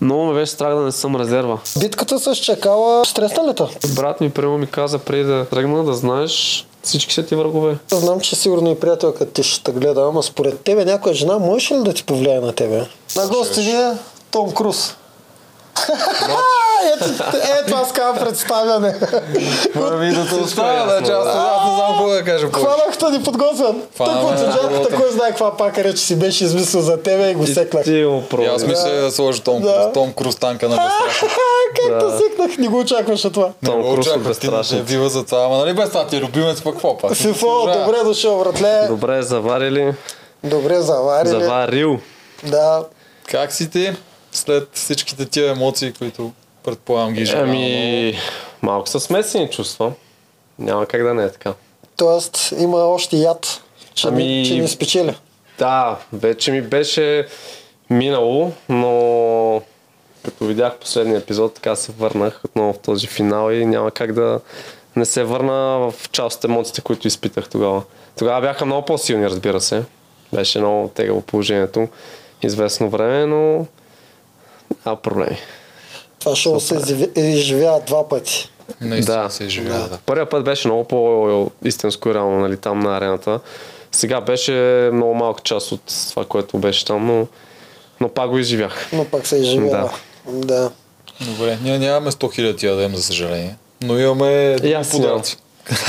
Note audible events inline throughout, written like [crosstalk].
Много ме беше страх да не съм резерва. Битката с чакала стресна ли те? Брат ми, прямо ми каза преди да тръгна, да знаеш всички са ти врагове. Знам, че сигурно и приятелка ти ще те гледа, ама според тебе някоя жена можеше ли да ти повлияе на тебе? На гости ни е Том Круз. ето, ето аз казвам представяне. Първи да те е Остава, успея. да, че аз, аз не знам какво да кажа. повече. Хванах да ни подготвен. Тък Хвана от ме джаджарката, подготвен. кой знае каква пака рече си беше измислил за тебе и го секнах. Ти го И аз проби. мисля да сложа Том, Да. Круз, Том Круз танка на безстрашно. Както секнах, не го очакваше това. Не Том го Круз от очаквах, ти не безстрашно. е бива за това. Ама нали без това ти е любимец, пък какво пак? Фифо, добре дошъл, братле. Добре, заварили. Добре, заварили. Заварил. Да. Как си ти след всичките тия емоции, които предполагам ги е живея? Ами, малко са смесени чувства. Няма как да не е така. Тоест има още яд, че, Ами- ни, че ни спечели. Да, вече ми беше минало, но като видях последния епизод, така се върнах отново в този финал и няма как да не се върна в част от емоциите, които изпитах тогава. Тогава бяха много по-силни, разбира се. Беше много тегаво положението известно време, но няма проблеми. Това шоу се изживя- изживя два пъти. Наистина е да. да. се живея. Да. Първия път беше много по-истинско и реално, нали, там на арената. Сега беше много малка част от това, което беше там, но, но пак го изживях. Но пак се изживява. Да. да. Добре, ние нямаме 100 хиляди да дадем, за съжаление. Но имаме И други аз нямам. подаръци.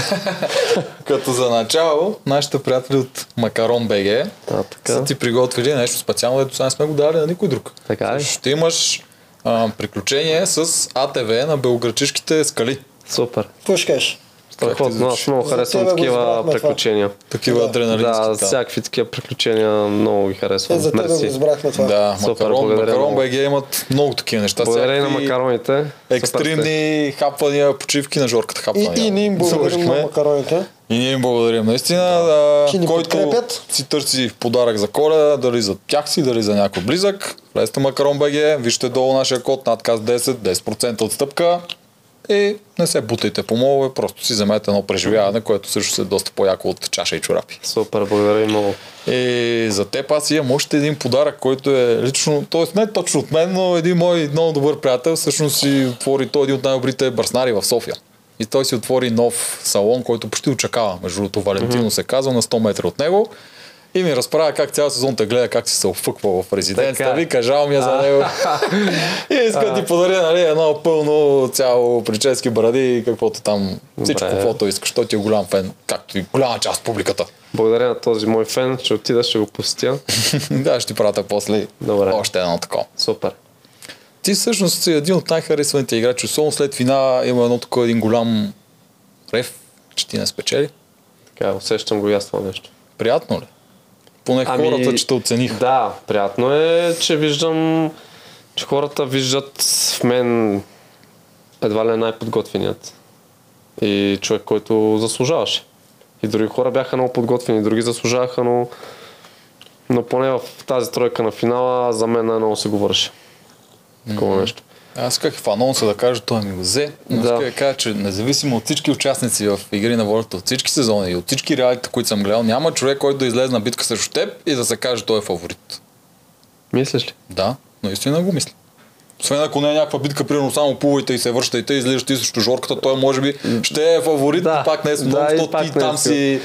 [laughs] Като за начало, нашите приятели от Макарон БГ А, така. са ти приготвили нещо специално, дето сега не сме го дали на никой друг. Така ли? Ще имаш а, приключение с АТВ на белоградчишките скали. Супер. Какво ще кажеш? Страхотно. Аз много За харесвам тебе го такива избрахме това. приключения. Такива Да. адреналински. Да, там. всякакви такива приключения много ги Е, харесвам. за тебе го Мерси. избрахме това. Да, Супер, макарон, благодаря макарон много. БГ имат много такива неща. Благодаря и на всякакви макароните. Супер Екстремни хапвания, почивки на Жорката И, хапвания. и ние им благодарим на макароните. И ние им благодарим. Наистина, да. Ще ни който подкрепят. си търси подарък за коледа, дали за тях си, дали за някой близък, влезте Макарон БГ, вижте долу нашия код, надказ 10, 10% отстъпка и не се бутайте по молове, просто си вземете едно преживяване, което също е доста по-яко от чаша и чорапи. сте. Супер, благодаря и много. И Е, за теб аз имам още един подарък, който е лично, т.е. не точно от мен, но един мой много добър приятел всъщност си отвори, той е един от най-добрите барснари в София. И той си отвори нов салон, който почти очакава, между другото Валентино се казва, на 100 метра от него. И ми разправя как цял сезон те гледа как си се офъква в резиденцията. Така. Вика, жал ми е за [laughs] него. и иска да ти подари нали, едно пълно цяло прически бради и каквото там. Всичко, Добре. каквото искаш. Той ти е голям фен, както и голяма част от публиката. Благодаря на този мой фен. Ще отида, ще го посетя. [laughs] да, ще ти пратя после Добре. още едно такова. Супер. Ти всъщност си един от най-харесваните играчи, особено след финала има едно такова един голям рев, че ти не спечели. Така, усещам го и аз това нещо. Приятно ли? Поне Ами, хората, че те оцениха. Да, приятно е, че виждам, че хората виждат в мен едва ли не най-подготвеният. И човек, който заслужаваше. И други хора бяха много подготвени, други заслужаваха, но, но поне в тази тройка на финала за мен най-много се говореше. Такова нещо. Аз исках в анонса да кажа, той ми го взе. Но Да. да. да кажа, че независимо от всички участници в Игри на волята, от всички сезони и от всички реалите, които съм гледал, няма човек, който да излезе на битка срещу теб и да се каже, той е фаворит. Мислиш ли? Да, наистина го мисля. Освен ако не е някаква битка, примерно само плувайте и се връщайте и излизаш ти срещу жорката, той може би ще е фаворит, Да. да, пак не е Да, и да, пак ти не е там си...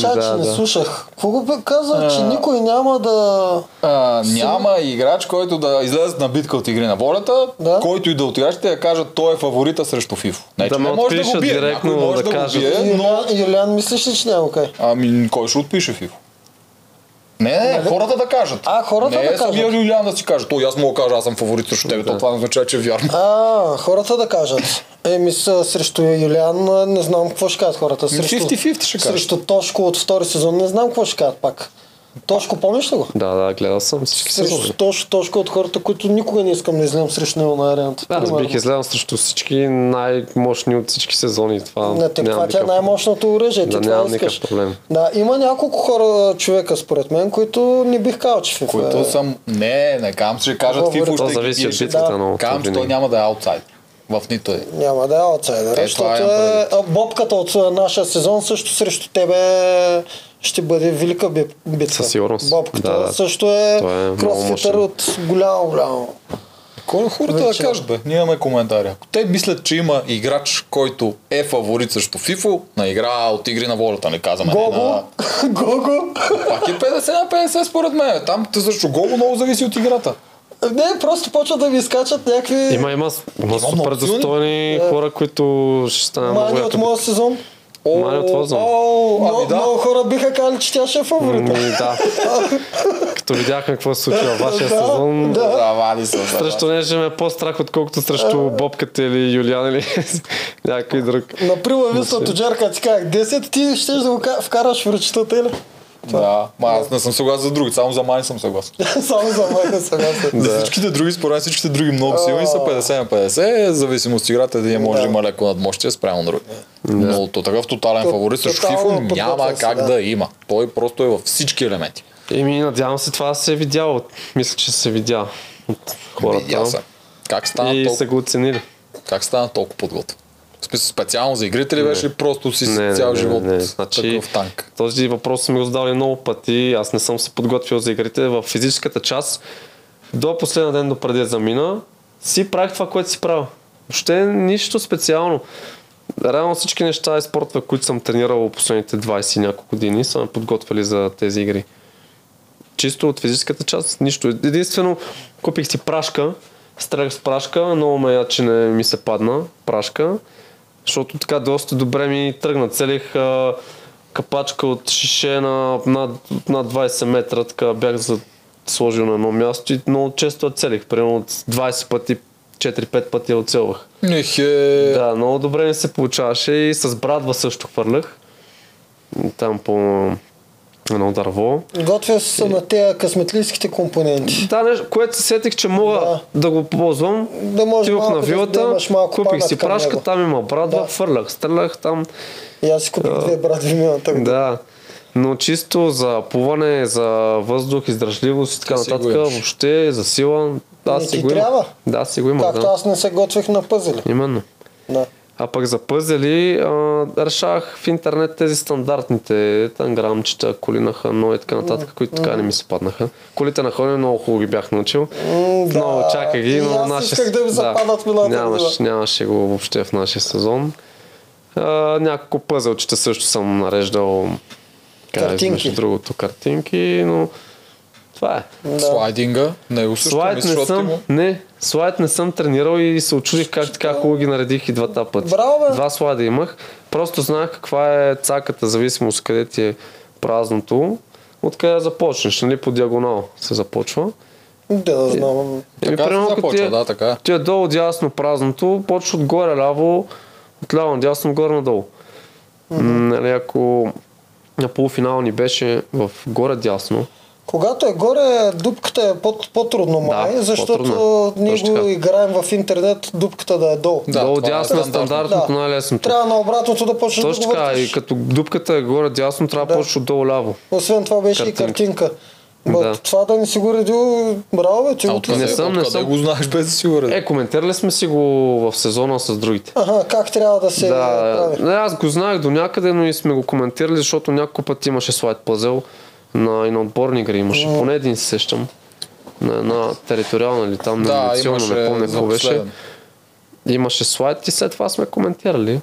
Чай, Да, че не да. слушах. Кого бе каза, че А. никой няма да... А, няма играч, който да излезе на битка от игри на волята, Да. да? който и да отигра, ще я кажа, той е фаворита срещу Фифо. Не, Да че не ме може да го отпишат бие, директно, някой може да да, го кажат. бие, Е, но... Юлиан, Юлиан мислиш ли, че няма го кай? Ами, кой ще отпише Фифо? Не, не, Нали? не, хората да кажат. А, хората не, да е самия кажат. Юлиан да си каже. Той аз мога да кажа, аз съм фаворит срещу тебе. То това не означава, че е вярно. А, хората да кажат. Еми, с- срещу Юлиан а, не знам какво ще кажат хората. Срещу, 50-50 ще кажат. Срещу Тошко от втори сезон не знам какво ще кажат пак. Тошко, помниш ли го? Да, да, гледал съм всички Срещу сезони. Тошко, Тошко от хората, които никога не искам да излезем срещу него на арената. Да, аз Примерно. бих излязъл срещу всички най-мощни от всички сезони. Това Не, те, това нямам ти е никакъв- най-мощното оръжие. Ти Да, това нямам искаш. никакъв проблем. Да, има няколко хора, човека според мен, които не бих казал, че в Които съм... Не, не, кам ще кажат Говори. Фифо То ще зависи от ще- битката да. много. това Кам, че той винаги. няма да е аутсайд. В нито е. Няма да е аутсайдер, Е, това защото имам е, а, бобката от а, нашия сезон също срещу тебе ще бъде велика би- битва. Със сигурност. Бобката Да, да. също е, Той е много кросфитър мощен. от голямо, голямо. Какво е хората да Вече. кажат, бе? Ние имаме коментари. Ако те мислят, че има играч, който е фаворит срещу FIFO, на игра от игри на волята, не казваме. не Гого, на... [laughs] Гого. Пак е 50 на 50 според мен. Там те също голо много зависи от играта. Не, просто почват да ми изкачат някакви Има, Е, има, има супер опциони. Е. достойни хора, които ще стане много мани от яко. моя сезон. О, Мали от Лозан. о, Много, ами да. много хора биха казали, че тя ще е М, фаворита. Да. Като видяхме какво се случи във вашия Да, сезон, да. Завали се. срещу нея ще ме е по-страх, отколкото Е. срещу Бобката или Юлиан или [laughs] някой друг. На прилависта от Оджарка ти казах 10, ти ще да го ка- вкараш в ръчетата или? Да, ма аз не съм съгласен за други, само за мани съм съгласен. [laughs] Само за мен сега се. За всичките други, според мен всичките други много силни са 50 на 50, в зависимост от играта, един може да има леко надмощие спрямо други. Но то такъв тотален То- фаворит срещу тотално Фифо подготвен няма си, как да. да има. Той просто е във всички елементи. Еми, надявам се това да се е видяло. Мисля, че се видя от хората. Видял съм. Как стана, И са толкова, го оценили. как стана толкова подготвен? В смисъл специално за игрите ли беше просто си Не, не, цял не, живот не, не. значи... Значи- такъв танк? Този въпрос са ми го задавали много пъти. Аз не съм се подготвил за игрите. В физическата част, до последния ден, до преди да замина, си правих това, което си правя. Въобще нищо специално. Реално всички неща и спортове, които съм тренирал последните 20 и няколко години, са ме подготвили за тези игри. Чисто от физическата част, нищо. Единствено, купих си прашка, стрелях с прашка, много ме я, че не ми се падна прашка, защото така доста добре ми тръгна. Целих а, капачка от шише на над, над 20 метра, така бях за, сложил на едно място и много често я целих. Примерно от 20 пъти, 4-5 пъти я оцелвах. Них е... Да, много добре ми се получаваше и с брадва също хвърлях. Там по едно дърво. Готвя се на тези късметлийските компоненти. Да, нещо, което се сетих, че мога Да. да, го ползвам. Да може Отивах малко на да- вилата, да имаш малко купих памет си към прашка, него. там има брадва, Да. фърлях, стрелях там. И аз си купих две братви миналата година. Да. Но чисто за плуване, за въздух, издръжливост и така Ти си го нататък, имаш. въобще за сила, да, Не си Ами ти го имам. трябва. Да, си го имам, Както да. аз не се готвих на пъзели. Именно. Да. А пък за пъзели а, решавах в интернет тези стандартните танграмчета, коли на Хано и така нататък, които така не ми се паднаха. Колите на Хано много хубаво ги бях научил. да. Много чаках И ги, но аз нашия... исках да ми западнат миналата нямаш, година. нямаше го въобще в нашия сезон. А, няколко пъзълчета също съм нареждал как Картинки. Между другото картинки, но това е. Да. Слайдинга, него също Слайд не съм, има. не, слайд не съм тренирал и се очудих как така хубаво ги наредих и двата пъти. Браво, бе! Два слайда имах. Просто знах каква е цаката, зависимост къде ти е празното. Откъде започнеш, нали? По диагонал се започва. Да, да знам. Еми, Така примерно, се като ти започва, е- да, така е. ти е долу дясно празното, почва отгоре ляво, от ляво надясно, горе надолу. Mm-hmm. Нали, ако на полуфинал ни беше в горе дясно, Когато е горе, дупката е по- по-трудно май, защото по-трудно. е. ние Точно го така. играем в интернет, дупката да е долу. Да, долу това е дясно е стандартно. стандартното Да. най-лесното. Трябва на обратното да почнеш да Точно го така, и въртиш. като дупката е горе дясно, трябва да Да. почва отдолу ляво. Освен това беше и Картинка. картинка. Ба, Да. Това да не си го редил, браво бе, ти А е- отлично. откъде, не съм, не съм. го знаеш без да си го Е, коментирали сме си го в сезона с другите. Аха, как трябва да се Да, прави. не, аз го знаех до някъде, но и сме го коментирали, защото няколко пъти имаше слайд пъзел на, и на отборни игри. Имаше поне един, се сещам, на една териториална или там, на Да, милиционна, не помня имаше за какво беше. последен. Имаше слайд и след това сме коментирали.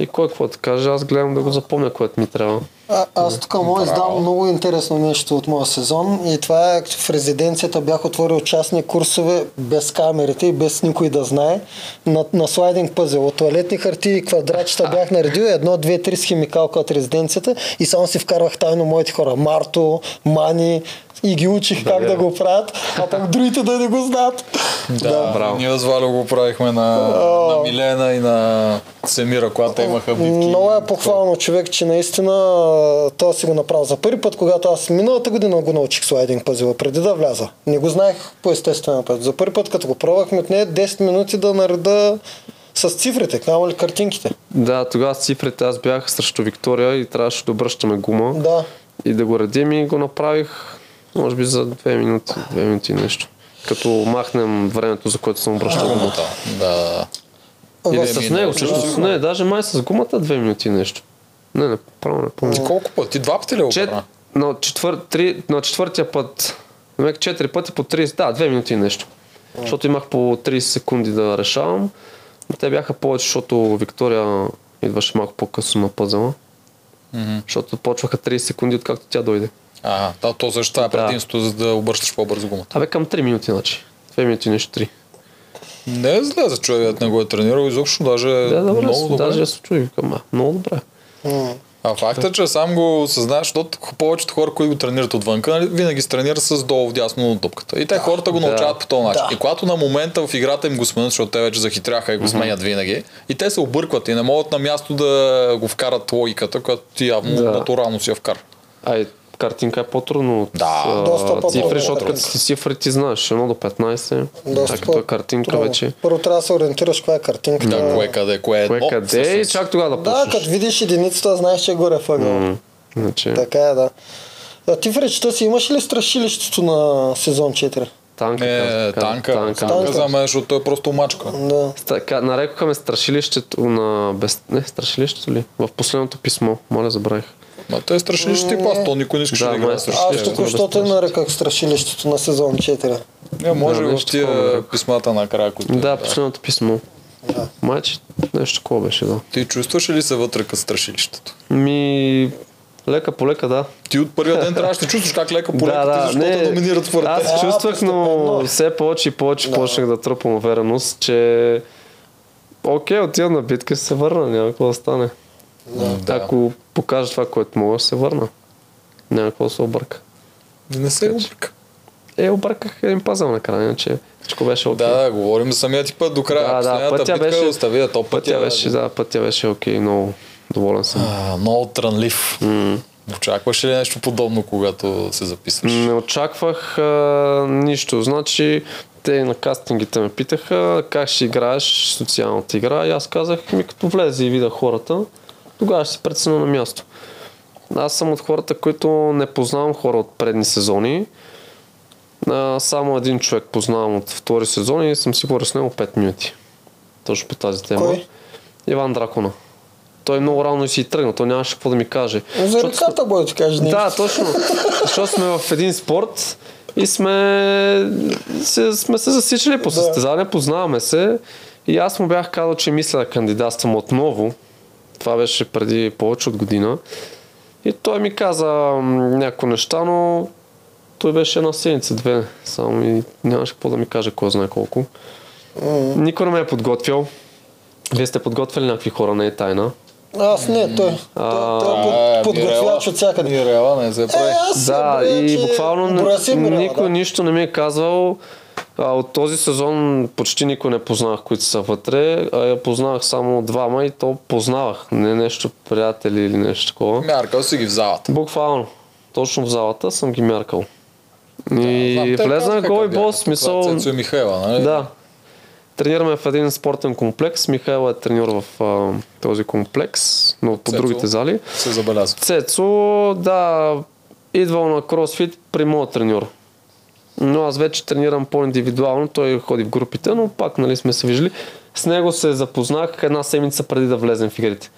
И кой какво да каже, аз гледам да го запомня, което ми трябва. А, аз тук мога да издам много интересно нещо от моя сезон и това е в резиденцията бях отворил частни курсове без камерите и без никой да знае на, на слайдинг пъзел. От туалетни хартии и квадратчета бях наредил едно, две, три с химикалка от резиденцията и само си вкарвах тайно моите хора. Марто, Мани и ги учих как да го правят, а пък другите да не го знаят. Да, Браво. ние с Валю го правихме на, на Милена и на Семира, когато имаха битки. Много е похвално човек, че наистина а, той си го направил за първи път, когато аз миналата година го научих слайдинг пъзела, преди да вляза. Не го знаех по естествен път. За първи път, като го пробвахме от нея, 10 минути да нареда с цифрите, няма ли картинките. Да, тогава с цифрите аз бях срещу Виктория и трябваше да обръщаме гума. Да. и да го редим и го направих може би за две минути, две минути и нещо. Като махнем времето, за което съм обръщал гумата. Да. Или Или е с мина. него, всъщност не, даже май с гумата две минути и нещо. Не, не, право не помня. Колко пъти? Два пъти ли е обра? Чет, на, четвър, три, на четвъртия път, на четири пъти по 30, да, две минути и нещо. Защото имах по 30 секунди да решавам. но Те бяха повече, защото Виктория идваше малко по-късно на пъзела. Мгм. Защото почваха 30 секунди, откакто тя дойде. Ага, та, то също това е Да. предимството, за да обръщаш по-бързо гумата. Абе към 3 минути, значи. 2 минути, нещо 3. Е, Не е зле за човекът, не го е тренирал изобщо, даже Да, Е, добре, много много добре. даже се чуи към а, Много добре. М. А факта, че сам го осъзнаеш, защото повечето хора, които го тренират отвънка, нали, винаги се тренират с долу вдясно на топката. И те хората го Да. научават по този начин. Да. И когато на момента в играта им го сменят, защото те вече захитряха и го сменят винаги, и те се объркват и не могат на място да го вкарат логиката, която ти явно Да. натурално си я вкара. Ай, картинка е по-трудно от Да. а, Доста по-трудно е цифри, защото като картинка. си цифри ти знаеш 1 до 15, Доста а като е картинка по-трудно. вече. Първо трябва да се ориентираш коя е картинката. Да, кое къде, кое е Кое едно, къде и всъщност. чак тогава да Да, почнеш. като видиш единицата, знаеш, че е горе въгъл. М, Значи, Така е, да. А ти в речта си имаш ли страшилището на сезон 4? танка. Е, казах, танка, казах, танка, танка за мен, защото той е просто мачка. Да. Така, нарекоха ме страшилището на... Без... Не, страшилището ли? В последното писмо, моля забравих. Ма той е страшилище ти пас, то никой не искаше Да, да, ма играе е срещу страшилище. Аз тебе. ще- току-що те Добре, нареках страшилището на сезон 4. Не, Е, може Да, да, в нещо такова, тия да. писмата накрая, които... е, Да, последното писмо. Да. Майче, нещо такова беше, да. Ти чувстваш ли се вътре като страшилището? Ми, лека по лека, да. Ти от първия ден трябваше да чувстваш как лека по лека ти, защото не, доминират според теб. Аз теб. чувствах, но все повече и повече почнах да трупам увереност, че окей, отивам на битка и ще се върна, няма какво да стане. Да. Ако покажа това, което мога, ще се върна. Няма какво да се обърка. Не се обърка. Е, обърках един пазъл накрая, иначе всичко беше окей. Да, да, говорим за самия ти път до края. Да, да, Последната пътя битка е беше- остави, а то пътя, Пътя беше, да, пътя беше окей, много доволен съм. А, много трънлив. М. Очакваш ли нещо подобно, когато се записваш? Не очаквах а, нищо. Значи, те на кастингите ме питаха как ще играеш социалната игра и аз казах, ми като влезе и видя хората, тогава ще се преценя на място. Аз съм от хората, които не познавам хора от предни сезони. А, само един човек познавам от втори сезон и съм си говорил с него 5 минути. Точно по тази тема. Кой? Иван Дракона. Той много рано си тръгна, той нямаше какво да ми каже. За Защото- ръката бой ти кажа нещо. да, точно. Защото сме в един спорт и сме се, сме се засичали по Да. състезания, познаваме се. И аз му бях казал, че мисля да кандидатствам отново. Това беше преди повече от година. И той ми каза м, някои неща, но той беше една седмица, две. Само и нямаше какво да ми каже, кой знае колко. Никой не ме е подготвил. Вие сте подготвили някакви хора, не е тайна. Аз не, той. Той, той е под- подготвяч от всякъде. Е, Мирела не се прави. аз се Е, Да, броя, и значи, че- буквално н- броя си Мирела, никой да. нищо не ми е казвал. А, от този сезон почти никой не познавах, които са вътре. А, я познавах само двама и то познавах. Не нещо приятели или нещо такова. Мяркал си ги в залата. Буквално. Точно в залата съм ги мяркал. И Знам, те влезна казаха гол и къде бос, бяха. смисъл... Това е Цецо и Михайла, нали? Да. Тренираме в един спортен комплекс. Михайло е треньор в а, този комплекс, но по Цецо. другите зали. Се забелязва. Цецо, да, идвал на кросфит при моят треньор. Но аз вече тренирам по-индивидуално, той ходи в групите, но пак нали, сме се виждали. С него се запознах една седмица преди да влезем в игрите.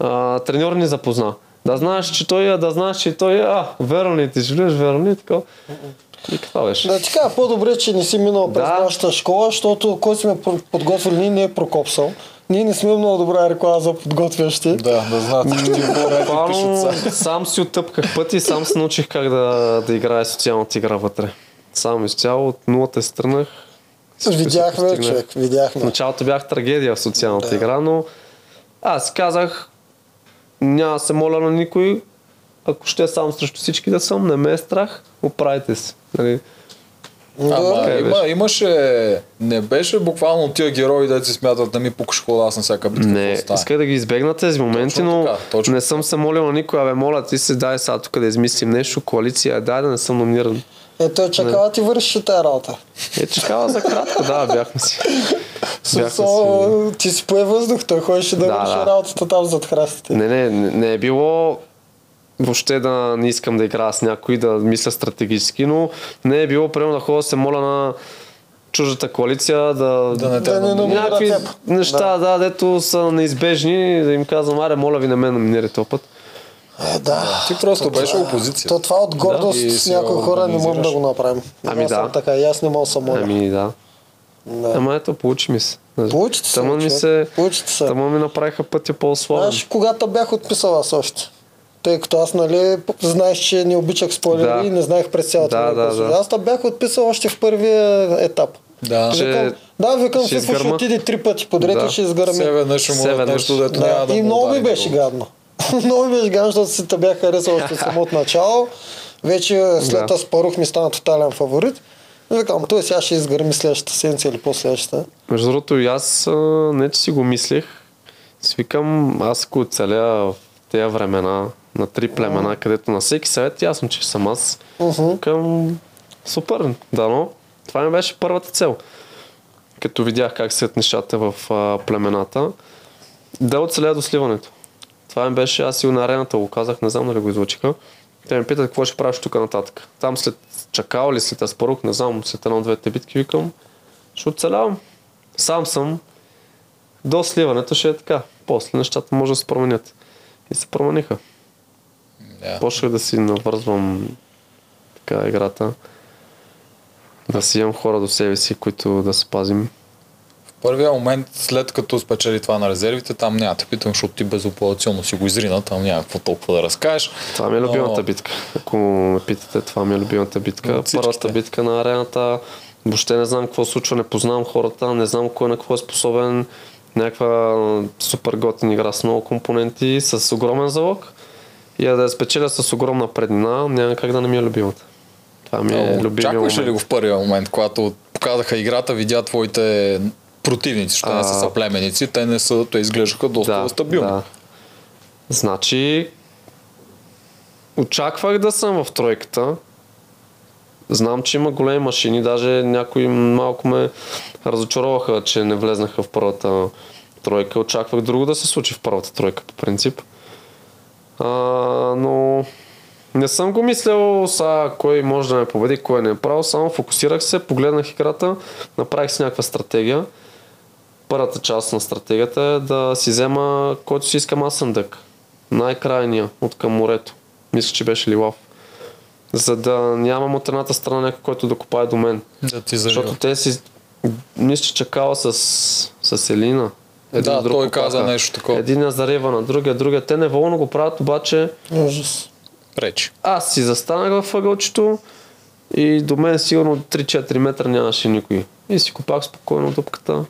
А, треньор ни запозна. Да знаеш, че той е, да знаеш, че той е. А, верно ли ти живееш, верно ли е? така? И какво беше? Да, така, по-добре, че не си минал през Да. нашата школа, защото кой сме про- подготвили, ние не е прокопсал. Ние не сме много добра реклама за подготвящи. Да, да знаят, че ти е хора ти пишат Буквално са. сам си отъпках път и сам се научих как да, да играе социалната игра вътре. Сам изцяло от нулата се тръгнах. Всичко си Видяхме, постигнах. човек, В видяхме. началото бях трагедия в социалната Да. игра, но аз си казах, няма да се моля на никой, ако ще сам срещу всички да съм, не ме е страх, оправите се. Нали? Да. Ама Така е, има, имаше, не беше буквално тия герои, да си смятат, не ми пукаш хола, аз на всяка битка. Не, какво става. исках да ги избегна тези моменти, Точно но така, точно не съм се молил на никой, абе моля ти се, дай сега тук да измислим нещо, коалиция, дай да не съм номиниран. Е, той чакава ти върши тази работа. Е, чакава за кратко, да, бяхме си. Бяхме си. Со, ти си пое въздух, той ходеше да, Да, върши да. работата там зад храстите. Не, не, не, не е било въобще да не искам да играя с някой, да мисля стратегически, но не е било примерно да ходя да се моля на чуждата коалиция да... Да не те Да не номинират. номинират някакви теб. неща, да. да, дето са неизбежни, да им казвам, аре, моля ви на мен номинирайте този път. Е, да. Ти просто беше опозиция. То това от гордост и да, си някои я хора не можем да организираш. го направим. Ами Аз съм да. така, и аз не мога само. Ами да. Да. Ама ето, получи ми се. Не знам. Получи ти се, Тама ми човек. се... Получи ти се. Тама ми направиха пътя по-слабен. Знаеш, когато бях отписал аз още. Тъй като аз, нали, п- знаеш, че не обичах спойлери Да. и не знаех през цялата Да, ми да, епизода. да. Аз те бях отписал още в първия етап. Да. Че- Викам, да, викам, ще Фифо ще изгърма. отиде три пъти подред Да. и ще изгърми. Все веднъж ще му Все дадат веднъж. нещо, дето Да, няма да и му много ми удари беше друго. гадно. [laughs] много ми беше гадно, защото си те бях харесал още от самото начало. Вече след Да. аз парух ми стана тотален фаворит. Викам, той сега ще изгърми следващата седмица или последващата. Между другото, и аз а, не че си го мислех, свикам, аз ако оцеля в тези времена на три племена, където на всеки съвет ясно, че съм аз, Мгм. към супер, дано. Това ми беше първата цел. Като видях как се нещата в а, племената, да оцеля до сливането. Това ми беше, аз и на арената го казах, не знам дали го излучиха. Те ми питат какво ще правиш тук нататък. Там след Чакал или след Аспарук, не знам, след една от двете битки викам, ще оцелявам. Сам съм. До сливането ще е така. После нещата може да се променят. И се промениха. Да. Почнах да си навързвам така играта. Да си имам хора до себе си, които да спазим. първия момент, след като спечели това на резервите, там няма да те питам, защото ти безоплационно си го изрина, там няма какво толкова да разкажеш. Това ми е любимата Но- битка. Ако ме питате, това ми е любимата битка. От всичките. Първата битка на арената. Въобще не знам какво се случва, не познавам хората, не знам кой на какво е способен. Някаква а, супер готина игра с много компоненти, с огромен залог. И а да я спечеля с огромна преднина, няма как да не ми е любимата. Това ми е Е, любимия Очакваш ли момент. го в първия момент, когато показаха играта, видя твоите противници, защото не са А. съплеменици, те не са, те изглеждаха доста да, стабилно. Да. Значи, очаквах да съм в тройката. Знам, че има големи машини, даже някои малко ме разочароваха, че не влезнаха в първата тройка. Очаквах друго да се случи в първата тройка, по принцип. А, но не съм го мислял са, кой може да ме победи, кой не е правил. Само фокусирах се, погледнах играта, направих си някаква стратегия първата част на стратегията е да си взема който си искам аз съндък. Най-крайния, от към морето. Мисля, че беше Лилав. За да нямам от едната страна някой, който да копае до мен. Да ти Защото те си... Мисля, че чакала с, с Елина. Е, Да, друг той копаха. каза нещо такова. Един я зарива на другия, другия. Те неволно го правят, обаче Ужас. Пречи. аз си застанах във ъгълчето и до мен сигурно 3-4 метра нямаше никой. И си копах спокойно дупката.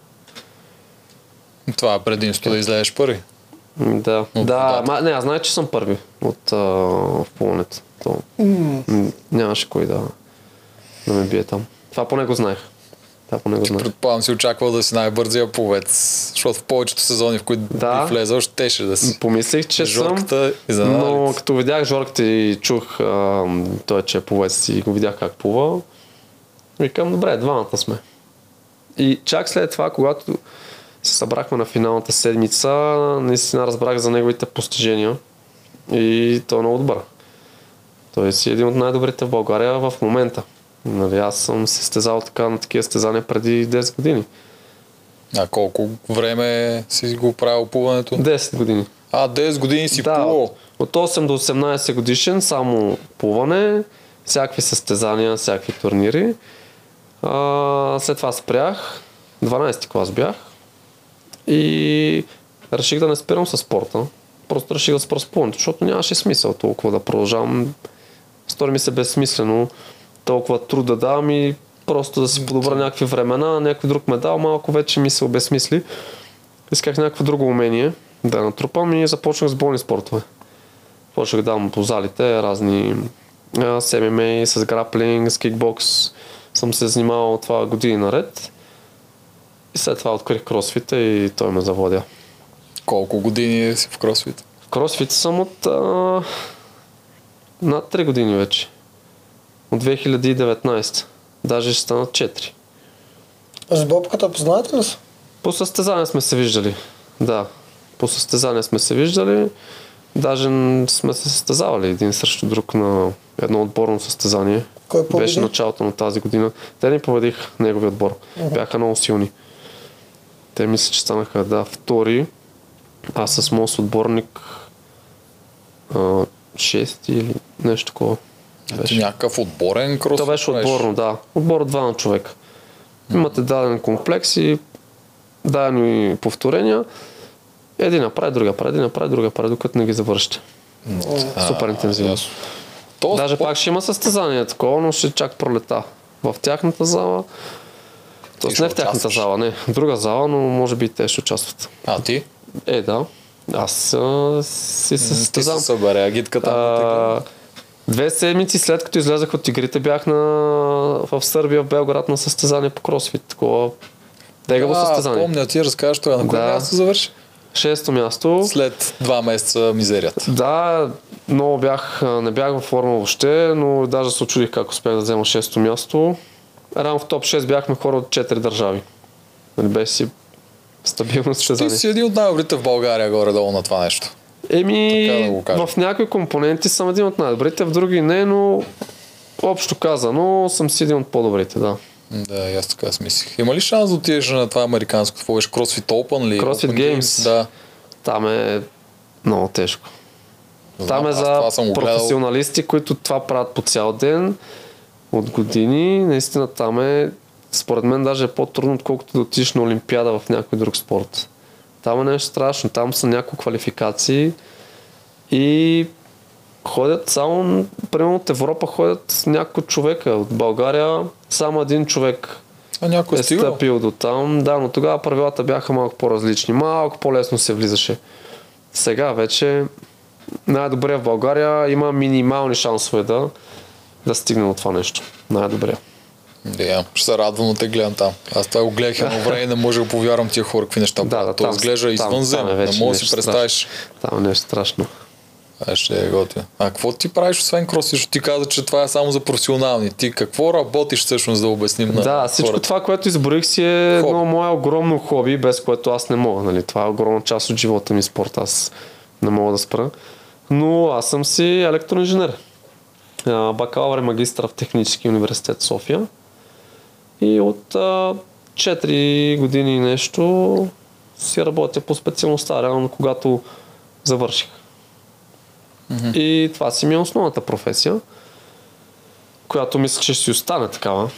Това е предимство да излезеш първи. М, Да, От да, водата. ма, не, аз знаех, че съм първи от а, в плуването. То, м, нямаше кой да, да ме бие там. Това поне го знаех. Това поне го знаех. Предполагам си очаквал да си най-бързия пловец, защото в повечето сезони, в които Да. ти влезъл, щеше да си. Помислих, че Жорката и съм, занавалица. но като видях Жорката и чух а, той, че е пловец и го видях как плува, викам, добре, двамата сме. И чак след това, когато се събрахме на финалната седмица, наистина разбрах за неговите постижения и той е много добър. Той си един от най-добрите в България в момента. Нали, аз съм се стезал така на такива стезания преди 10 години. А колко време си го правил плуването? 10 години. А, 10 години си да, плувал. От 8 до 18 годишен само плуване, всякакви състезания, всякакви турнири. А, след това спрях, 12 клас бях и реших да не спирам със спорта. Просто реших да спра с плуването, защото нямаше смисъл толкова да продължавам. Стори ми се безсмислено толкова труд да давам и просто да си подобра някакви времена, някой друг медал, малко вече ми се обесмисли. Исках някакво друго умение да натрупам и започнах с болни спортове. Почнах да давам по залите разни а, с ММА, с граплинг, с кикбокс. Съм се занимавал от това години наред. И след това открих кросфита и той ме завладя. Колко години си в кросфит? В кросфит съм от а, над 3 години вече. От 2019. Даже ще станат 4. С бобката познавате ли се? По състезания сме се виждали. Да. По състезания сме се виждали. Даже н- сме се състезавали един срещу друг на едно отборно състезание. Кой победи? Беше началото на тази година. Те ни победих негови отбор. Uh-huh. Бяха много силни. Те мисля, че станаха да втори. Аз с моят съотборник а, шести или нещо такова. Ти някакъв отборен кросфит? То беше правиш? отборно, да. Отбор от двама човека. Имате даден комплекс и дадени повторения. Един направи, друга прави, един направи, друга прави, докато не ги завършите. Супер интензивно. Ами То Даже спорт- пак ще има състезание такова, но ще чак пролета. В тяхната зала. Тоест ще не в тяхната участваш? зала, не. В друга зала, но може би и те ще участват. А ти? Е, да. Аз а, си се Ти се състезавам. събере агитката. А, Две седмици след като излязах от игрите, бях на... в Сърбия, в Белград на състезание по кросфит. Такова тегаво състезание. Помня, ти разкажеш това. На кое Да. място завърши? Шесто място. След два месеца мизерията. Да, много бях, а, не бях във форма въобще, но даже се очудих как успях да взема шесто място. Рано в топ 6 бяхме хора от 4 държави. Нали, беше си стабилно състезание. Ти си един от най-добрите в България горе-долу на това нещо. Еми, Така да го кажем. в някои компоненти съм един от най-добрите, в други не, но общо казано съм си един от по-добрите, да. Да, и аз така си мислих. Има ли шанс да отидеш на това американско? Какво беше? CrossFit Open ли? CrossFit Open Games. Да. Там е много тежко. Знам, Там е аз това съм за го гледал. професионалисти, които това правят по цял ден, от години. Наистина там е, според мен, даже е по-трудно, отколкото да отидеш на Олимпиада в някой друг спорт. Там е нещо страшно. Там са няколко квалификации и ходят само, примерно от Европа ходят няколко човека. От България само един човек А някой е е стигнал. стъпил до там. Да, но тогава правилата бяха малко по-различни. Малко по-лесно се влизаше. Сега вече най-добре в България има минимални шансове да, да стигне до това нещо. Най-добре. Да, ще се радвам да те гледам там. Аз това го гледах едно време и не може да повярвам тия хора какви неща. Да, правят. да, То там- изглежда там- извънземно. там е Не вече можеш да си нещо представиш. Там е нещо страшно. А ще е готино. А какво ти правиш освен крос? Защото ти каза, че това е само за професионални. Ти какво работиш всъщност да обясним на Да, всичко хората? това, което изброих си е Хоби. едно мое огромно хоби, без което аз не мога. Нали? Това е огромна част от живота ми спорт. Аз не мога да спра. Но аз съм си електроинженер. А, Бакалавър и магистър в Технически университет София. И от а, 4 години и нещо си работя по специалността, реално когато завърших. И това си ми е основната професия, която мисля, че ще си остане такава.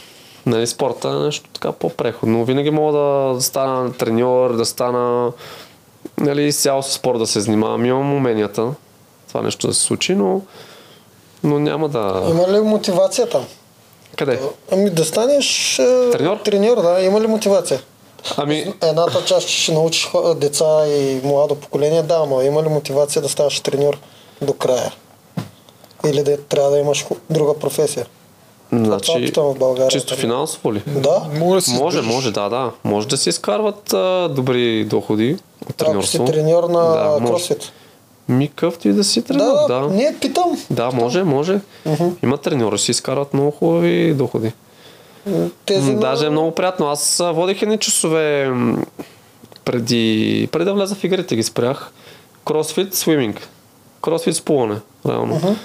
Нали, спорта е нещо така по-преходно. Винаги мога да стана треньор, да стана нали, изцяло с спорт да се занимавам. Имам уменията това нещо да се случи, но, но няма да... Има ли мотивация там? Къде? Ами да станеш е, Треньор? треньор, да. Има ли мотивация? Ами, Едната част че ще научиш хо- деца и младо поколение, да, ама има ли мотивация да ставаш треньор до края? Или да трябва да имаш ху- друга професия? Това значи, питам в България. чисто финансово ли? Да, Може да си Може, издържиш. може, да, да. Може да се изкарват а, добри доходи от ако си треньорство. треньор на Да, може. кросфит. Ми къвто и да си треньор, Да, да, да. ние питам. Да, може, може. Има треньори, си изкарват много хубави доходи. Тези М, на- Даже е много приятно. Аз а, водих едни часове м, преди, преди да вляза в игрите, ги спрях. Кросфит, свиминг. Кросфит с плуване, реално.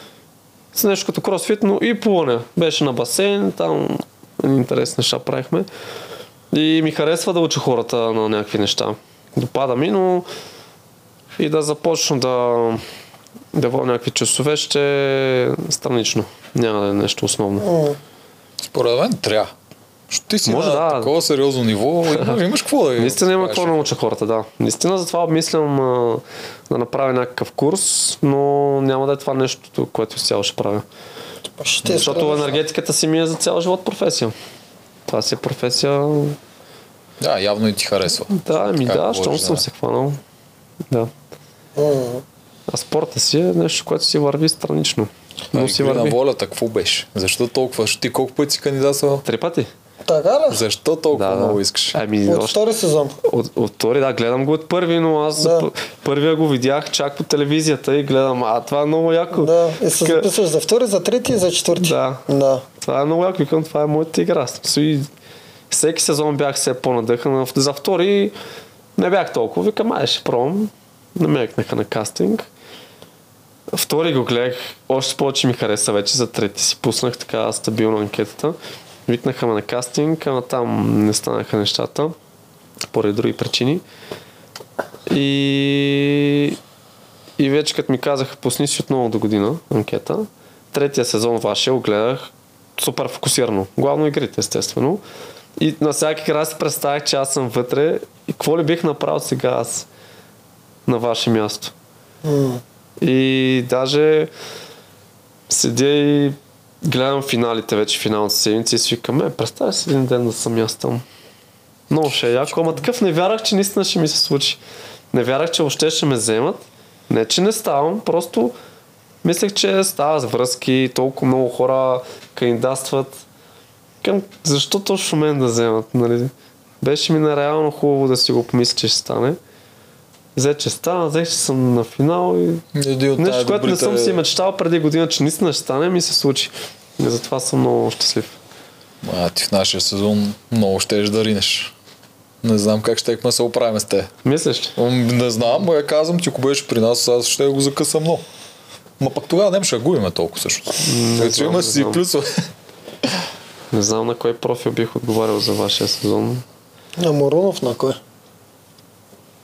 С нещо като кросфит, но и плуване. Беше на басейн, там едни интересни неща правихме. И ми харесва да уча хората на някакви неща. Допада ми, но и да започна да, да водя някакви часове, ще е странично. Няма да е нещо основно. Според мен трябва. Що ти си Може, на да. такова [laughs] сериозно ниво, имаш, имаш какво да Наистина има какво да да науча хората, да. Наистина затова обмислям а, да направя някакъв курс, но няма да е това нещо, което изцяло ще правя. Ще Защото енергетиката си ми е за цял живот професия. Това си е професия... Да, явно и ти харесва. Да, ми Така да, говориш, щом да. съм се хванал. Да. М. А спорта си е нещо, което си върви странично. Но Но си върви. Ами, на волята, какво беше? Защо толкова? Ти колко пъти си кандидатствал? Три пъти? Така ли? Защо толкова Да, да. много искаш? Ами, От още втори сезон. От, от втори, да, гледам го от първи, но аз Да. да. първия го видях чак по телевизията и гледам, а това е много яко. Да, и се Ка- записваш за втори, за трети и за четвърти. Да. Да. Това е много яко, викам, това е моята игра. Смисъл И всеки сезон бях все по-надъхан. За втори не бях толкова. Викам, ай, ще пробвам. Намекнаха на кастинг. Втори го гледах, още повече ми хареса вече, за трети си пуснах така стабилно анкетата. Викнаха ме на кастинг, ама там не станаха нещата, поради други причини. И и вече като ми казаха, пусни си отново до година анкета. Третия сезон вашия го гледах супер фокусирано. Главно игрите, естествено. И на всяка края си представях, че аз съм вътре. И какво ли бих направил сега аз на ваше място? М. И даже седя и гледам финалите вече, финалната седмица и свикаме, представя си един ден да съм и аз там. Много ще е яко, ама такъв не вярах, че наистина ще ми се случи. Не вярах, че въобще ще ме вземат. Не, че не ставам, просто мислех, че става с връзки, толкова много хора кандидатстват. Към, защо точно мен да вземат, нали? Беше ми нереално хубаво да си го помисля, че ще стане. Взе, че стана, взех, че съм на финал и Един от Нещо, което не най-добрите- съм си мечтал преди година, че наистина ще стане, ми се случи. И затова съм много щастлив. А, ти в нашия сезон много щеш да ринеш. Не знам как ще се оправим с те. Мислиш ли? М, Не знам, но я казвам, че ако беше при нас, аз ще го закъсам много. Ма пък тогава не ще губиме толкова всъщност. Не знам, има не си знам. плюсове. [laughs] Не знам на кой профил бих отговарял за вашия сезон. На Морунов на кой?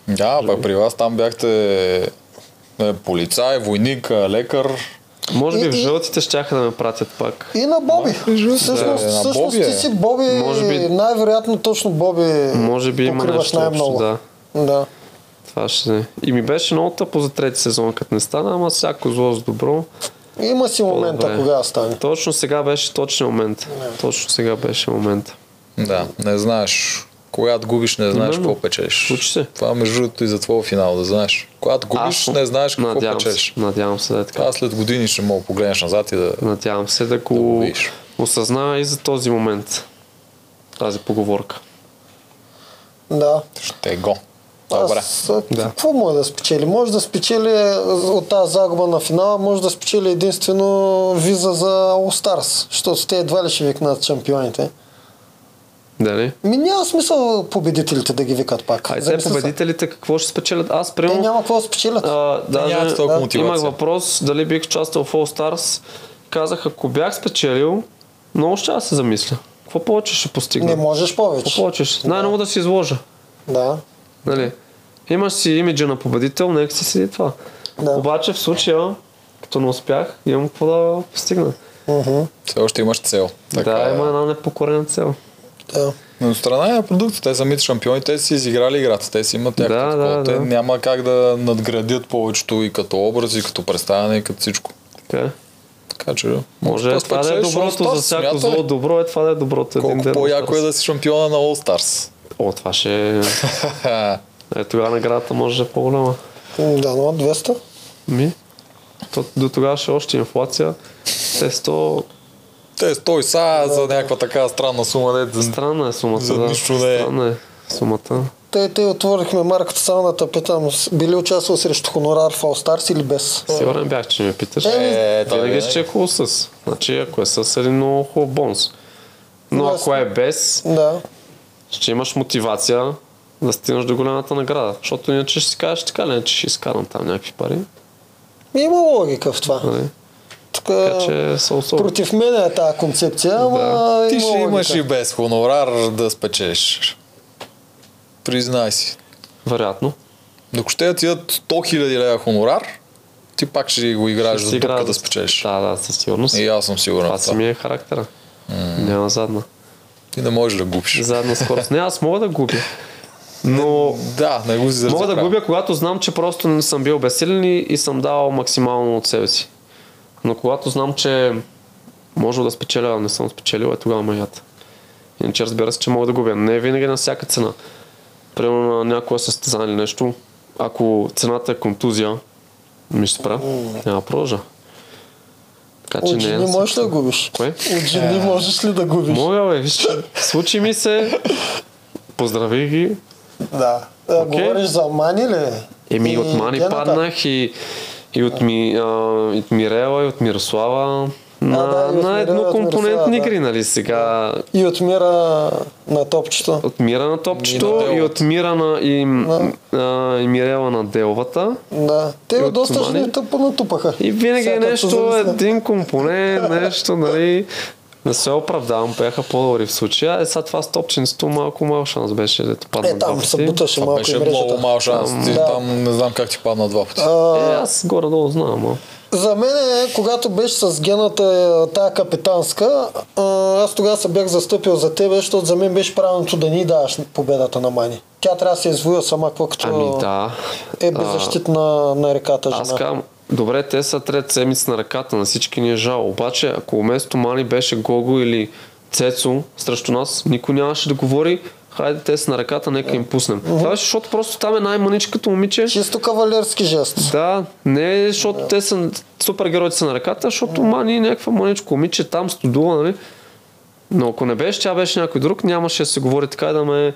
Да, пък при вас там бяхте е, полицай, войник, е, лекар. Може би И- в и- жълтите щяха да ме пратят пак. И на Боби. Всъщност, Да, на всъщност Боби е. ти си Боби, Може би- най-вероятно точно Боби Може би има покриваш нещо общо, най-много. да. да. Това ще е. И ми беше много тъпо за трети сезон, като не стана, ама всяко зло с добро. Има си момента, По-добре. кога стане. Точно сега беше точният момент. Точно сега беше момента. Да, не знаеш. Когато губиш, не знаеш Именно. какво печелиш. Случи се. Това между другото и за твоя финал, да знаеш. Когато губиш, не знаеш какво надявам печелиш. Се, надявам се да е така. Това след години ще мога да погледнеш назад и да... Надявам се да Да го го видиш. осъзная и за този момент. Тази поговорка. Да. Ще го. Добре. Аз, а, Какво може да спечели? Може да спечели е, от тази загуба на финала, може да спечели единствено виза за All Stars, защото те едва ли ще викнат шампионите. Дали? Ми няма смисъл победителите да ги викат пак. Ай, те Замисли се. победителите какво ще спечелят? Аз Те примерно... няма какво да спечелят. А, нямат даже, толкова да, мотивация. имах въпрос дали бих участвал в All Stars. Казах, ако бях спечелил, много ще да се замисля. Какво повече ще постигна? Не можеш Какво повече. повече ще... Най-много да се изложа. Да. Нали? Имаш си имиджа на победител, нека си седи това. Да. Обаче в случая, като не успях, имам какво да постигна. Мгм. Все още имаш цел. Така, да, е. има една непокорена цел. Да. Но от страна на продукта, те самите шампиони, те си изиграли играта, те си имат някакво Да, такова. да, те да. няма как да надградят повечето и като образ, и като представяне, и като всичко. Така. е. Така че, Може да е това да е спечелиш All доброто Stars, за всяко смятай. зло. Добро е това да е доброто. един Колко ден по-яко е All Stars. да си шампиона на All Stars. [laughs] О, това ще е... Ха, Е, тогава наградата може да е по-голяма. Да, но 200. Ми? То, до тогава ще е още инфлация. Те 100... те стой са за някаква така странна сума, не Странна е сумата. За да. нищо не е. Странна е сумата. Те, те отворихме марката, само да те питам, с- били участвал срещу хонорар в All Stars или без? Сигурен бях, че ме питаш. Е, той Винаги ще винаги. е хубаво с. Значи, ако е с, е един много хубав бонус. Но Да, ако е без, Да. ще имаш мотивация да стигнеш до голямата награда. Защото иначе ще си кажеш така ли, че ще изкарам там някакви пари. Има логика в това. е Нали? Така, Така че са особени. Против мен е тази концепция, ама Да. да. Ти ще имаш и без хонорар да спечелиш. Признай си. Вероятно. Докато ще ти дадат 100 000 лева хонорар, ти пак ще го играеш Ще за си играя дупка да за- спечелиш. Да, да, със сигурност. И аз съм сигурен. Това в това. си ми е характера. Няма задна. Ти не можеш да губиш. Задна скорост. Не, аз мога да губя. Но Да, не го си мога да разиграл. губя, когато знам, че просто не съм бил безсилен и- и съм давал максимално от себе си. Но когато знам, че може да спечеля, а не съм спечелил, е тогава маята. Иначе разбира се, че мога да губя. Не е винаги на всяка цена. Примерно на някоя състезание или нещо, ако цената е контузия, ми ще спра. Няма да продължа. Така че От не е. жени на всяка можеш ли да цена. губиш? Кое? От жени Е. можеш ли да губиш? Мога, бе, виж, случи ми се, поздрави ги, Да. А, Окей. Говориш за мани ли? еми от Мани гената? паднах и, и от, ми, а, и от Мирела, и от Мирослава, на, да, и от Мирела, на и от Мирослава, да. еднокомпонентни игри, нали сега, И от мира на топчето. от Мира на И на топчето Делвата. и, от Мира на и, а, и Мирела на Делвата. Да. Те И от от доста Мани. жени тъпо натупаха. И винаги е Всяка нещо, позависна. един компонент, нещо, нали, не се оправдавам, бяха по-добри в случая. Е, сега това с топченството малко мал шанс беше, дето падна Е, там два се пъти. буташе Това малко и беше мрежата. много мал шанс. Ти Да. там не знам как ти падна два пъти. А, Е, аз горе-долу знам, а. За мен е, когато беше с гената е, тая капитанска, а, аз тогава се бях застъпил за тебе, защото за мен беше правилното да ни даваш победата на Мани. Тя трябва да се извоя сама, какво като Ами да. е беззащитна на реката жена. Аз казвам, добре, те са трета седмица на ръката, на всички ни е жал. Обаче, ако вместо Мани беше Гого или Цецо срещу нас, никой нямаше да говори, хайде те са на ръката, нека им пуснем. Това беше, защото просто там е най-маничкото момиче. Чисто кавалерски жест. Да, не е, защото те са супергероите са на ръката, защото Мани е някаква маничко момиче там студува, нали? Но ако не беше, тя беше някой друг, нямаше да се говори така и да ме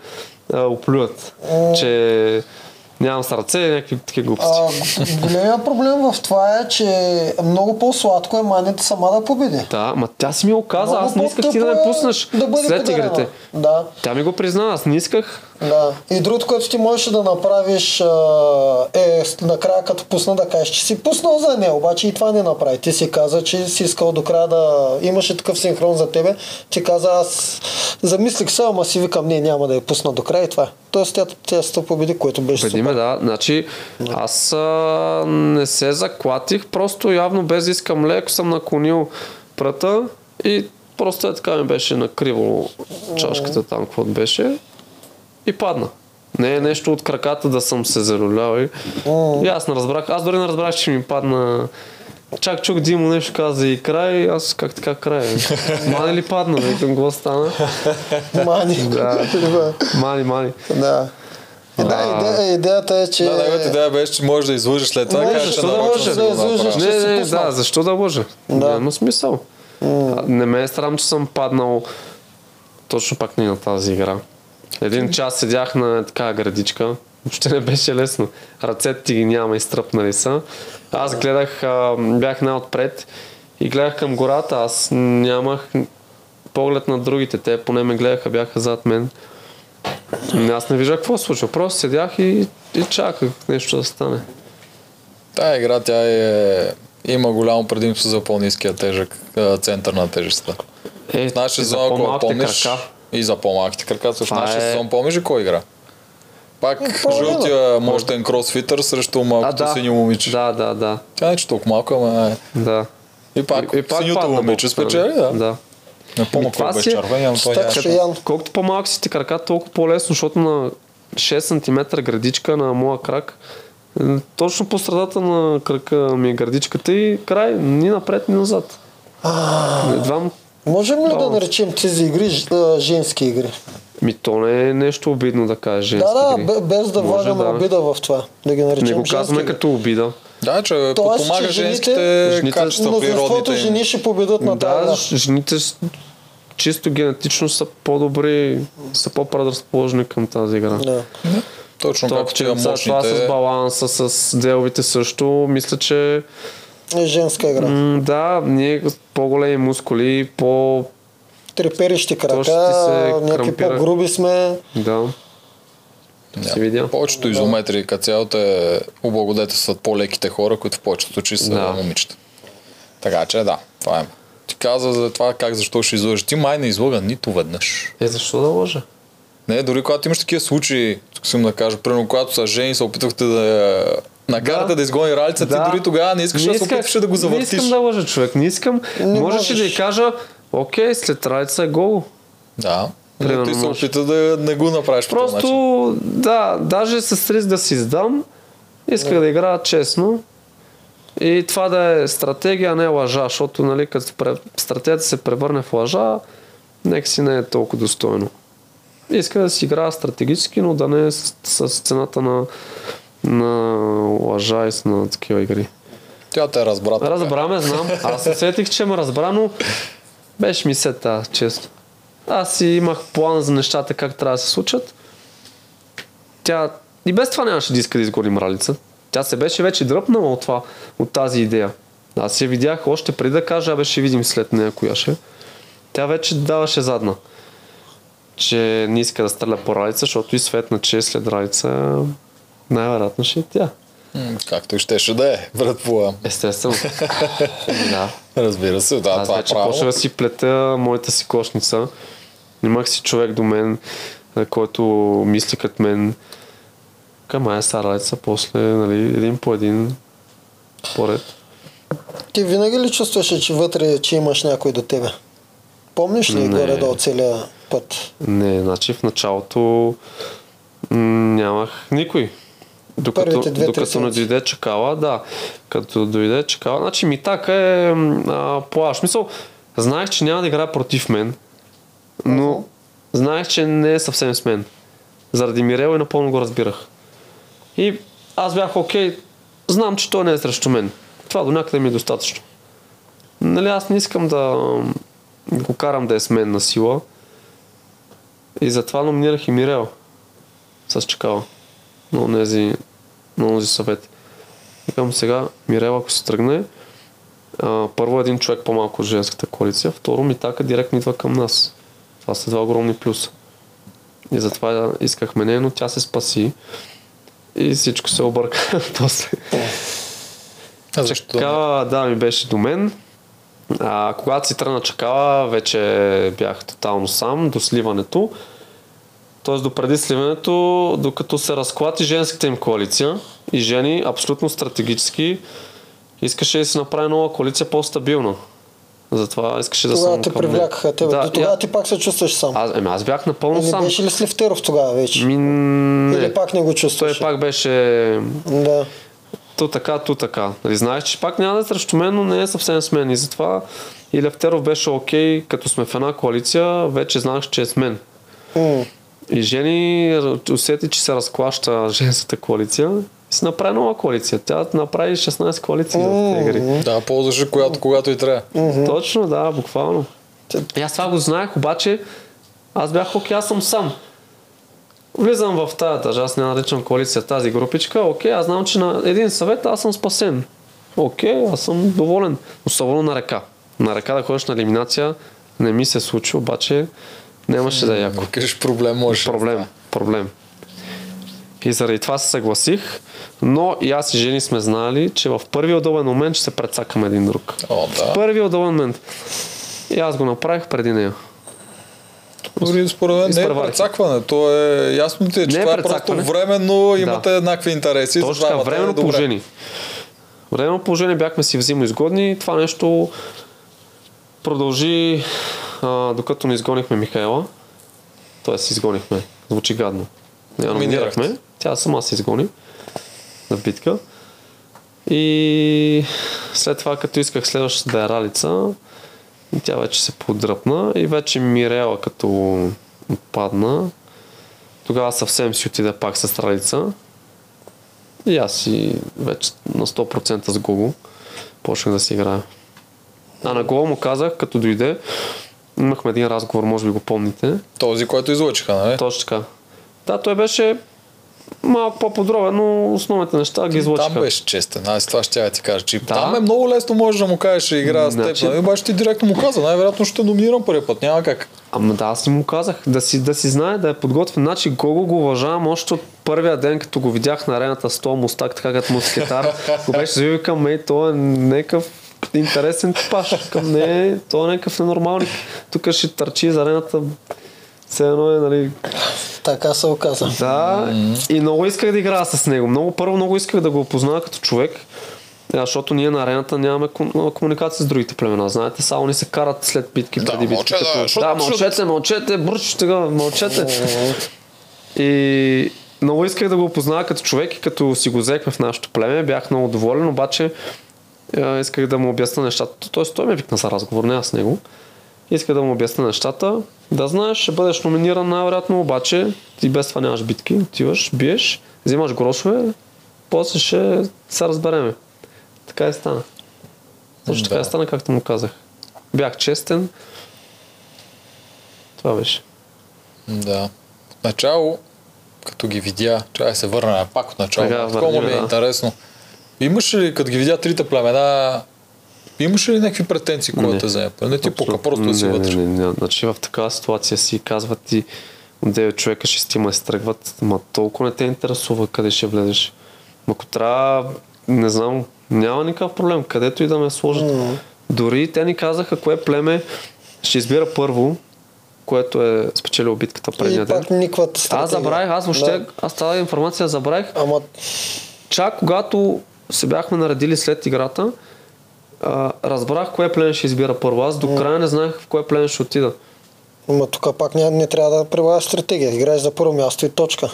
а, оплюят, че нямам сърце и някакви такива глупости. А, г- големия проблем в това е, че много по-сладко е манията сама да победи. Да, ма тя си ми го каза, аз не Много исках ти да ме по-тъпо е пуснеш да бъде след победена. игрите. Да. Тя ми го призна, аз не исках. Да. И другото, което ти можеш да направиш а, е с- накрая като пусна да кажеш, че си пуснал за нея, обаче и това не направи. Ти си каза, че си искал до края да имаше такъв синхрон за тебе. Ти каза, аз замислих се, ама си викам, не, няма да я пусна до края и това. е. Тоест тя, тя се победи, което беше Убеди ме, да. Значи, аз а, не се заклатих, просто явно без да искам леко съм наклонил пръта и просто е така ми беше накриво чашката там, каквото беше и падна. Не е нещо от краката да съм се зарулял и, и аз не разбрах, аз дори не разбрах, че ми падна Чак чук Димо нещо каза и край, аз как така край. Мани ли падна, викам, какво стана? супер. Мани. Да. Мани, мани. [laughs] да. И да, иде, идеята е, че... Да, неговата идея беше, че можеш да излъжеш след това. и Можеш, кажеш, защо че да нарочно можеш си да го излъжеш? направил. ще Не, си не, пуснал. да, защо да лъжа? Да. Няма смисъл. А, Не ме е срам, че съм паднал точно пак не на тази игра. Един час седях на така градичка. Въобще не беше лесно. Ръцете ти ги няма, изтръпнали са. Аз гледах, а, бях най-отпред и гледах към гората. Аз нямах поглед на другите. Те поне ме гледаха, бяха зад мен. Аз не виждах какво се случва. Просто седях и, и чаках нещо да стане. Тая игра, тя е... Има голямо предимство за по-низкия тежък, а, център на тежестта. Е, В нашия и за зон, ако по-малките помниш, крака. и за по-малките крака, също в Това нашия е- сезон помниш ли кой игра? Пак по-малък. жълтия мощен кросфитър срещу А, малкото да. синьо момиче. Да, да, да. Тя не че толкова малка, ама е. да. И пак, И- и пак синьото падна момиче Бог спечели, да. да. да. Не помня Ми, това кой беше си е червения, но той Стък- нямаше. Шоян. Колкото по-малки си ти крака, толкова по-лесно, защото на 6 см градичка на моя крак, е, точно по средата на крака ми е градичката и край, ни напред, ни назад. Едва му- Можем ли да Баланс. наречем тези игри ж- а, женски игри? Ми то не е нещо обидно да кажеш. женски Да, да, игри. бе- без да Може, влагаме да. обида в това. Да ги наречем Не го женски казваме игри. като обида. Да, че Тоест, подпомага е, че жените- женските Жените- качества Мнозинството природните им. жени ще победат на тази. Да, игра. ж- жените с- чисто генетично са по-добри, са по-предразположени към тази игра. Да. Точно Това, както че тия деца, това с мощните. баланса, с деловите също, мисля, че Е женска игра. м- да, ние с по-големи мускули, по... Треперещи ще ти се крака, някакви крампира. по-груби сме. да. Да. Си видя. Повечето изометри като цяло те облагодетелстват по-леките хора, които в повечето случаи са Да. момичета. Така че да, това е. Ти каза за това как защо ще излъжеш. Ти май не излъга нито веднъж. Е, защо да лъжа? Не, дори когато имаш такива случаи, тук съм да кажа, примерно когато са жени, се опитвахте да я накарате да, Да. изгони ралица, ти дори тогава не искаш, да се исках- опитваш да го завъртиш. Не искам да лъжа, човек. Не искам. Не Можеш ли да й можеш. кажа, окей, след райца е гол. Да. Но Примерно ти се може. опита да не го направиш по този Просто, начин. да, даже с риск да си издам, исках да играя честно. И това да е стратегия, а не лъжа, защото нали, като пре- стратегията се превърне в лъжа, нека си не е толкова достойно. Иска да си играя стратегически, но да не е с, с цената на, на лъжа и с- на такива игри. Тя те разбра. така. Разбра ме, знам. Аз се сетих, че ме разбра, но беше ми сета, често. Аз си имах план за нещата как трябва да се случат. Тя и без това нямаше да иска да изгони мралица. Тя се беше вече дръпнала от, това, от тази идея. Аз я видях още преди да кажа, а беше видим след нея коя ще. е. Тя вече даваше задна. Че не иска да стреля по ралица, защото и светна, че е след ралица най-вероятно ще е тя. М, Както и щеше да е, [laughs] предполагам. Естествено. [laughs] да. Разбира се, да, Аз това е вече почнах право. да си плета моята си кошница. Имах си човек до мен, а, който мисли като мен. Към Ая Сарайца, после, нали, един по един, поред. Ти винаги ли чувстваше, че вътре, че имаш някой до тебе? Помниш ли Не. горе-долу целия път? Не, значи в началото м, нямах никой. Докато, Първите две-три докато не седмици. дойде чекала, да. Като дойде чекала, значи ми така е м, а, плаш. Мисъл, знаех, че няма да играе против мен, но знаех, че не е съвсем с мен. Заради Мирел и напълно го разбирах. И аз бях окей, знам, че той не е срещу мен. Това до някъде ми е достатъчно. Нали, аз не искам да м, го карам да е с мен на сила. И затова номинирах и Мирел с чекала на онези, на онзи съвет. Викам сега, Мирел, ако се тръгне, а, първо един човек по-малко от женската коалиция, второ Митака директно идва към нас. Това са два огромни плюса. И затова искахме нея, но тя се спаси. И всичко се обърка [laughs] после. А защо? Чакала, да, ми беше до мен. А, когато си тръгна чакала, вече бях тотално сам до сливането. Тоест до преди сливането, докато се разклати женската им коалиция и жени абсолютно стратегически искаше да си направи нова коалиция по-стабилна. Затова искаше да Тогава съм те към нея. привлякаха тебе. Да, До тогава я- ти пак се чувстваш сам. аз, еми, аз бях напълно Или сам. беше ли Сливтеров тогава вече? Ми, не. Или пак не го Той чувстваш? пак беше Да. Ту така, ту така. Нали, знаеш, че пак няма да е срещу мен, но не е съвсем с мен. И затова и Левтеров беше окей, като сме в една коалиция, вече знаеш, че е с мен. М. И Жени усети, че се разклаща женската коалиция и си направи нова коалиция. Тя направи 16 коалиции в тези игри. Да, ползваш която, когато и трябва. Точно, да, буквално. И аз това го знаех, обаче аз бях окей, аз съм сам. Влизам в тази етаж, аз не я наричам коалиция тази групичка, окей, аз знам, че на един съвет аз съм спасен. Окей, аз съм доволен. Особено на ръка. На ръка да ходиш на елиминация не ми се случи, обаче нямаше да е яко. Ако кажеш проблем, можеш. Проблем, проблем. И заради това се съгласих, но и аз и Жени сме знали, че в първия удобен момент ще се прецакаме един друг. О, да. Първият удобен момент. И аз го направих преди нея. Дори според мен не е Изпреварих. прецакване. То е ясно ти, е, че Не е това е просто прецакване. временно, имате еднакви интереси. Точно затова така, имате временно добре. положение. Временно положение бяхме си взаимно изгодни и това нещо продължи а, докато не изгонихме Михаела. Тоест изгонихме. Звучи гадно. Не я Номинирахте. номинирахме. Тя сама се изгони на битка. И след това, като исках следващата да е Ралица, тя вече се подръпна и вече Мирела като отпадна, тогава съвсем си отида пак с Ралица. И аз си вече на 100% с Гого почнах да си играя. А на Гого му казах, като дойде, имахме един разговор, може би го помните. Този, който излъчиха, нали? Точно така. Да, той беше малко по-подробен, но основните неща ги излъчиха. Там беше честен. Аз това ще я ти кажа, че Да. там е много лесно, можеш да му кажеш и игра с теб. Значи- Нали? Обаче ти директно му каза, най-вероятно ще номинирам първия път, няма как. Ама да, аз си му казах, да си, да си знае, да е подготвен. Значи Гого го уважавам още от първия ден, като го видях на арената с този мустак, така като мускетар. го беше завил към ей, той е некъв интересен типаш. Към не, той е някакъв ненормалник. Тук ще търчи за арената. Все едно е, нали, Така се оказа. да, и много исках да играя с него. Много, първо много исках да го опозная като човек, а, защото ние на арената нямаме ком- а, комуникация с другите племена. Знаете, само ни се карат след питки, Да, преди битки. мълче, да, като- шут, да, шут. мълчете, мълчете, бръч, така, мълчете. И много исках да го опозная като човек и като си го взехме в нашето племе, бях много доволен, обаче а, исках да му обясна нещата. Тоест той ме викна за разговор, не аз него. Иска да му обясна нещата. Да знаеш, ще бъдеш номиниран най-вероятно, обаче ти без това нямаш битки. Отиваш, биеш, взимаш грошове, после ще се разбереме. Така и стана. Точно така Да. и стана, както му казах. Бях честен. Това беше. Да. Начало, като ги видя, трябва да се върна пак от начало. Така, Такова върни, ми е да. интересно. Имаш ли, като ги видя трите племена, имаш ли някакви претенции, Не. когато те вземе? Не Е, ти пука, просто да си не, вътре. Не, не, не. Значи в такава ситуация си казват ти 9 човека, шестима се тръгват, ма толкова не те интересува къде ще влезеш. Ма Ако трябва, не знам, няма никакъв проблем, където и да ме сложат. Дори те ни казаха кое племе ще избира първо, което е спечелило битката И предния ден. пак е никват стратегия. Аз забравих, аз въобще, Да. аз тази информация забравих. Ама Чак когато се бяхме наредили след играта, а, разбрах кое племе ще избира първо. Аз до края не знаех в кое племе ще отида. Ма тук пак не, не трябва да прилагаш стратегия. Играеш за първо място и точка.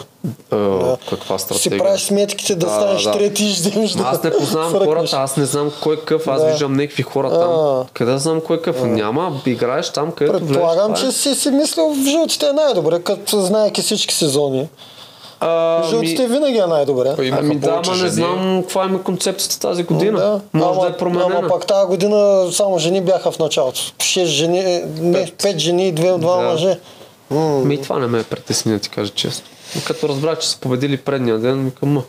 Е, Да. Каква Си стратегия? правиш сметките да, Да, станеш да, да. трети и ще вземеш да Ма Аз не познавам сръкнеш. хората, аз не знам кой е къв, аз Да. виждам някакви хора А. там. Къде да знам кой е къв? Няма, играеш там, където влезеш. Предполагам, това е. че си си мислил в жълтите е най-добре, като знаеки всички сезони. А, В ми- жълтите винаги е най-добре. Па имаха Ами да, повече ама не жени. знам каква им е концепцията тази година. Да. Може ама, да е променена. Ама пак тази година само жени бяха в началото. Шест жени, е, не, пет жени и две, два Да. мъже. М, Ми и това не ме е притесни, да ти кажа честно. Но Като разбрах, че са победили предния ден, викам, ма,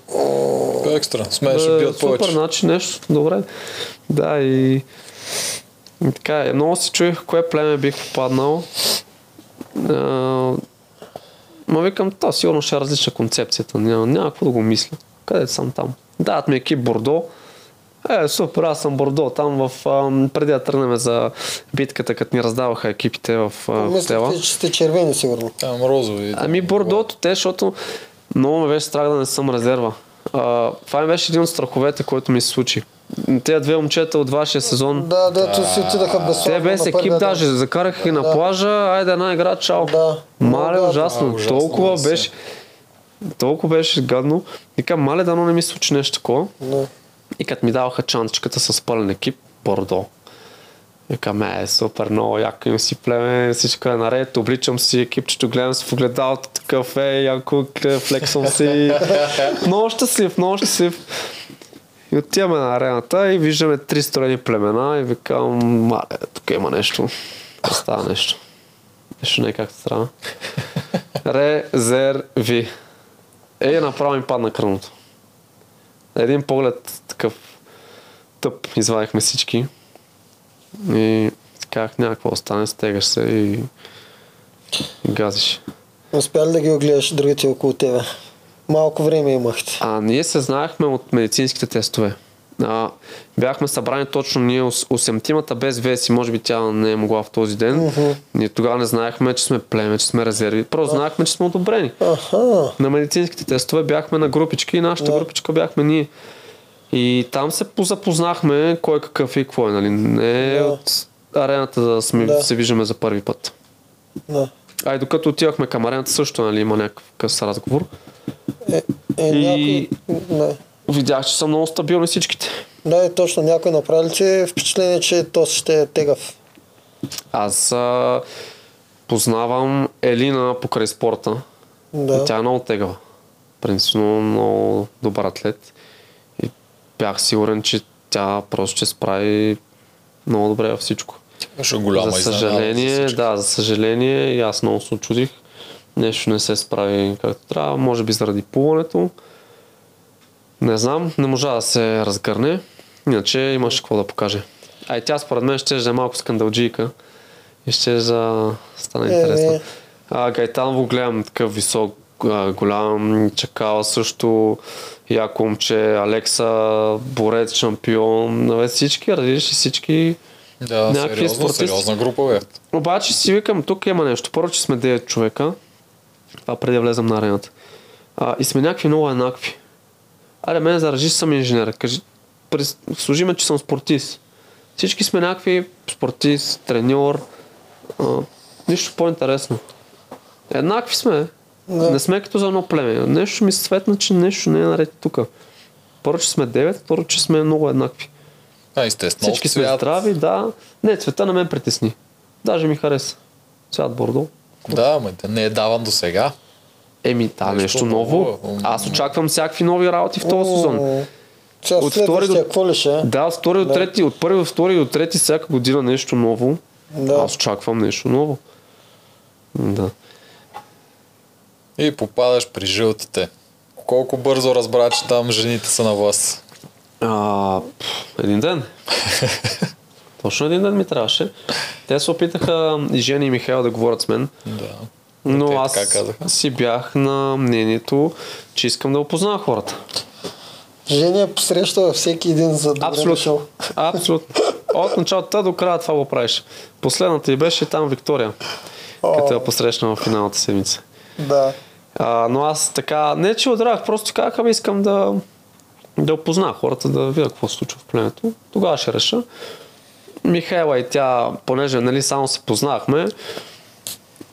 Екстра, сме ще е, бият супер повече. начин, нещо, добре. Да, и, и така, е. много се чуех в кое племе бих попаднал. А, ма викам, то сигурно ще е различна концепцията, няма, няма какво да го мисля. Къде съм там? Дадат ми екип Бордо. Е, супер, аз съм Бордо. Там в... ам, преди да тръгнем за битката, като ни раздаваха екипите в а, хотела. Мислите, че сте червени сигурно. Там розови. Ами Бордото те, защото много ме беше страх да не съм резерва. А, това ми беше един от страховете, който ми се случи. Те две момчета от вашия сезон, Да, дето си отидаха безславно. те без на екип първия ден. даже, закарах ги на плажа, айде една игра, чао. Да. Мале, Да, ужасно, да, ужасно толкова беше. беше, толкова беше гадно. Викам, мале, дано не ми се случи нещо такова. Да. И като ми даваха чантичката с пълен екип, Бордо. Викам, е, супер, много яко им си племе, всичко е наред, обличам си екипчето, гледам се в огледалото, такъв е, яко, е, флексвам си. много щастлив, много щастлив. И отиваме на арената и виждаме три строени племена и викам, мале, тук има нещо. Тук Става нещо. Нещо не е както трябва. Резерви. Ей, направо ми падна кръвното. Един поглед такъв тъп извадихме всички. И казах, някакво остане, стегаш се и, и газиш. Успя ли да ги огледаш другите около тебе? Малко време имахте. А ние се знаехме от медицинските тестове. А, бяхме събрани точно ние 8-тимата без Веси, може би тя не е могла в този ден. Мгм. Ние тогава не знаехме, че сме племе, че сме резерви. Просто знаехме, че сме одобрени. Аха. На медицинските тестове бяхме на групички и нашата Да. групичка бяхме ние. И там се позапознахме кой какъв и какво е, нали? Не Да. от арената да, сме, Да. се виждаме за първи път. Да. А и докато отивахме към арената също, нали, има някакъв къс разговор. Е, е, И- някой... Да. Видях, че са много стабилни всичките. Да, е, точно. Някой направи ли ти впечатление, че то ще е тегав? Аз а, познавам Елина покрай спорта. Да. И тя е много тегава. Принципно много добър атлет. И бях сигурен, че тя просто ще справи много добре във всичко. Ще голяма за изненада съжаление, всички. да, за съжаление, и аз много се очудих. Нещо не се справи както трябва, може би заради плуването. Не знам, не можа да се разгърне, иначе имаше какво да покаже. А и тя според мен ще да е малко скандалджийка и ще да стане Е, е. интересно. А, Гайтан го гледам такъв висок, а, голям, чакала също, яко момче, Алекса, борец, шампион, наве всички, различни всички Да, някакви сериозна, спортисти. сериозна група бе. обаче си викам, тук има нещо. Първо, че сме 9 човека. Това преди да влезам на арената. А, и сме някакви много еднакви. Аре, мен заражи, че съм инженер. Кажи, през- служи ме, че съм спортист. Всички сме някакви спортист, треньор. А, нищо по-интересно. Еднакви сме. Да. Да. Не сме като за едно племе. Нещо ми светна, че нещо не е наред тук. Първо, че сме 9, второ, че сме много еднакви. А, естествено. Всички сме цвят. здрави, да. Не, цвета не ме притесни. Даже ми хареса. Цвят бордо. Да, ма, не е даван до сега. Еми, да, нещо, Нещо ново. ново. Аз очаквам всякакви нови работи в този сезон. М, Сега От от втори до- следващия, какво ли ще е? Да, от втори до Да. трети, от първи до втори до трети всяка година нещо ново. Да. Аз очаквам нещо ново. Да. И попадаш при жълтите. Колко бързо разбра, че там жените са на вас. А, пф, един [laughs] ден. Точно един ден ми трябваше. Те се опитаха и Жени и Михаил да говорят с мен. Да. Но Е, Те аз така казаха. си бях на мнението, че искам да опозная хората. Жени е посрещала всеки един за добре дошъл. Абсолютно. Абсолютно. От началото до края това го правиш. Последната и беше там Виктория, като я посрещна в финалната седмица. Да. А, но аз така, не че удрях, просто казах, ами искам да да опозная хората, да видя какво се случва в племето. Тогава ще реша. Михайла и тя, понеже нали, само се познахме,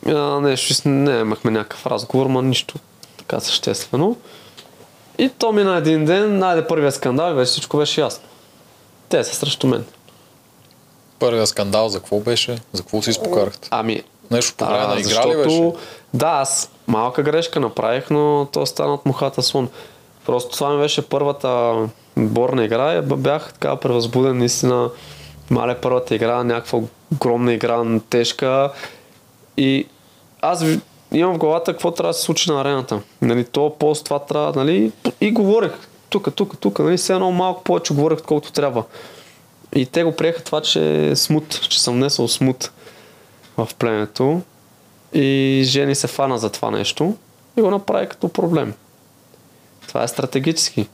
а, нещо, с- не имахме някакъв разговор, ма нищо така съществено. И то мина един ден, найде първия скандал и вече всичко беше ясно. Те са срещу мен. Първия скандал за какво беше? За какво си изпокарахте? Ами, Нещо по време на игра ли защото, беше? да, аз малка грешка направих, но то стана от мухата слон. Просто това ми беше първата борна игра и б- бях така превъзбуден, наистина. Мале първата игра, някаква огромна игра, тежка. И аз ви- имам в главата какво трябва да се случи на арената. Нали, то пост, това трябва, нали, и говорех. Тук, тук, тук, нали, все едно малко повече говорех, отколкото трябва. И те го приеха това, че е смут, че съм внесъл смут в племето. И Жени се фана за това нещо и го направи като проблем. Това е стратегически.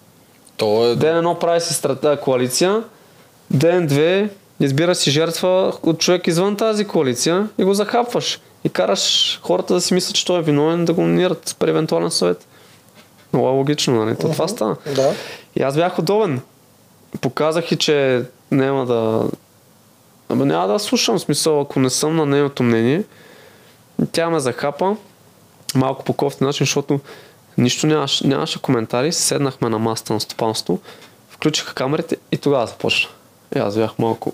То е... Ден едно прави си страта, коалиция, ден две избира си жертва от човек извън тази коалиция и го захапваш. И караш хората да си мислят, че той е виновен да го номинират при евентуален съвет. Много е логично, нали? То това стана. Да. И аз бях удобен. Показах и, че няма да... Абе, няма да слушам в смисъл, ако не съм на нейното мнение. Тя ме захапа малко по кофти начин, защото нищо нямаше, нямаше коментари. Седнахме на масата на стопанство, включиха камерите и тогава започна. И аз бях малко...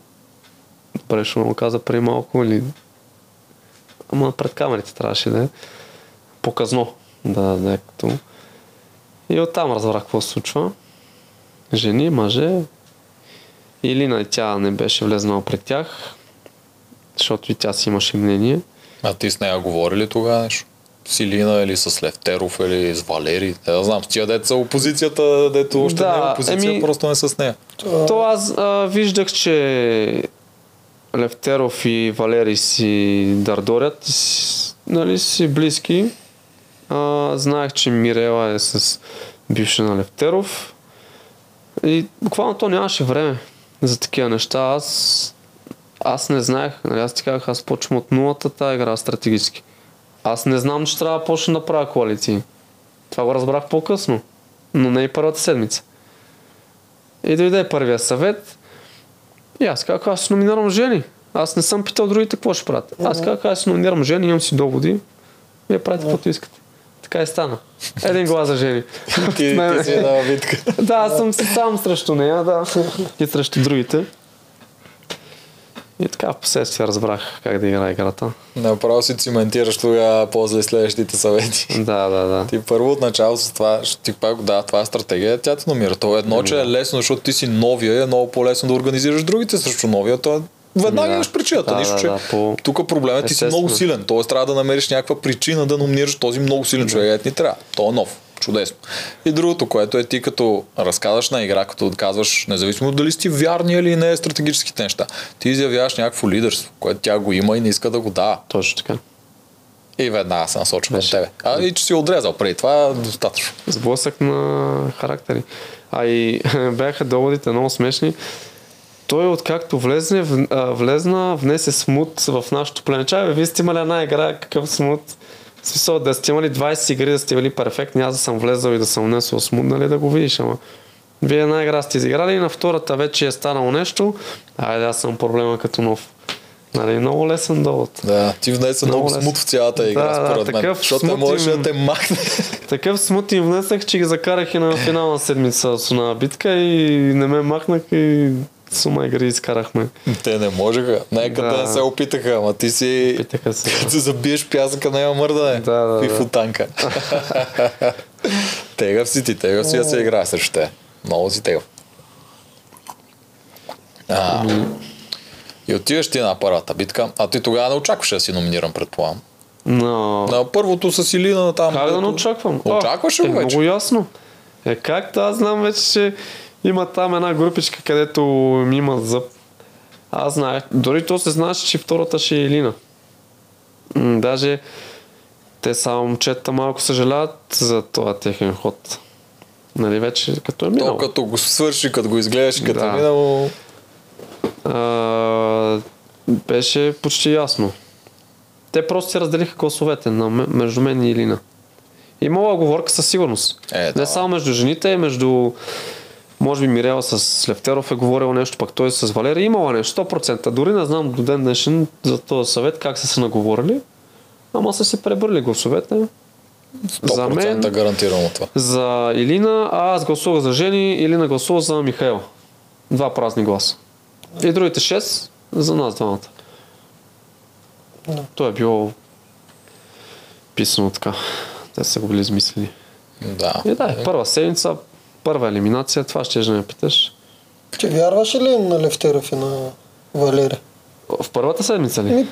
Добре, ще му каза преди малко или... Ама пред камерите трябваше да е. Показно. Да, да е като... И оттам разбрах какво се случва. Жени, мъже. Илина и тя не беше влезнала при тях, защото и тя си имаше мнение. А ти с нея говори ли тогава нещо? С Илина или с Левтеров или с Валери? Не да знам, с тия деца опозицията, дето още Да, ами- не е опозиция, еми- просто не [laughs] с нея. То аз а, виждах, че Левтеров и Валери си дардорят, и си- нали си близки. А, знаех, че Мирела е с бивша на Левтеров. И буквално то нямаше време за такива неща. Аз, аз не знаех. Нали, аз ти казах, аз почвам от нулата тази игра стратегически. Аз не знам, че трябва да почна да правя коалиции. Това го разбрах по-късно. Но не и първата седмица. И дойде първия съвет. И аз казах, аз ще номинирам жени. Аз не съм питал другите какво ще правят. Аз казах, аз ще номинирам жени, имам си доводи. Вие правите каквото искате. Така и стана. Един глас за жени. Ти, ти си една битка. Да, аз съм си сам срещу нея, да. И срещу другите. И така в последствие разбрах как да игра играта. Направо си циментираш тогава после следващите съвети. Да, да, да. Ти първо от начало с това, ще ти пак да, това е стратегия, тя те номира. То Ами е едно, че е лесно, защото ти си новия, и е много по-лесно да организираш другите срещу новия. То е веднага Ами Да. имаш причината. Да, Нищо, да, че да, по- тук проблемът е, ти си Естествено. много силен. Тоест трябва да намериш някаква причина да номинираш този много силен Ами човек. Ето ни трябва. То е нов. Чудесно. И другото, което е ти като разказваш на игра, като отказваш, независимо дали си вярни или не стратегическите неща, ти изявяваш някакво лидерство, което тя го има и не иска да го дава. Точно така. И веднага се насочва към Беше. тебе. А и че си отрезал преди това, е достатъчно. сблъсък на характери. А и [laughs] бяха доводите много смешни. Той откакто влезне, в- а, влезна, внесе смут в нашото пленче. Абе, вие сте имали една игра, какъв смут. В смисъл, да сте имали 20 игри, да сте били перфектни, аз да съм влезал и да съм внесъл смут, нали да го видиш, ама. Вие една игра сте изиграли и на втората вече е станало нещо. Айде, аз съм проблема като нов. Нали, много лесен довод. Да, ти внесе много, Много смут в цялата игра, Да, да, според мен. такъв защото не смут можеш им- да те махне. [laughs] Такъв смут им внесах, че ги закарах и на финална седмица с една битка и не ме махнах и сума игри изкарахме. те не можеха. Нека да. Да. не се опитаха, ама ти си... Питаха [laughs] се. Като се забиеш пясъка, няма мърдане. Да, да, И да. футанка. [laughs] тегав си ти, тегав си да се играе срещу те. Много си тегав. А, Ами. и отиваш ти на първата битка, а ти тогава не очакваше да си номиниран, предполагам. Но... На първото с Илина там. Как да не дето- очаквам? Очакваш ли е, го вече? Много ясно. Е как да, аз знам вече, че има там една групичка, където ми има зъб. Аз знаех. Дори то се знаеше, че втората ще е Илина. М, даже те само момчета малко съжаляват за този техен ход. Нали вече като е То минало. като го свърши, като го изгледаш, като Да. да. минало, а, беше почти ясно. Те просто се разделиха класовете на, ме- между мен и Илина. Имала оговорка със сигурност. Е, Не да. само между жените, и между Може би Мирела с Левтеров е говорила нещо, пък той с Валери имала нещо, 100%. Дори не знам до ден днешен за този съвет как са се наговорили. Ама са се пребърли гласовете. 100% за мен, гарантирано това. За Илина, а аз гласувах за Жени, Илина гласува за Михаил. Два празни гласа. И другите 6 за нас двамата. No. То е било писано така. Те са го били измислили. Да. И да, е първа седмица, първа елиминация, това ще да ме питаш. Ти вярваш ли на Левтеров и на Валери? В първата седмица ли? Ми,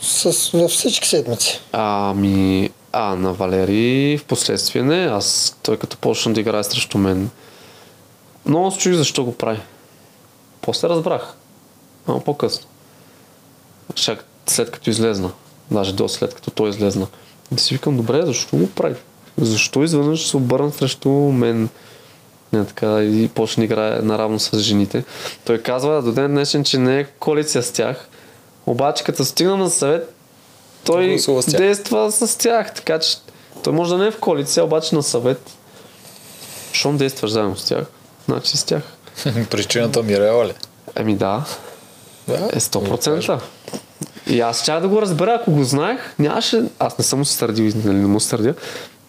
с, във всички седмици. Ами, а, на Валери в последствие не. Аз, той като почна да играе срещу мен, много се чуих защо го прави. После разбрах. Ама по-късно. Шак, след като излезна. Даже до след като той излезна. И си викам, добре, защо го прави? Защо изведнъж се обърна срещу мен? Не, така, и почна да играе наравно с жените. Той казва до ден днешен, че не е коалиция с тях. Обаче като стигна на съвет, той Гласува с тях. действа с тях. Така че той може да не е в коалиция, обаче на съвет. Щом действаш заедно с тях, значи с тях. [laughs] Причината Мирела ли? Еми да, Да. е 100%. И аз чак да го разбера, ако го знаех, нямаше, аз не съм му се сърдил, нали, не му се сърдя,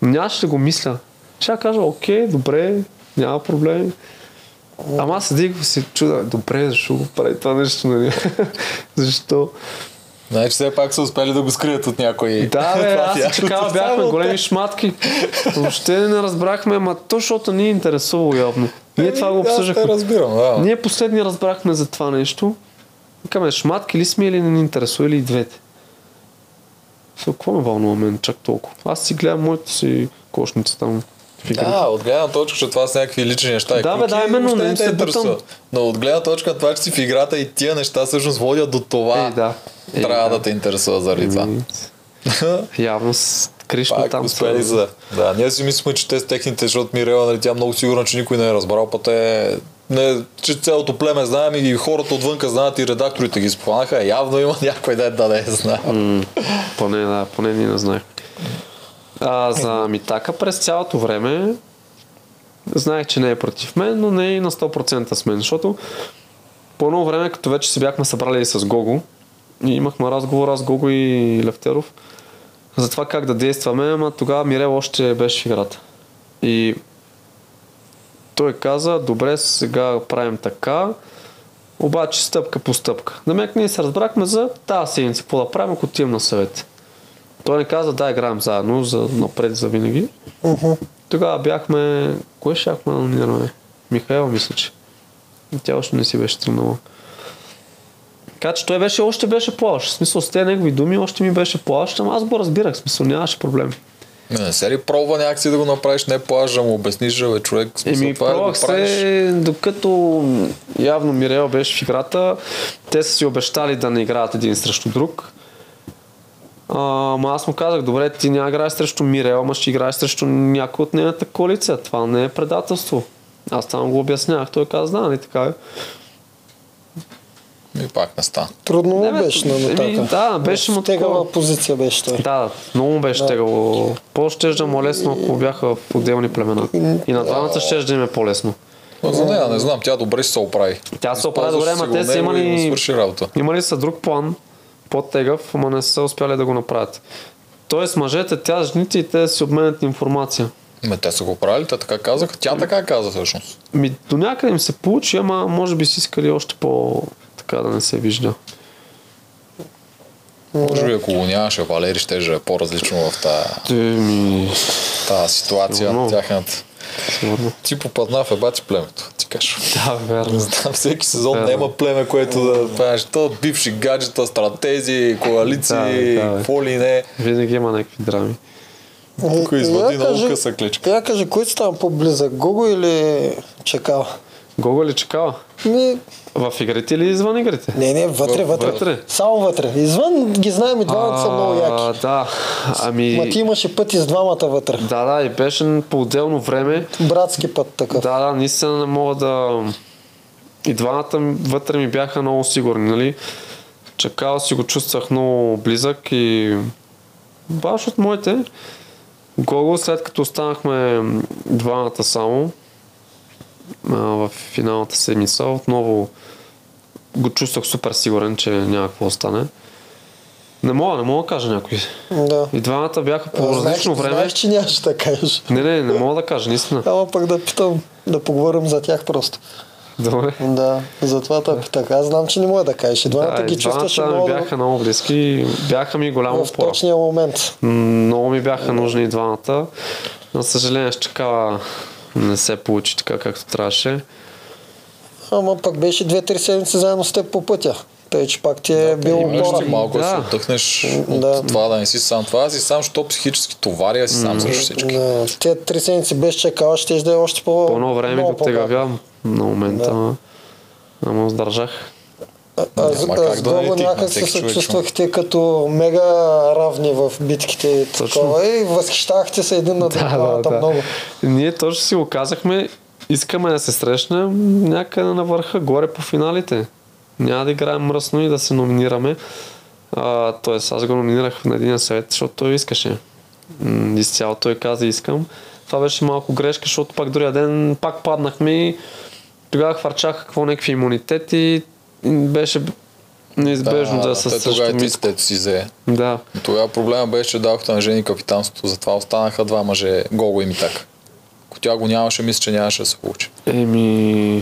но нямаше да го мисля. Ще да кажа, окей, добре, няма проблеми. Ама аз седих и се чуда, добре, защо го прави това нещо, нали? [laughs] защо? Значи все пак са успели да го скрият от някой. Да, бе, [laughs] Това аз и тяхното чакава бяхме само, големи шматки. Въобще не разбрахме, ама то, защото ни е интересувало явно. Ние Еми, това го да, Ами, те обсъждахме. разбирам, да. Ние последни разбрахме за това нещо. Викаме, шматки ли сме или не ни интересува или и двете? Со, какво ме вълнува мен чак толкова? Аз си гледам моите си кошници там. в игри. Да, от гледна точка, че това са някакви лични неща. и Да, бе, куки, да, именно, въобще не им те се бутам. интересува. Но от гледна точка на това, че си в играта и тия неща всъщност водят до това. Е, да. Е, Трябва да. Е, да те интересува заради това. [laughs] Еми, Явно с Кришна Пак там успели са. за... Да, ние си мислим, че те с техните, защото Мирела, нали, тя е много сигурна, че никой не е разбрал, па те... Не, че цялото племе знаем и хората отвънка знаят и редакторите ги спонаха. Явно има някой ден да не е знае. М, поне, да, поне ние не знаехме. А, за Митака през цялото време знаех, че не е против мен, но не е и на 100% с мен, защото по едно време, като вече се бяхме събрали и с Гого, и имахме разговор аз, Гого и Левтеров, за това как да действаме, ама тогава Мирел още беше в играта. И той каза, добре, сега правим така, обаче стъпка по стъпка. Намек ние се разбрахме за тази седмица, какво да правим, ако отивам на съвет. Той не каза, да, играем заедно, за напред, за винаги. Мгм. Тогава бяхме... Кое шахме да номинираме? Михаел, мисля, че. И Тя още не си беше тръгнала. Така че той беше, още беше плащ. В смисъл, с тези негови думи още ми беше плащ, ама аз го разбирах. В смисъл, нямаше проблем. Не, не се ли пробва някак си да го направиш, не плажа, му обясниш, бе, човек, в смисъл, Еми, това е да го пробвах правиш. се, докато явно Мирел беше в играта, те са си обещали да не играят един срещу друг. А, Ама аз му казах, добре, ти няма играеш срещу Мирел, ама ще играеш срещу някой от нейната коалиция. Това не е предателство. Аз там го обяснявах, той каза, да, нали така е. И пак не стана. Трудно Не, му бе, беше на еми, Натака. да, беше му В Тегава такова. позиция беше той. Да, много му беше Да. тегало. По-щеше да му е лесно, ако бяха в отделни племена. И на двамата ще да им е по-лесно. Но за нея не знам, тя добре си се оправи. Тя се оправи Използваше добре, ама си го те са него и имали- му свърши работа. Имали са друг план, по-тегав, ама не са успяли да го направят. Тоест мъжете, тя, жените и те си обменят информация. Ме, те са го правили, те така казаха. Тя така каза всъщност. Ми, до някъде им се получи, ама може би си искали още по... така да не се вижда. Може би ако го нямаше, Валери ще е по-различно в тази Ти ми... тази ситуация на Сигурно. тяхната. Сигурно. Ти попадна в ебати племето, ти кажа. [laughs] Да, верно. Знам, всеки сезон Да, да, да. няма племе, което да правиш. То бивши гаджета, стратези, коалиции, Да, да, бе. какво ли не. Винаги има някакви драми. Тук Е, извади я на кажи- лука са клечка. Я кажи, кой си там по-близък, Гого или Чакал? Гого ли чекала? Ми, В игрите ли извън игрите? не, не, вътре, вътре. Вътре? Само вътре. Извън ги знаем и двамата са много яки. А, Да, Ма ти ами... имаше път и с двамата вътре. Да, да, и беше по-отделно време. Братски път такъв. Да, да, наистина не мога да... И двамата ми- вътре ми бяха много сигурни, нали? Чакал си го чувствах много близък и... Баш от моите. Гого, след като останахме двамата само, а, в финалната седмица. Отново го чувствах супер сигурен, че няма какво да стане. Не мога, не мога да кажа някой. Да. И двамата бяха по различно знаеш, време. Знаеш, че нямаше да кажеш. Не, не, не мога да кажа, наистина. Ама пък да питам, да поговорим за тях просто. Добре. Да, затова те питах. Аз знам, че не мога да кажеш. И Двамата Да, ги и чувстваш двамата ми много бяха много близки, и бяха ми голямо е в опора. точния момент. Много ми бяха нужни и двамата. На съжаление, щакава не се получи така както трябваше. Ама пък беше 2-3 седмици заедно с теб по пътя. Тъй, че пак ти е бил Имаш ти опора. малко да се Да. отдъхнеш Да. от това да не си сам. Това си сам, що психически товари, а си сам срещу всички. Да, Те три седмици без чакала, ще да е още по... По-ново време много го тегавям на момента, Да. ама- ама сдържах. по-бавно. А- Аз, Няма как аз да не долу тикне някак се всеки човек, съчувствахте като мега равни в битките и Точно. такова. И възхищавахте се [laughs] един на друг двамата много. Ние точно си го казахме, искаме да се срещнем някъде на върха, горе по финалите. Няма да играем мръсно и да се номинираме. А, тоест, аз го номинирах на един съвет, защото той искаше. М, Изцяло той каза искам. Това беше малко грешка, защото пак другия ден пак паднахме и тогава хвърчах какво някакви имунитети. и Беше неизбежно да, да, те се тогава е и срещаме. ти сте си взе. Да. Но Тогава проблема беше, че дадохте на Жени капитанството, затова останаха два мъже, Гого и Митак. Ако тя го нямаше, мисля, че нямаше да се получи. Еми...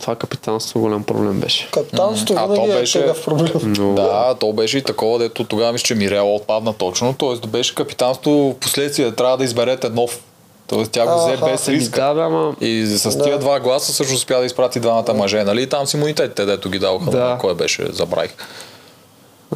Това капитанство голям проблем беше. Капитанството М, а то винаги беше- е тегав проблем. Но... Да, то беше и такова, дето тогава мисля, че Мирела отпадна точно, т.е. беше капитанство в последствие, трябва да изберете нов. Т.е. тя го взе Аха, без Ами риска. Да, бе, ама... И с Да. тия два гласа също успя да изпрати двамата мъже, нали? И Там с имунитетите, дето ги даваха, Да. да. кой беше, забравих.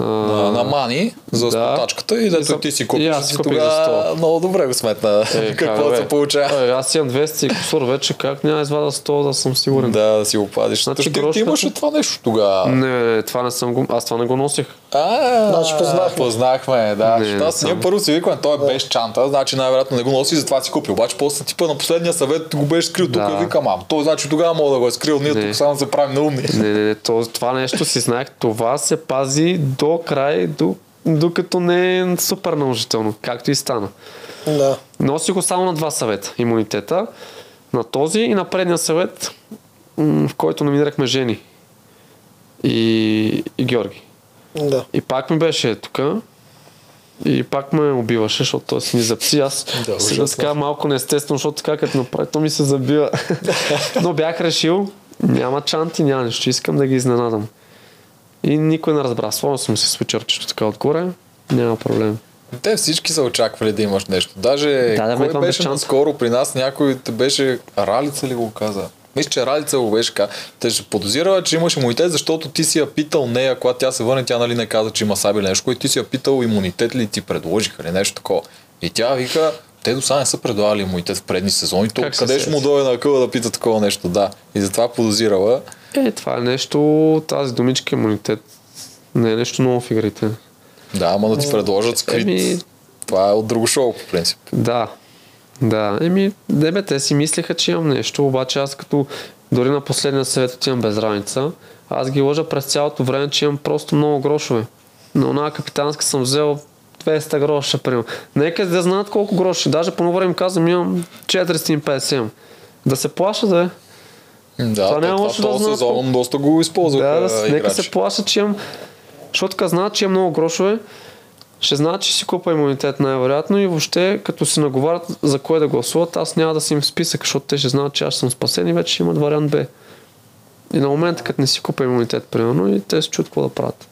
а, на, на Мани за да. спотачката и И дето съм- ти си купиш. и аз си купих за тогава 100. Много добре го сметна е, [laughs] какво как, се бе? получава. Е, аз имам 200 и кусор вече, как няма да извада 100, да съм сигурен. Да, да си го падиш. Значи Значи, ти, ти грошката- имаше това нещо тогава. Не, не, това не съм го... Аз това не го носих. А, Значи познахме. Познахме, да. Не, Защото Аз не ние съм. първо си викаме, той е без чанта, значи най-вероятно не го носи, затова си купи. Обаче после типа на последния съвет го беше скрил тук Да. и викам, ам, той значи тогава мога да го е скрил, ние Не. тук само се правим на умни. Не, не, не, то, това нещо си знаех. Това се пази до край, до, докато не е супер наложително, както и стана. Да. Носи го само на два съвета. Имунитета, на този и на предния съвет, м, в който номинирахме Жени и, и Георги. Да. И пак ми беше тук. И пак ме убиваше, защото той си ни запси. Аз Да, сега ужасно. така малко неестествено, защото така като направи, то ми се забива. Но бях решил, няма чанти, няма нищо, искам да ги изненадам. И никой не разбра. Словно съм се случи ръчето така отгоре. Няма проблем. Те всички са очаквали да имаш нещо. Даже Да, да, кой метнал беше без шанс. наскоро при нас, някой те беше... Ралица ли го каза? Мисля, че Ралица го беше ка. Те ще подозира, че имаш имунитет, защото ти си я питал нея, когато тя се върне, тя нали не каза, че има саби или нещо, и ти си я питал имунитет ли ти предложиха или нещо такова. И тя вика, те до сега не са предлагали имунитет в предни сезони, то Как се къде ще сети? му дойде на къла да пита такова нещо, да. И затова подозирала. Е, това е нещо, тази думичка имунитет. Не е нещо ново в игрите. Да, ама да ти предложат скрит. Еми- Това е от друго шоу, по принцип. Да. Да, еми, не бе, те си мислеха, че имам нещо, обаче аз като дори на последния съвет отивам без раница, аз ги лъжа през цялото време, че имам просто много грошове. На една капитанска съм взел 200 гроша, примерно. Нека да знаят колко гроши. Даже по едно време им казвам, имам 450. имам. Да се плаша да е. Да, Това те няма лошо да този знаят сезон колко- доста го използваха Да, да, с- нека играчи. се плаша, че имам... Защото така знаят, че имам много грошове, ще знаят, че си купа имунитет най-вероятно и въобще като се наговарят за кое да гласуват, аз няма да си им в списък, защото те ще знаят, че аз съм спасен и вече ще имат вариант Б. И на момента, като не си купа имунитет, примерно, и те се чуят какво да правят.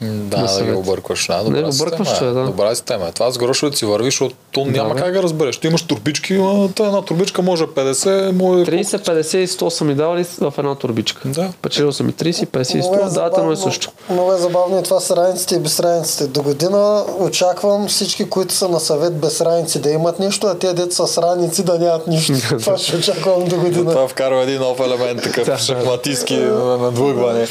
Да, на да ги съвет. объркваш. Да, добра Не, объркваш система, е. е, да. Добра система. е. Това с грошовете си вървиш, защото няма бе. как да разбереш. Ти имаш турбички, а та една турбичка може е 50, може... 30, 50 и 100 са ми давали в една турбичка. Да. Печелил съм и 30, 50 и Много 100, дата но е също. Много е забавно и това с раниците и без раниците. До година очаквам всички, които са на съвет без раници да имат нещо, а те деца с раници да [laughs] нямат нищо. това ще очаквам до година. Това вкарва [laughs] един нов елемент, такъв шахматистски надлъгване.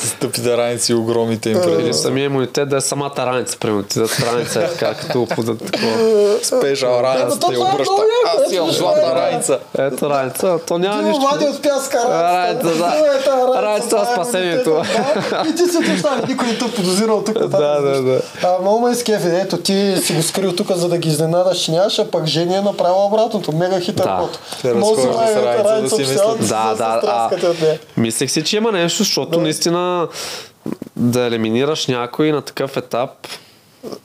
С тъпите раници и огромните им Да, Или самия имунитет да е самата раница, примерно. Ти да раница е така, като подат такова. Спежа раница, Да, ти то това е обръща. много яко, Аз имам е, златна това е. раница. Ето раница, то няма Ти нищо. обади от пяска Раница, да. Раница, това е спасението. имунитета, да. И ти си отишла, нали, никой не те подозира от тук. Да, да, да. А, много ме изкефи, ето ти си го скрил тук, за да ги изненадаш, че нямаш, а пък Жени е направила обратното. Мега хитър Да. ход. Те Много си разхожда с прави Раница, да Раница, си обещава мислят. Да, да, се да, а, стряскате от нея. мислех си, че има нещо, защото наистина да елиминираш някой на такъв етап,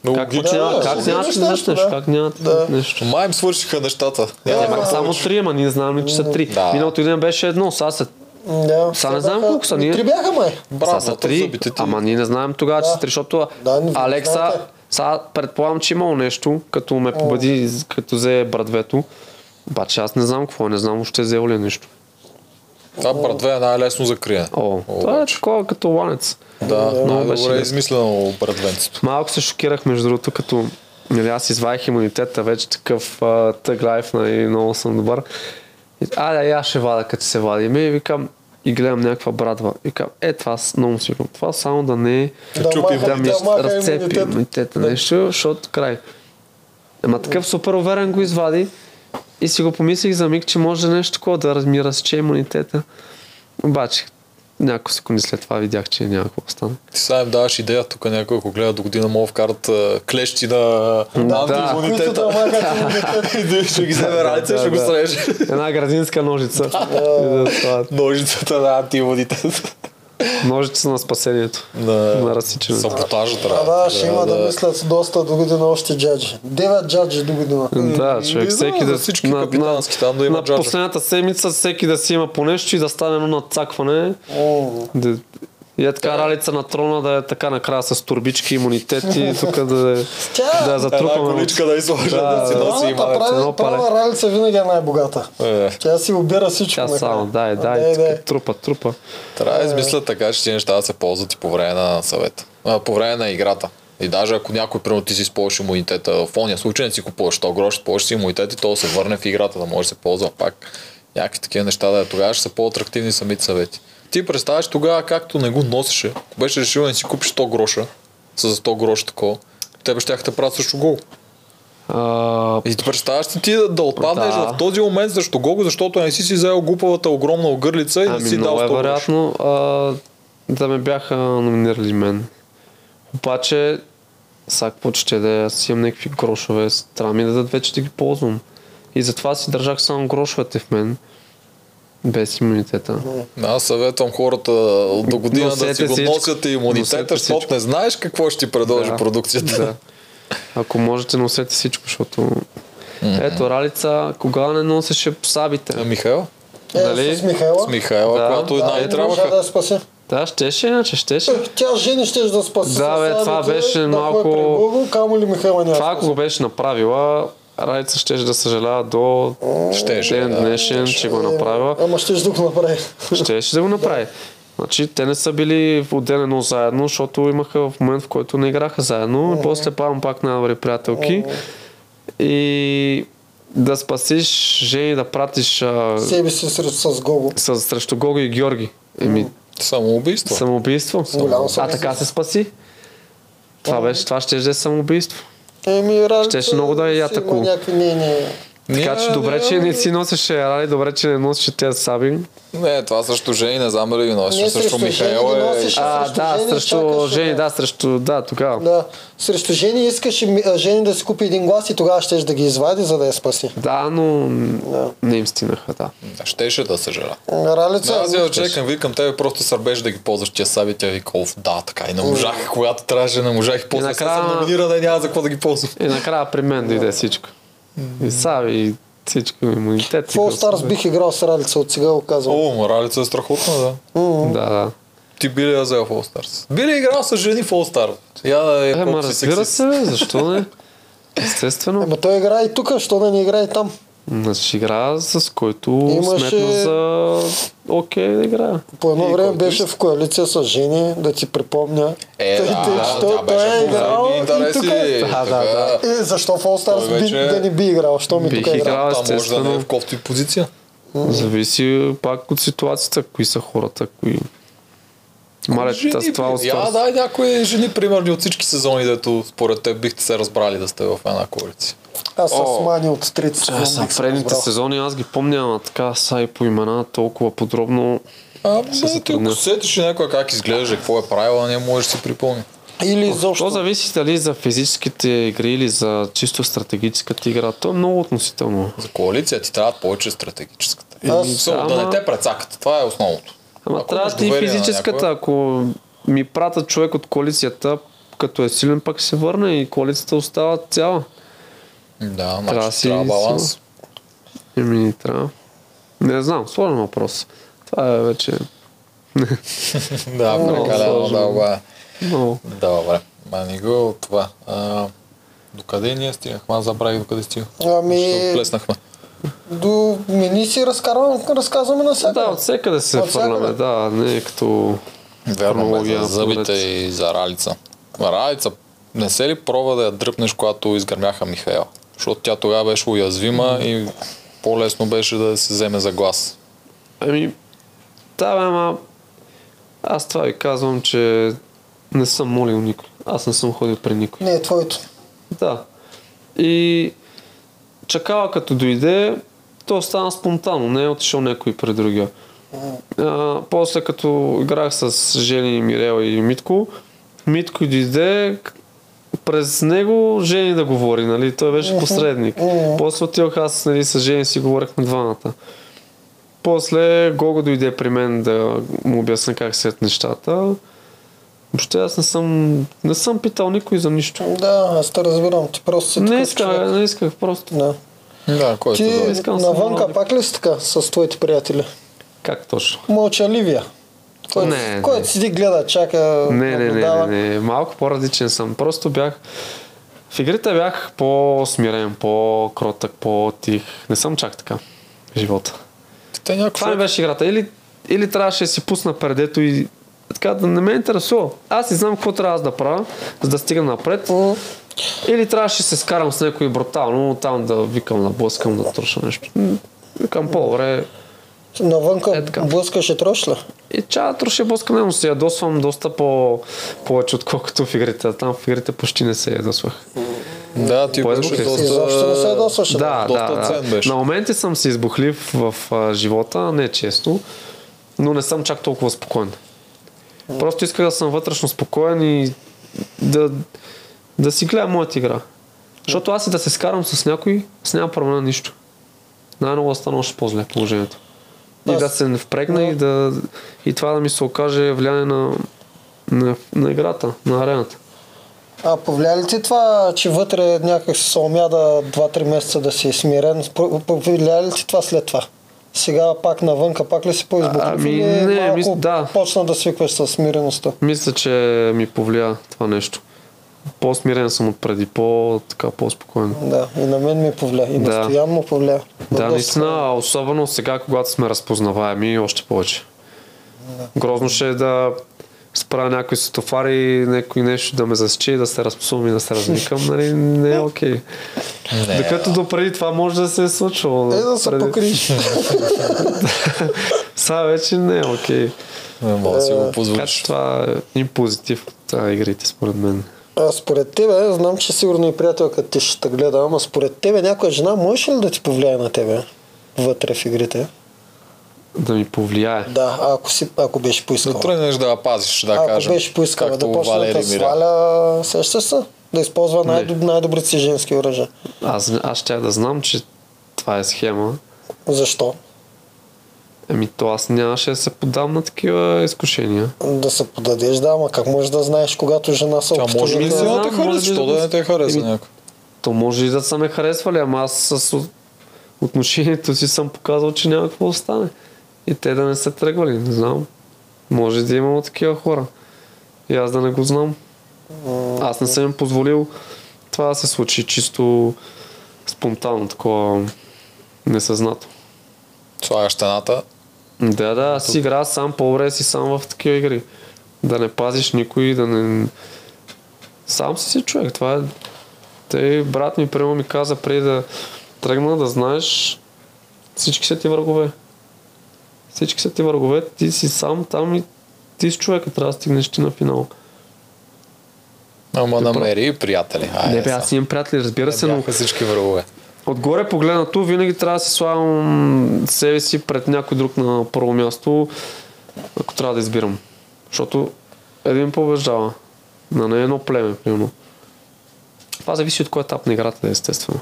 Много как, логично. няма, да, как да, няма да да, дадеш да. Е, нещо, как няма да ти дадеш нещо. Май им свършиха нещата. Те Няма бяха какво само повече. три, ама ние знаем ли, че са три. Да. Миналото година беше едно, сега са Да, Сега не сега знам бяха- колко са, ние- Три бяха, май. Браво, Браво, са то три, зъбите ти. ама ние не знаем тогава, че са три, защото Да, не Алекса, знаете. сега предполагам, че е имало нещо, като ме победи, като взе брадвето. Обаче аз не знам какво, е, не знам въобще взел ли е нещо. Това братве е най-лесно за криене. О, това е Обаче. такова като ланец. Да, Много беше най-добре е лесно. измислено братвенцето. Малко се шокирах, между другото, като нали, аз извадих имунитета, вече такъв а, тъг лайф, нали, много съм добър. И, Айде, и аз ще вада, като се вади. Ми викам, и гледам някаква брадва. И Викам, е, това с- много си викам. Това само да не е Да, чупи, маха- да ми да, маха разцепи имунитет. имунитета нещо, защото край. Ама такъв супер уверен го извади и си го помислих за миг, че може нещо такова да ми разче имунитета. Обаче, няколко секунди след това видях, че няма какво да стане. Ти сега им даваш идея, тук някой, ако гледа до година, мога да вкарат а, клещи на Да. на Които да [laughs] антимунитета. маха имунитета. И да ще ги вземе раница и ще го да. среже. Една градинска ножица. И да стават. Ножицата на антимунитета. ножица на спасението. На разсичането. Саботажа трябва. А, да, ще има Трябва да мислят доста до година още джаджи. Девет джаджи до година. Да, Не човек, знам, всеки да за всички капитански, там да има на джаджа. последната седмица всеки да си има по нещо и да стане едно надцакване. Да, и е така ралица на трона да е така накрая с турбички, имунитет и тук да, е- Тя- да я Една затрупаме. количка да изложа, Да, да си да. носи и Правилната малец. едно прави, пале. права ралица винаги е най-богата. Е, Тя си обира всичко. Тя накрая. само, дай, дай, Да, да, да. трупа, трупа. Трябва Е. да измислят така, че тези неща да се ползват и по време на съвета. А, по време на играта. И даже ако някой, примерно, ти си използваш имунитета, в ония случай не си купуваш 100 грош, ползваш си имунитет и то да се върне в играта, да може да се ползва пак. Някакви такива неща да е. Тогава ще са по-атрактивни самите съвети. Ти представяш тогава, както не го носеше, ако беше решил да не си купиш 100 гроша, с 100 гроша такова, те ще да правят също гол. А, И ти представяш ли ти да, да отпаднеш Да. в този момент срещу Гого, защото не си си взел глупавата огромна огърлица и не ами си дал много е 100 гроша. вероятно а, да ме бяха номинирали мен. Обаче, сега какво ще да е, аз имам някакви грошове, с- трябва ми да дадат вече да ги ползвам. И затова си държах само грошовете в мен. Без имунитета. Аз съветвам хората от до година Носете да си го всичко. носят и Носете имунитета, защото всичко. не знаеш какво ще ти предложи Да. продукцията. Да. Ако можете, носете всичко, защото... Ето, Ралица, кога не носеше А сабите? Михаил? Е, Нали? с Михайла. нали С Михайла, Да. която Да, една и не можа трябваха. да я спаси. Да, щеше, иначе щеше. Тя жени ще да спаси. Да, бе, със това сабите, беше да малко- ходи при Гого, камо ли Михайла няма. Това, да ако го беше направила, Райца ще да съжалява до Щеше, ден да. днешен, че го е спаси. направила. Е, Ама ще ще го [laughs] направи. Щеше да го направи. Значи, те не са били в отделено заедно, защото имаха в момент, в който не играха заедно. И после павам пак най-добри приятелки. И да спасиш жени, да пратиш а, Себе си срещу с Гого. с, срещу Гого и Георги. Еми, Самоубийство. самоубийство. Голямо А самоубийство. така се спаси. Това беше, това ще да е самоубийство. Еми, Ралица Щеше много да е я я си има атакува. някакви- не, не. Така че Ня, добре, ня. че не си носеше рали, добре, че не носеше тези саби. Не, това срещу жени не знам дали ги Не, носиш. Срещу срещу жени ги Михаила е... носиш. А, срещу да, жени срещу чакаше, жени, да. да, срещу, да, тогава. Да. Срещу Жени искаше ми- а, Жени да си купи един глас и тогава ще да ги извади, за да я спаси. Да, но не им стигнаха, да. Щеше да се жена. Ралица... Аз я чекам, викам тебе, просто сърбеш да ги ползваш тия саби, тя вика, оф, да, така и не можах, когато трябваше, не можах и после сега накрая- съм номинирана и няма за какво да ги ползвам. И накрая при мен дойде всичко. И саби, и всичко, имунитет. и Фол гласове. Старс бих играл с Ралица от сега, го казвам. О, моралица е страхотна, да. Да, да. Ти би ли я взел в All Stars? Би ли играл с жени в All Stars? Я да е Е, ма колко си разбира сексист. се, бе, защо не? Естествено. Ама той играе и тук, що да не играе и там. Значи игра, с който Имаше- сметна за окей да играя. По едно И време който беше в коалиция с Жени, да ти припомня. Е, Тъй, да, тъй, да, що тя той е беше играл по и интереси. тук е. да, Да, да. Е, защо в All Stars Той би, вече- да не би играл? Що ми Бих тук е играл? играл. Там може да не е естествено. в кофти позиция. Зависи пак от ситуацията, кои са хората, кои... Мале, аз това Я, остава. дай някои жени, примерни от всички сезони, дето според те бихте се разбрали да сте в една коалиция. Аз О. с мани от 30 Аз съм секунди. Е, предните сезони, аз ги помня, ама така са и по имена толкова подробно. А, бе, ти ако затрудня. се сетиш някой как изглежда, какво е правила, не можеш да си припомни. Или То защо? зависи дали за физическите игри или за чисто стратегическата игра. То е много относително. За коалиция ти трябва повече стратегическата. Аз- Аз, да, ама- не те прецакат. Това е основното. Ама Ако трябва имаш да и доверие на физическата. някоя- Ако ми пратят човек от коалицията, като е силен, пак се върне и коалицията остава цяла. Да, Трябва значи си трябва баланс. сила. Еми, не трябва. Не знам, сложен въпрос. Това е вече да, Много прекалено сложно. дълго е. много. Добре, мани го от това. А, докъде ние стигнахме? Аз забравих докъде стигнах. Ами, Защото Плеснахме. до мини си разкарвам, разказваме на всяка. Да, от всекъде се е. От всякъде. фърляме, да, не е като... Вярно, бе, Хронология, за зъбите поред. и за ралица. Ралица, не се ли пробва да я дръпнеш, когато изгърмяха Михаела? Защото тя тогава беше уязвима и по-лесно беше да се вземе за глас. Ами, да, бе, ама... Аз това ви казвам, че не съм молил никой. Аз не съм ходил при никой. Не е твоето. Да. И чакава като дойде, то стана спонтанно, не е отишъл някой при другия. А, после като играх с Жени, Мирела и Митко, Митко дойде, к- през него Жени да говори, нали? Той беше посредник. После отивах аз нали, с Жени си говорих на двамата. После Гого дойде при мен да му обясня как се нещата. Въобще аз не съм, не съм питал никой за нищо. Да, аз те разбирам. Ти просто си Не такъв исках, човек. не исках просто. Да. Да, който Ти да. искам само навънка да- пак ли си така с твоите приятели? Как точно? Мълчаливия. Който, Не, не. който седи, гледа, чака, Не, не, не, наблюдава. не, не. Малко по-различен съм. Просто бях... В игрите бях по-смирен, по-кротък, по-тих. Не съм чак така. в Живота. Те някакво... Това е ми беше играта. Или, или трябваше да си пусна пердето и така да не ме интересува. Аз не знам какво трябва аз да правя, за да стигна напред. Или трябваше да се скарам с някой брутално, там да викам, да блъскам, да труша нещо. М, Викам по-добре, Навънка Е така. блъскаше трошля. И чатър ще блъскам, но се ядосвам доста по, повече, отколкото в игрите. Там в игрите почти не се ядосвах. Да, ти Поездка беше е. доста... Изобщо не се ядосваше. Да, доста да, цен да. беше. На моменти съм си избухлив в а, живота, не често, но не съм чак толкова спокоен. Просто исках да съм вътрешно спокоен и да, да си гледам моята игра. Защото аз и да се скарам с някой, с няма променя нищо. Най-много да стана още по-зле положението. И Аз- да се впрегна и, Да. да, и това да ми се окаже влияние на, на, на играта, на арената. А повлия ли ти това, че вътре някак се умя да 2-3 месеца да си е смирен? Про- Повлия ли ти това след това? Сега пак навънка, пак ли си по-избухлив? Ами, или не, малко мисля, да. почна да свикваш с смиреността? Мисля, че ми повлия това нещо. По-смирен съм от преди, по, така, по-спокоен. Да, и на мен ми повлия, и на Да. Стоян му повлия. Да, Доста. наистина, а особено сега, когато сме разпознаваеми, още повече. Грозно ще е да спра някой светофар и някой нещо да ме засече и да се разпсувам и да се разникам, нали, не е окей. Не, Докато допреди това може да се е случвало. Е, да се преди- покриш. Сега вече не е окей. не мога да си Е, го Така че позволиш. това е един позитив от а, игрите, според мен. А според тебе, знам, че сигурно и приятелка ти ще те гледа, ама според тебе някоя жена можеше ли да ти повлияе на тебе вътре в игрите? Да ми повлияе. Да, а ако, си, ако беше Да поискала. тръгнеш да я пазиш, да ако кажем. беше поискала както да почне да Валери те Мира. сваля, сещаш се? Да използва най- най-добрите си женски оръжия. Аз, аз щях да знам, че това е схема. Защо? Ами то аз нямаше да се подам на такива изкушения. Да се подадеш, да, ама как можеш да знаеш, когато жена се Тя може би не си знам, да те може хареса, би що да да не го- те хареса Еми, някой. То може и да са ме харесвали, ама аз с от- отношението си съм показал, че няма какво да стане. И те да не са тръгвали, не знам. Може да имало такива хора. И аз да не го знам. Аз не съм им позволил това да се случи чисто спонтанно, такова несъзнато. Слагаш стената, Да, да, аз си игра сам по-добре си сам в такива игри. Да не пазиш никой, да не... Сам си си човек, това е... Те, брат ми, прямо ми каза, преди да тръгна, да знаеш, всички са ти врагове. Всички са ти врагове, ти си сам там и ти с човека трябва да стигнеш ти на финал. Ама намери приятели. Айде, Не бе, аз имам приятели, разбира се, но Е, Бяха всички врагове. отгоре погледнато винаги трябва да се слагам себе си пред някой друг на първо място, ако трябва да избирам. Защото един побеждава на не едно племе, примерно. Това зависи от кой етап на играта, естествено.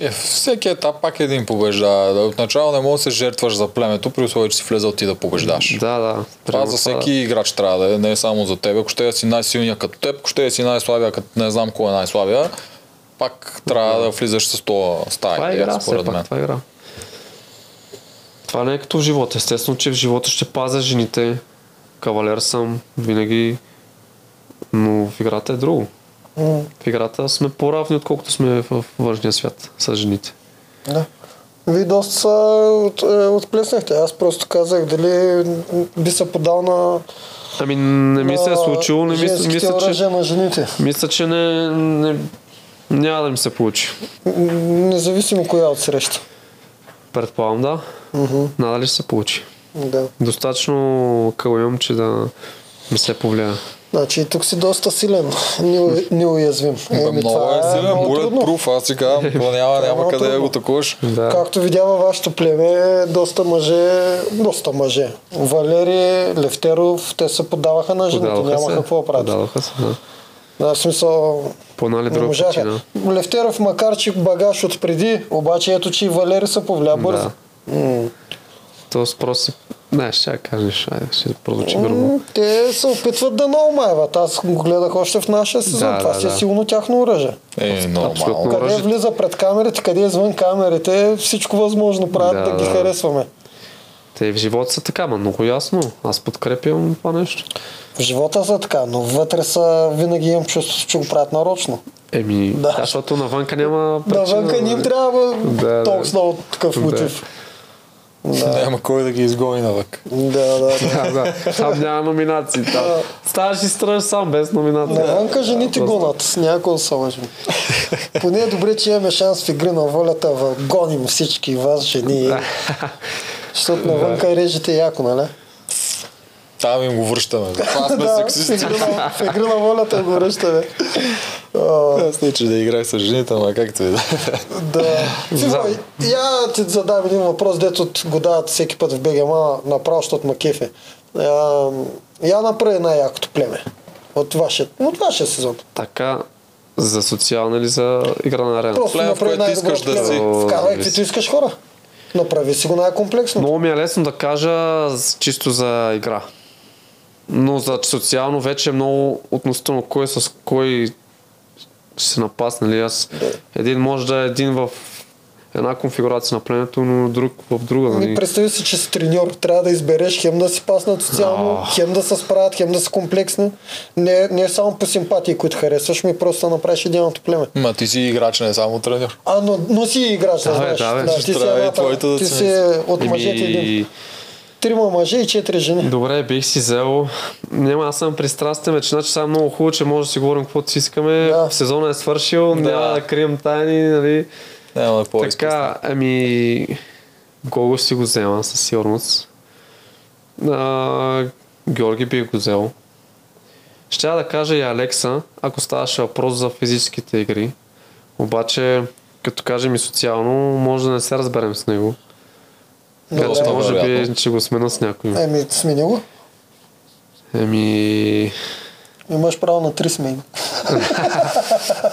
Е, всеки етап пак един побеждава. Да, Отначало не можеш да се жертваш за племето, при условие, че си влезал ти да побеждаш. Да, да. Това за всеки играч трябва да е, не е само за теб. Ако ще е си най-силния като теб, ако ще е си най-слабия като не знам кой е най-слабия, пак трябва да влизаш с това Това стая, е игра, все според мен. пак, това е игра. Това не е като в живота. Естествено, че в живота ще пазя жените. Кавалер съм винаги. Но в играта е друго. М, В играта сме по-равни, отколкото сме в външния свят с жените. Да. Вие доста са от, е, отплеснахте. Аз просто казах дали м, би се подал на Ами не ми се е на случило, не мисля, женските мисля, че, оръжия на жените. мисля, че не, не, няма да ми се получи. М, Независимо коя от среща. Предполагам да. Мгм, Надали ще се получи. Да. Достатъчно къл имам, че да не се повлия. Значи и тук си доста силен, неу- неуязвим. Бе, Еми, много това е силен, трудно. bullet proof, аз си казвам, това [laughs] няма, Това е няма много къде да трудно. го атакуваш. Да. Както видя във вашето племе, доста мъже, доста мъже. Валери, Левтеров, те се поддаваха на жените, Подадоха няма се. какво да правят. Подадоха се, да. Да, в смисъл, По една или не Нали, друга можаха. причина. Левтеров, макар че багаж от преди, обаче ето, че и Валери се повля бързо. М. То въпрос е... Не, ще я кажеш, айде, ще прозвучи грубо. М, Те се опитват да наумайват. Аз го гледах още в нашия сезон. Да, Това да, си е да. сигурно тяхно оръжие. Е, Абсолютно. нормално. Къде оръжие- влиза пред камерите, къде е извън камерите, всичко възможно правят Да, да, ги да. харесваме. Те и в живота са така, ма много ясно. Аз подкрепям това нещо. В живота са така, но вътре са винаги имам чувство, че го правят нарочно. Еми, да. Да. защото навънка няма причина. Навънка не им нали? трябва Да, да, да. толкова много такъв Да. мотив. Няма кой да ги изгони навък. Да, да, да. Да, да. Там няма номинации. Там. Ставаш и стръж сам без номинации. Навънка жените Просто- гонат, с няколко са лъжим. Поне е добре, че имаме шанс в игри на волята, в- гоним всички вас, жени. Защото навънка режете яко, нали? Там им го [laughs] връщаме. бе. Това сме Да, в сексисти. игри на- в игри на волята го връщаме. А, Аз не, че да играх с жените, ама както и да. Да. За- Фиво, я ти задам един въпрос, дето т- го дават всеки път в БГМА, направо, защото ма кефе. А, Я направи най-якото племе от вашия, от вашия сезон. Така, за социална или за игра на арена? Просто Племе, в направи което искаш най-доброто да си. племе. Вкарай Зависи. каквито искаш хора. Направи си го най-комплексно. Много ми е лесно да кажа с- чисто за игра. Но за социално вече е много относително кой е с кой ще се напасне. Нали? Аз, един може да е един в една конфигурация на племето, но друг в друга. Ми Ами- Нали? Ами, представи си, че си треньор. Трябва да избереш хем да си паснат социално, А. хем да се справят, хем да са комплексни. Не, не само по симпатии, които харесваш, ми просто да направиш идеалното племе. Ма ти си играч, не само тренер. А, но, но си играч, да, Да, бе, знаеш. да, бе. да, Ще ти си, трябва и едната, твоите да ти се- си от мъжете един. Еми, Трима мъже и четири жени. добре, бих си взел. Няма, аз съм пристрастен, вече значи сега е много хубаво, че може да си говорим каквото си искаме. Да. Сезонът е свършил, Да. няма да крием тайни, нали? Няма да по Така, ами... Гого си го взема със сигурност. А, Георги би го взел. Ще да кажа и Алекса, ако ставаше въпрос за физическите игри. Обаче, като кажем и социално, може да не се разберем с него. Така че Доста може би, вероятно. че го смена с някой. Еми, смени го. Еми... Имаш право на три смени. [laughs]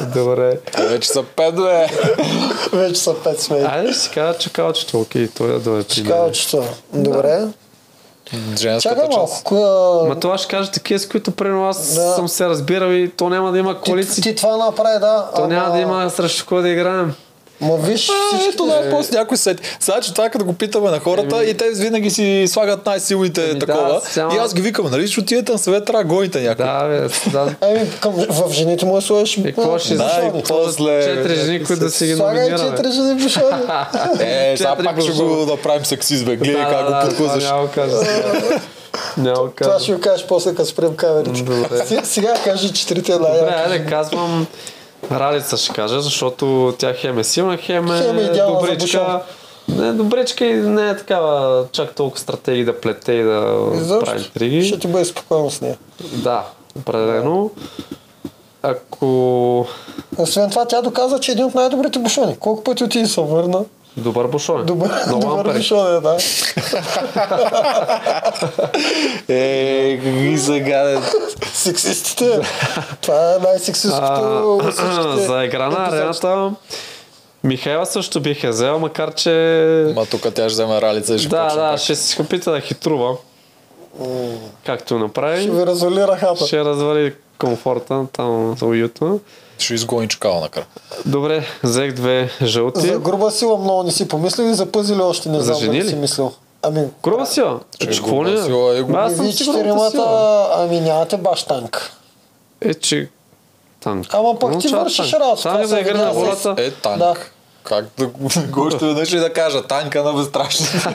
Добре. Вече са пет, бе. Вече са пет смени. Айде да си кажа чакалчето, окей, той да дойде при мен. Чакалчето. Добре. Чакай Женската малко. част. Коя... Ма това ще кажа такива, с които примерно аз Да. съм се разбирал и то няма да има Ти, коалиции. ти това направи, да. То ама- няма да има Е, срещу кой да играем. Ма виж, А, всички... Ето да, после някой се сети. Сега, че това като го питаме на хората и те винаги си слагат най-силните Еми да, такова. само- И аз ги викам, нали, ще отидете на съвет, трябва да гоните някой. Да, бе, да. Еми, към, в жените му е сложиш И какво ще Да, да, и после- четири жени, които да си ги Слагай номинираме. четири жени [laughs] бушони. Е, сега Четири пак ще бушона. го направим сексист, бе. Гледай Да, как да, го да, подхлъзваш. това Няма да кажа. Няма да Е, Това кажа. ще го кажеш после, като спрем камерите. Добре. Се- Сега кажи четирите на Добре, айде казвам Ралица ще кажа, защото тя хем е силна, хем е Хем е идеална за добричка. бушон. Не, добричка и не е такава чак толкова стратегия да плете и да Изобщо, прави интриги. Ще ти бъде спокойно с нея. Да, определено. Ако Освен това, тя доказа, че е един от най-добрите бушони. Колко пъти отиде и се върна. добър бушон е. Добър, Много добър ампери. бушон е, да. Е, какви загаден. [laughs] Сексистите. Това [clears throat] е най-сексистското. А, от всичките За игра на епизоди. арената Михайла също бих я взел, макар че... Ма тук тя ще вземе ралица и ще Да, почне да, пак. ще се опита да хитрува. Както направи. Ще ви развали ръката. Ще развали комфорта там за уютно. ще изгони чакала на кръв. Добре, взех две жълти. За груба сила много не си помислил и за пъзели още не За знам жени дали ли? си мислил. Ами, Груба сила. Е, Че, груба какво ли? сила е груба. Аз и съм вие сигурната сила. четиримата, ами нямате баш танк. Е, че... Танк. Ама пък Но ти чак вършиш танк. работа, това Танк за се игра на видя с- волята. Е, танк. Да. Как да го- [laughs] го ще веднъж и да кажа? Танка на безстрашните.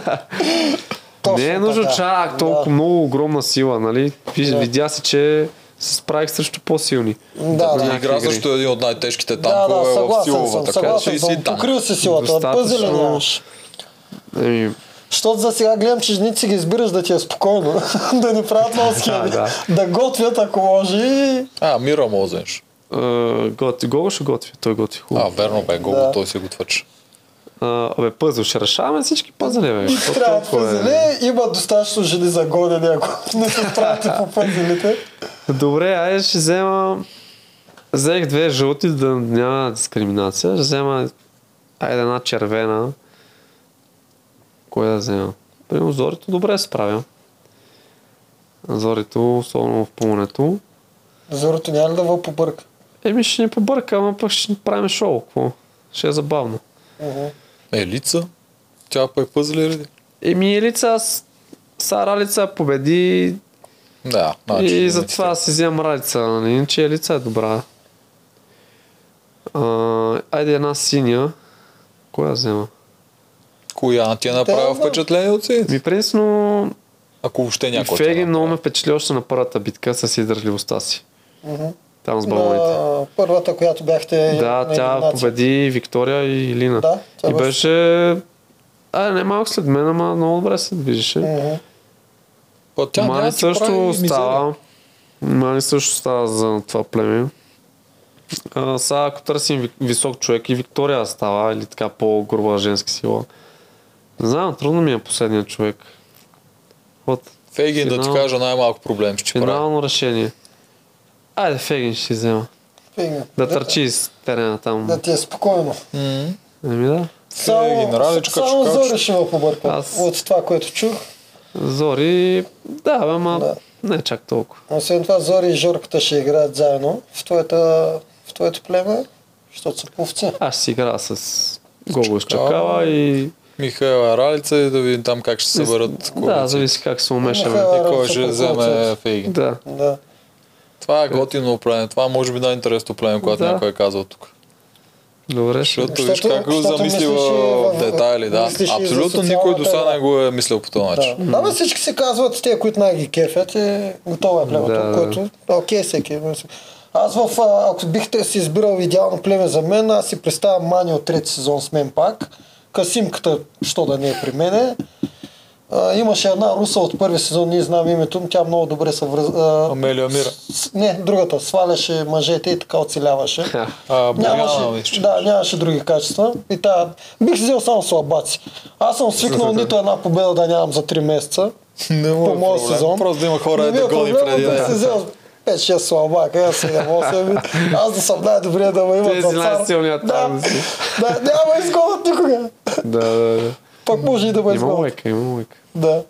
Точно Не е нужно така. чак толкова Да. много огромна сила, нали? Виж, Да. Видя се, че се справих срещу по-силни. Да, да. Някакви [laughs] Игра игри. също е един от най-тежките Да, да, танкове в съгласен силова, съм, така че и съгласен си съм. танк. Покрил си силата, е нали? от Достатъчно. пъзели нямаш. Еми, Защото за сега гледам, че жените си ги избираш да ти е спокойно, [laughs] да [laughs] не правят много схеми, да. да готвят ако може и А, Мира Мозенш. е, готи, Гого ще готви, той готви А, хубаво. верно бе, Гого, Да. той си го твърчи. А, Абе, пъзъл, ще решаваме всички пъзели, бе. Какво трябва толкова е? пъзели. Има достатъчно жени за гонене, ако [laughs] не се справите по пъзелите. Добре, айде ще взема... Взех две жълти, да няма дискриминация. Ще взема... Айде една червена. Кой да взема? Примерно Зорито добре се справя. Зорито, особено в пълнето. Зорото няма ли да въл побърка? Еми ще ни побърка, ама пък ще правим шоу. Какво? Ще е забавно. Е, лица. Тя пък е пъзли ли? Еми Елица, аз... Са Ралица победи Да, и значи. не ти затова си вземам Ралица, нали? Иначе Елица е добра. А, айде една синя. Коя взема? Коя на ти е Да, да. направила впечатление от сините? Ми принципно Ако въобще някой. ти е Феги направил. много ме впечатли още на първата битка с издържливостта си. Там с балоните. На първата, която бяхте Да, на тя елиминация. победи Виктория и Илина. Да, тя и беше- беше... А, не малко след мен, ама много добре се движеше. Мгм. Па тя няма Мани да ти прави също мизерия. става. Мани също става за това племе. А, сега, ако търсим ви- висок човек и Виктория става, или така по-груба женска сила. Не знам, трудно ми е последният човек. Вот, Фейгин да ти Финал. кажа най-малко проблем, че ти прави. финално решение. Айде, Фегин ще си взема. Фигня. Да, търчи из терена там. Да ти е спокойно. М. Еми да. Само, генераличка, само чукалче. Зори ще ме побърка Аз- от това, което чух. Зори, да, бе, ма, Да. не е чак толкова. Освен това, Зори и Жорката ще играят заедно в твоята, в твоето племе, защото са пувци. Аз ще си игра с Гого с Чакала. Чакала и... Михайла Ралица и да видим там как ще се съберат Да, Е, коалиции. зависи как се умешаме. Михайла. И кой Ралица е ще по вземе коалицията. Фейгин. Да. Да. Това е готино племе. Това може би най-интересното племе, което Да. някой е казал тук. Добре, ще... Защото виж Защото- как го защото замисли мислиш и в в- детайли. Да. мислиш и за Абсолютно социалната никой до сега роля. не го е мислил по този Да, начин. да бе, всички се казват, те, които най-ги кефят, е готова е племето, Да, да. да, което окей, всеки. има си. Аз в, а, ако бихте си избирал идеално племе за мен, аз си представям Мани от трети сезон с мен пак. Касимката, що да не е при мене. А, имаше една руса от първи сезон, не знам името, но тя много добре се връз... а, Амелия Мира. с- Не, другата, сваляше мъжете и така оцеляваше. А, Боряна, Нямаше, мисля. да, нямаше други качества. И тая, бих си взел само слабаци. Аз съм свикнал нито една победа да нямам за 3 [laughs] месеца. Не му По е моя проблем. сезон. Просто да има хора Не е ми да е гони проблема преди да си да. взел 5-6 слабака, аз 7-8. Аз да съм най-добрия да ме имат Тези за цар. най-силният да, там си. да, няма изгонът никога. Да, да, да. Пак може и да ме Има изгонят. лойка, има лойка. Да.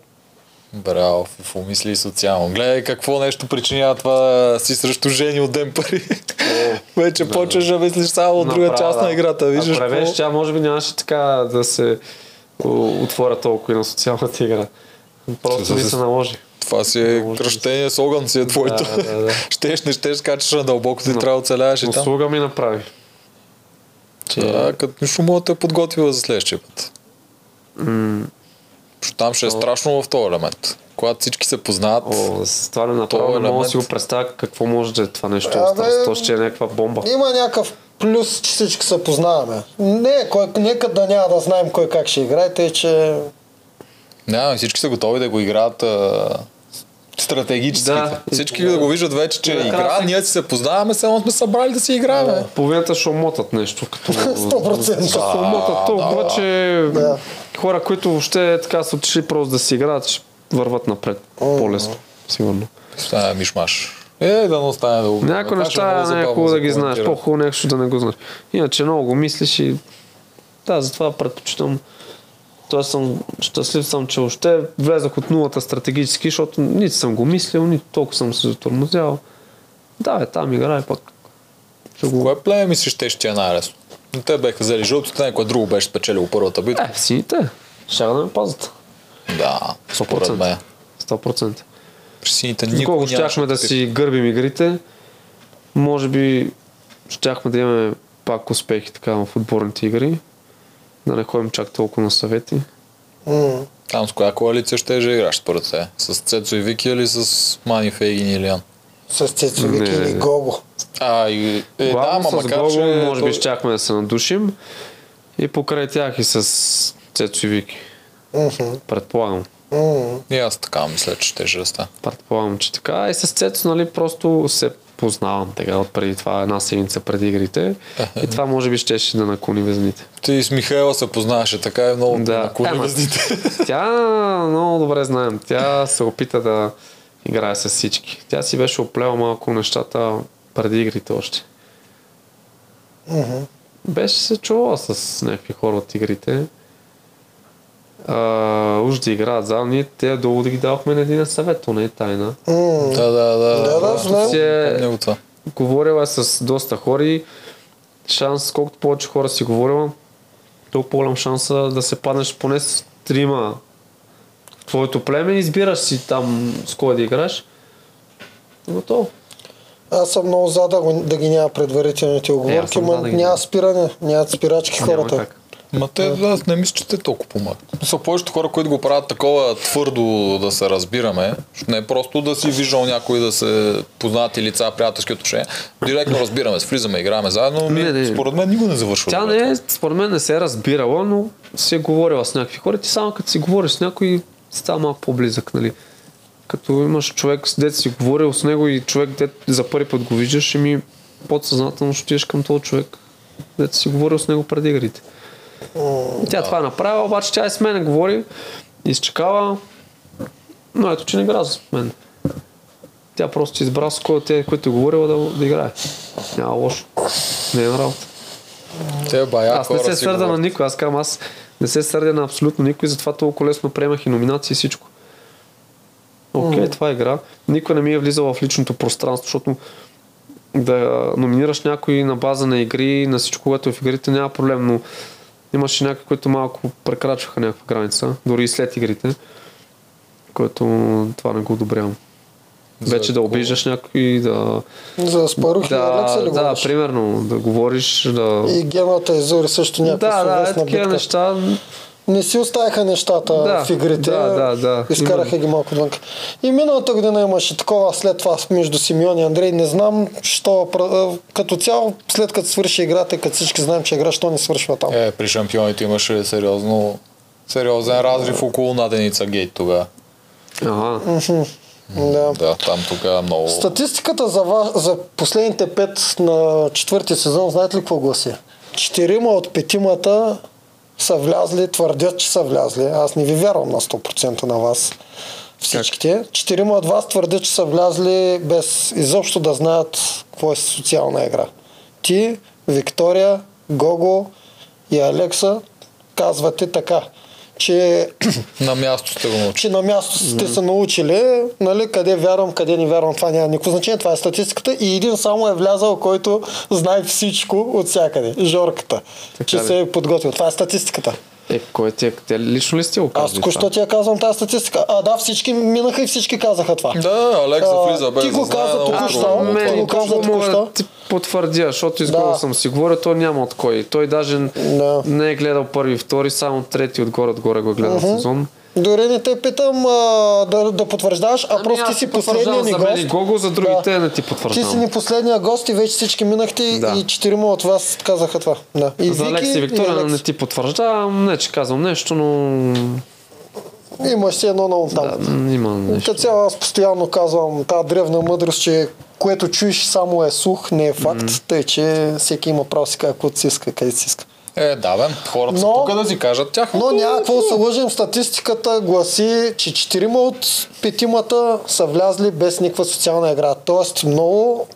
Браво, Фифо, мисли и социално. Гледай какво нещо причинява това си срещу жени от ден пари. Вече почваш да мислиш само от друга Направо, част да. на играта. Виждаш Ако правеш, какво? тя може би нямаше така да се о, отворя толкова и на социалната игра. Просто ми се наложи. Това си е кръщение с огън си е твоето. Да, да, да. [laughs] Щеш, не щеш, скачаш на дълбоко, ти трябва да оцеляваш и там. Услуга ми направи. Че... Да, като нищо мога да те е подготвила за следващия път. М, Защото там ще е страшно в този елемент. Когато всички се познават, О, с това не направо, То е не мога да елемент. си го представя какво може да е това нещо. Абе, Абе... То ще е някаква бомба. Има някакъв Плюс, че всички се познаваме. Не, кой, нека да няма да знаем кой как ще играе, тъй че Да, всички са готови да го играят а... стратегически. Да. Всички да го виждат вече, че Да. игра, ние си се познаваме, само сме събрали да си играем. бе. Половината ще омотат нещо. Като... [laughs] 100%. Ще омотат толкова, че Да. хора, които въобще така са отишли просто да си играят, ще върват напред по-лесно. Сигурно. Стане мишмаш. Е, да не остане да го Някои Това ще е неща много не е забавно хубаво да ги знаеш. коментиране. По-хубаво нещо да не го знаеш. Иначе много го мислиш и... Да, затова предпочитам... Той съм щастлив съм, че още влезах от нулата стратегически, защото нито съм го мислил, нито толкова съм се затормозял. Да, е, там играй пък. Ще го... Кое племе мислиш, те ще ти е най-лесно? Не те беха взели жълтото, някое друго беше спечелило първата битка. Е, в сините. Ще да ме пазят. Да, според мен. 100%. При сините Колко никога щяхме да си гърбим игрите, може би щяхме да имаме пак успехи така в отборните игри. Да не ходим чак толкова на съвети. м- Там с коя коалиция ще же играш според те? С Цецо и Вики или с Мани Фейгин и Илиан? с Цецовик Не, не, или не. Гого. А, и, е, да, Главно ама с макар, Гого, че... може би то- щяхме да се надушим. И покрай тях и с Цецо и Вики. Мгм, Предполагам. м- И аз така мисля, че ще же да стане. Предполагам, че така. И с Цецо, нали, просто се познавам така от преди това, една седмица преди игрите. И това може би щеше да наклони везните. Ти с Михайла се познаваше, така е много Да. да. на Ама- звездите. Тя много добре знаем. Тя се опита да играе с всички. Тя си беше оплела малко нещата преди игрите още. мгм. Беше се чувала с някакви хора от игрите. А, уж да играят заедно. Ние те долу да ги давахме на един съвет, то не е тайна. М, да, да, да. Да, да, знам. Си е- Него това. Говорила е с доста хора и шанс, колкото повече хора си говорила, толкова по-голям шанса да се паднеш поне с трима в твоето племе, избираш си там с кой да играш. Готово. Аз съм много за да, го- да ги няма предварителните Е, аз оговорки, съм ма за да ги няма. няма спиране, нямат спирачки Няма хората. как. Ма те, да, аз не мисля, че те толкова помагат. Са повечето хора, които го правят такова твърдо да се разбираме, защото не е просто да си виждал някой да се познати лица, приятелски отношения. Директно разбираме, се, влизаме, играме заедно. Не, Не, не. Според мен никога не завършва. Тя добре. не е, според мен не се е разбирала, но си е говорила с някакви хора. Ти само като си говориш с някой, става малко по-близък, нали? Като имаш човек, с дет си говорил с него и човек, дет за първи път го виждаш, и ми подсъзнателно ще отидеш към този човек, дет си говорил с него преди игрите. Тя това е направила, обаче тя и с мен говори, изчекава, но ето, че не игра с мен. Тя просто избра с кой от те, които е говорила да, да играе. Няма лошо. Не е на работа. Те бая Аз не хора се си сърда на говорят. никой, аз казвам, аз не се сърдя на абсолютно никой, затова толкова лесно приемах и номинации и всичко. Окей, това е игра. Никой не ми е влизал в личното пространство, защото да номинираш някой на база на игри, на всичко, което е в игрите, няма проблем, но имаше някои, които малко прекрачваха някаква граница, дори и след игрите, което това не го одобрявам. За Вече да кого? обиждаш някой, да... За спарух и Алекса Да, ли да, говориш? примерно, да говориш, да... И гемата Езури също Да, някаква да, е съвестна такива битка. неща. Не си оставяха нещата Да, в игрите. да, да, да. Изкараха Именно. ги малко отвън. И миналата година имаше такова след това между Симеон и Андрей. Не знам, що пра- като цяло, след като свърши играта и като всички знаем, че игра, що не свършва там. Е, при шампионите имаше сериозно, сериозен разрив около наденица гейт тогава. Ага. Да. Да, там тогава много... Статистиката за, ва- за последните пет на четвърти сезон, знаете ли какво гласи? Четирима от петимата са влязли, твърдят, че са влязли. Аз не ви вярвам на 100% на вас. Всичките. Четирима от вас твърдят, че са влязли без изобщо да знаят какво е социална игра. Ти, Виктория, Гого и Алекса казвате така, че На място сте го научили. че на място сте се научили, нали, къде вярвам, къде не вярвам, това няма никакво значение, това е статистиката и един само е влязал, който знае всичко от всякъде, Жорката, че ли? се е подготвил. Това е статистиката. Е, кой ти е? Те лично ли сте го Аз казали току-що това? ти я казвам тази статистика. А, да, всички минаха и всички казаха това. Да, Алекса А, влиза без ти го да знае каза много току-що, подробно мен това. го каза мога току-що. да ти потвърдя, защото изгоре Да. съм си говорил, той няма от кой. Той даже Да. не е гледал първи, втори, само трети отгоре-отгоре го е гледал Мгм. сезон. Дори не те питам а, да, да потвърждаваш, Ами а просто ти си последния ни за мен и гост. Гого, за другите Да. не ти е Ти потвърждавам. си ни последния гост и вече всички минахте Да. и четирима от вас казаха това. Да. И За Алекс и Виктория не ти потвърждавам, не че казвам нещо, но Имаш си едно на там. да, м, има нещо. Като цяло аз постоянно казвам тази древна мъдрост, че което чуеш само е сух, не е факт, тъй че всеки има право да си каже каквото си иска, където си иска. Е, да, бе, хората са Но- тук да си кажат тях. Но няма какво да се лъжим, статистиката гласи, че четирима от петимата са влязли без никаква социална игра. Тоест много,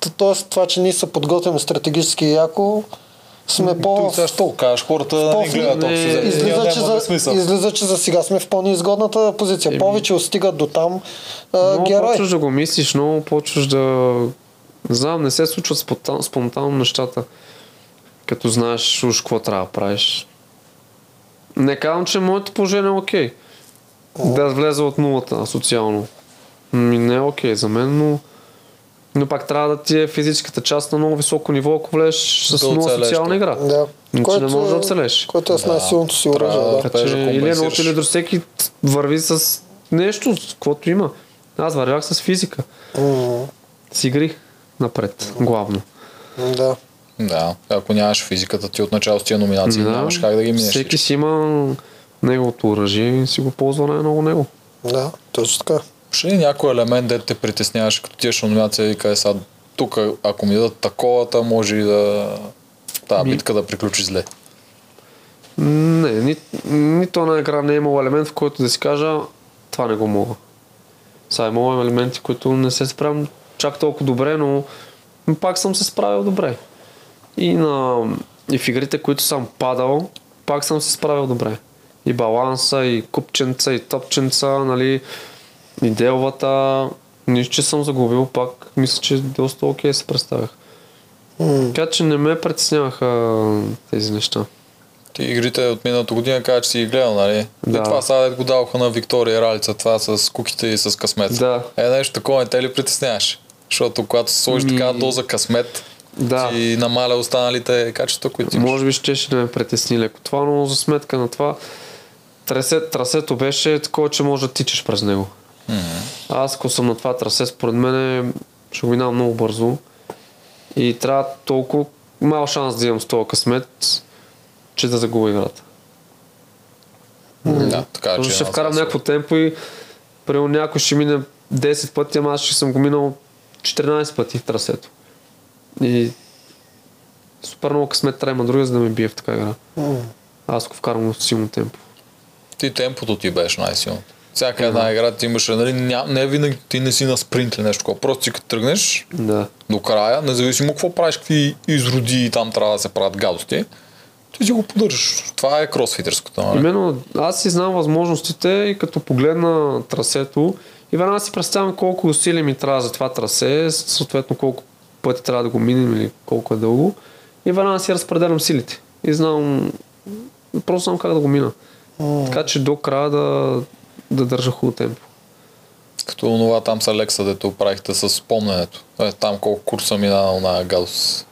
т- тоест това, че ние се подготвим стратегически яко, сме Ами, Той по... сега ще го кажеш, хората не по-фли- гледат общо. Не, взето. Излиза Няма че, да е за, смисъл. излиза, че за сега сме в по-неизгодната позиция. Повече стигат до там а, Много герои. почваш да го мислиш, много почваш да... Не Знам, не се случват спонтан, спонтанно нещата, като знаеш уж какво трябва да правиш. Не казвам, че моето положение е окей. Да влеза от нулата социално. Ми не е окей за мен, но... Но пак трябва да ти е физическата част на много високо ниво, ако влезеш с Да много оцелееш, социална да. игра. Да. Иначе Ами, не можеш да оцелеш. Който е с най-силното си оръжие. трябва Да. да Така успееш че да или едно, компенсираш. или друг, всеки върви с нещо, с каквото има. Аз вървях с физика. С игри напред, главно. да. Да, ако нямаш физиката ти от началото с тия номинации, нямаш как да ги минеш. Всеки си има неговото оръжие и си го ползва най-много него. Да, точно така. Ще ли някой елемент, дето те притесняваше, като тиеш на номинация и кай е, сега, тук, ако ми дадат таковата, може и да тази битка да приключи зле. Не, ни, нито една игра не е имала елемент, в който да си кажа, това не го мога. Сега имало е елементи, които не се справям чак толкова добре, но пак съм се справил добре. И, на, и в игрите, които съм падал, пак съм се справил добре. И баланса, и купченца, и топченца, нали, и делвата. Нищо, че съм загубил, пак мисля, че доста окей се представях. Така че не ме притесняваха тези неща. Ти игрите от миналата година каза, че си ги гледал, нали? Да. И Да. това сега дето го даваха на Виктория Ралица, това с куките и с късмет. Да. Е, нещо такова не те ли притесняваш? Защото когато се сложиш Ми- такава доза късмет, Да. ти намаля останалите качества, които ти имаш. Може би щеше да ме притесни леко това, но за сметка на това трасе, трасето беше такова, че може да тичаш през него. Аз ако съм на това трасе, според мен ще го минавам много бързо и трябва толкова мал шанс да имам с този късмет, че да загубя играта. Да, така Защото че. е ще аз- вкарам някакво темпо и примерно някой ще мине 10 пъти, ама аз ще съм го минал 14 пъти в трасето. И супер много късмет трябва да има друга, за да ме бие в така игра. Аз го вкарвам в силно темпо. Ти темпото ти беше най-силно. Всяка една игра ти имаше, нали, ня, не винаги ти не си на спринт или нещо такова. Просто ти като тръгнеш Да. до края, независимо какво правиш, какви изроди и там трябва да се правят гадости, ти си го поддържаш. Това е кросфитерското, нали? Именно аз си знам възможностите и като погледна трасето и веднага си представям колко усилия ми трябва за това трасе, съответно колко пъти трябва да го минем или колко е дълго и веднага си разпределям силите и знам, просто знам как да го мина. Така че до края да, да държа хубаво темпо. Като онова там с Алекса, дето правихте с спомненето. Е, там колко курса минал на гадост.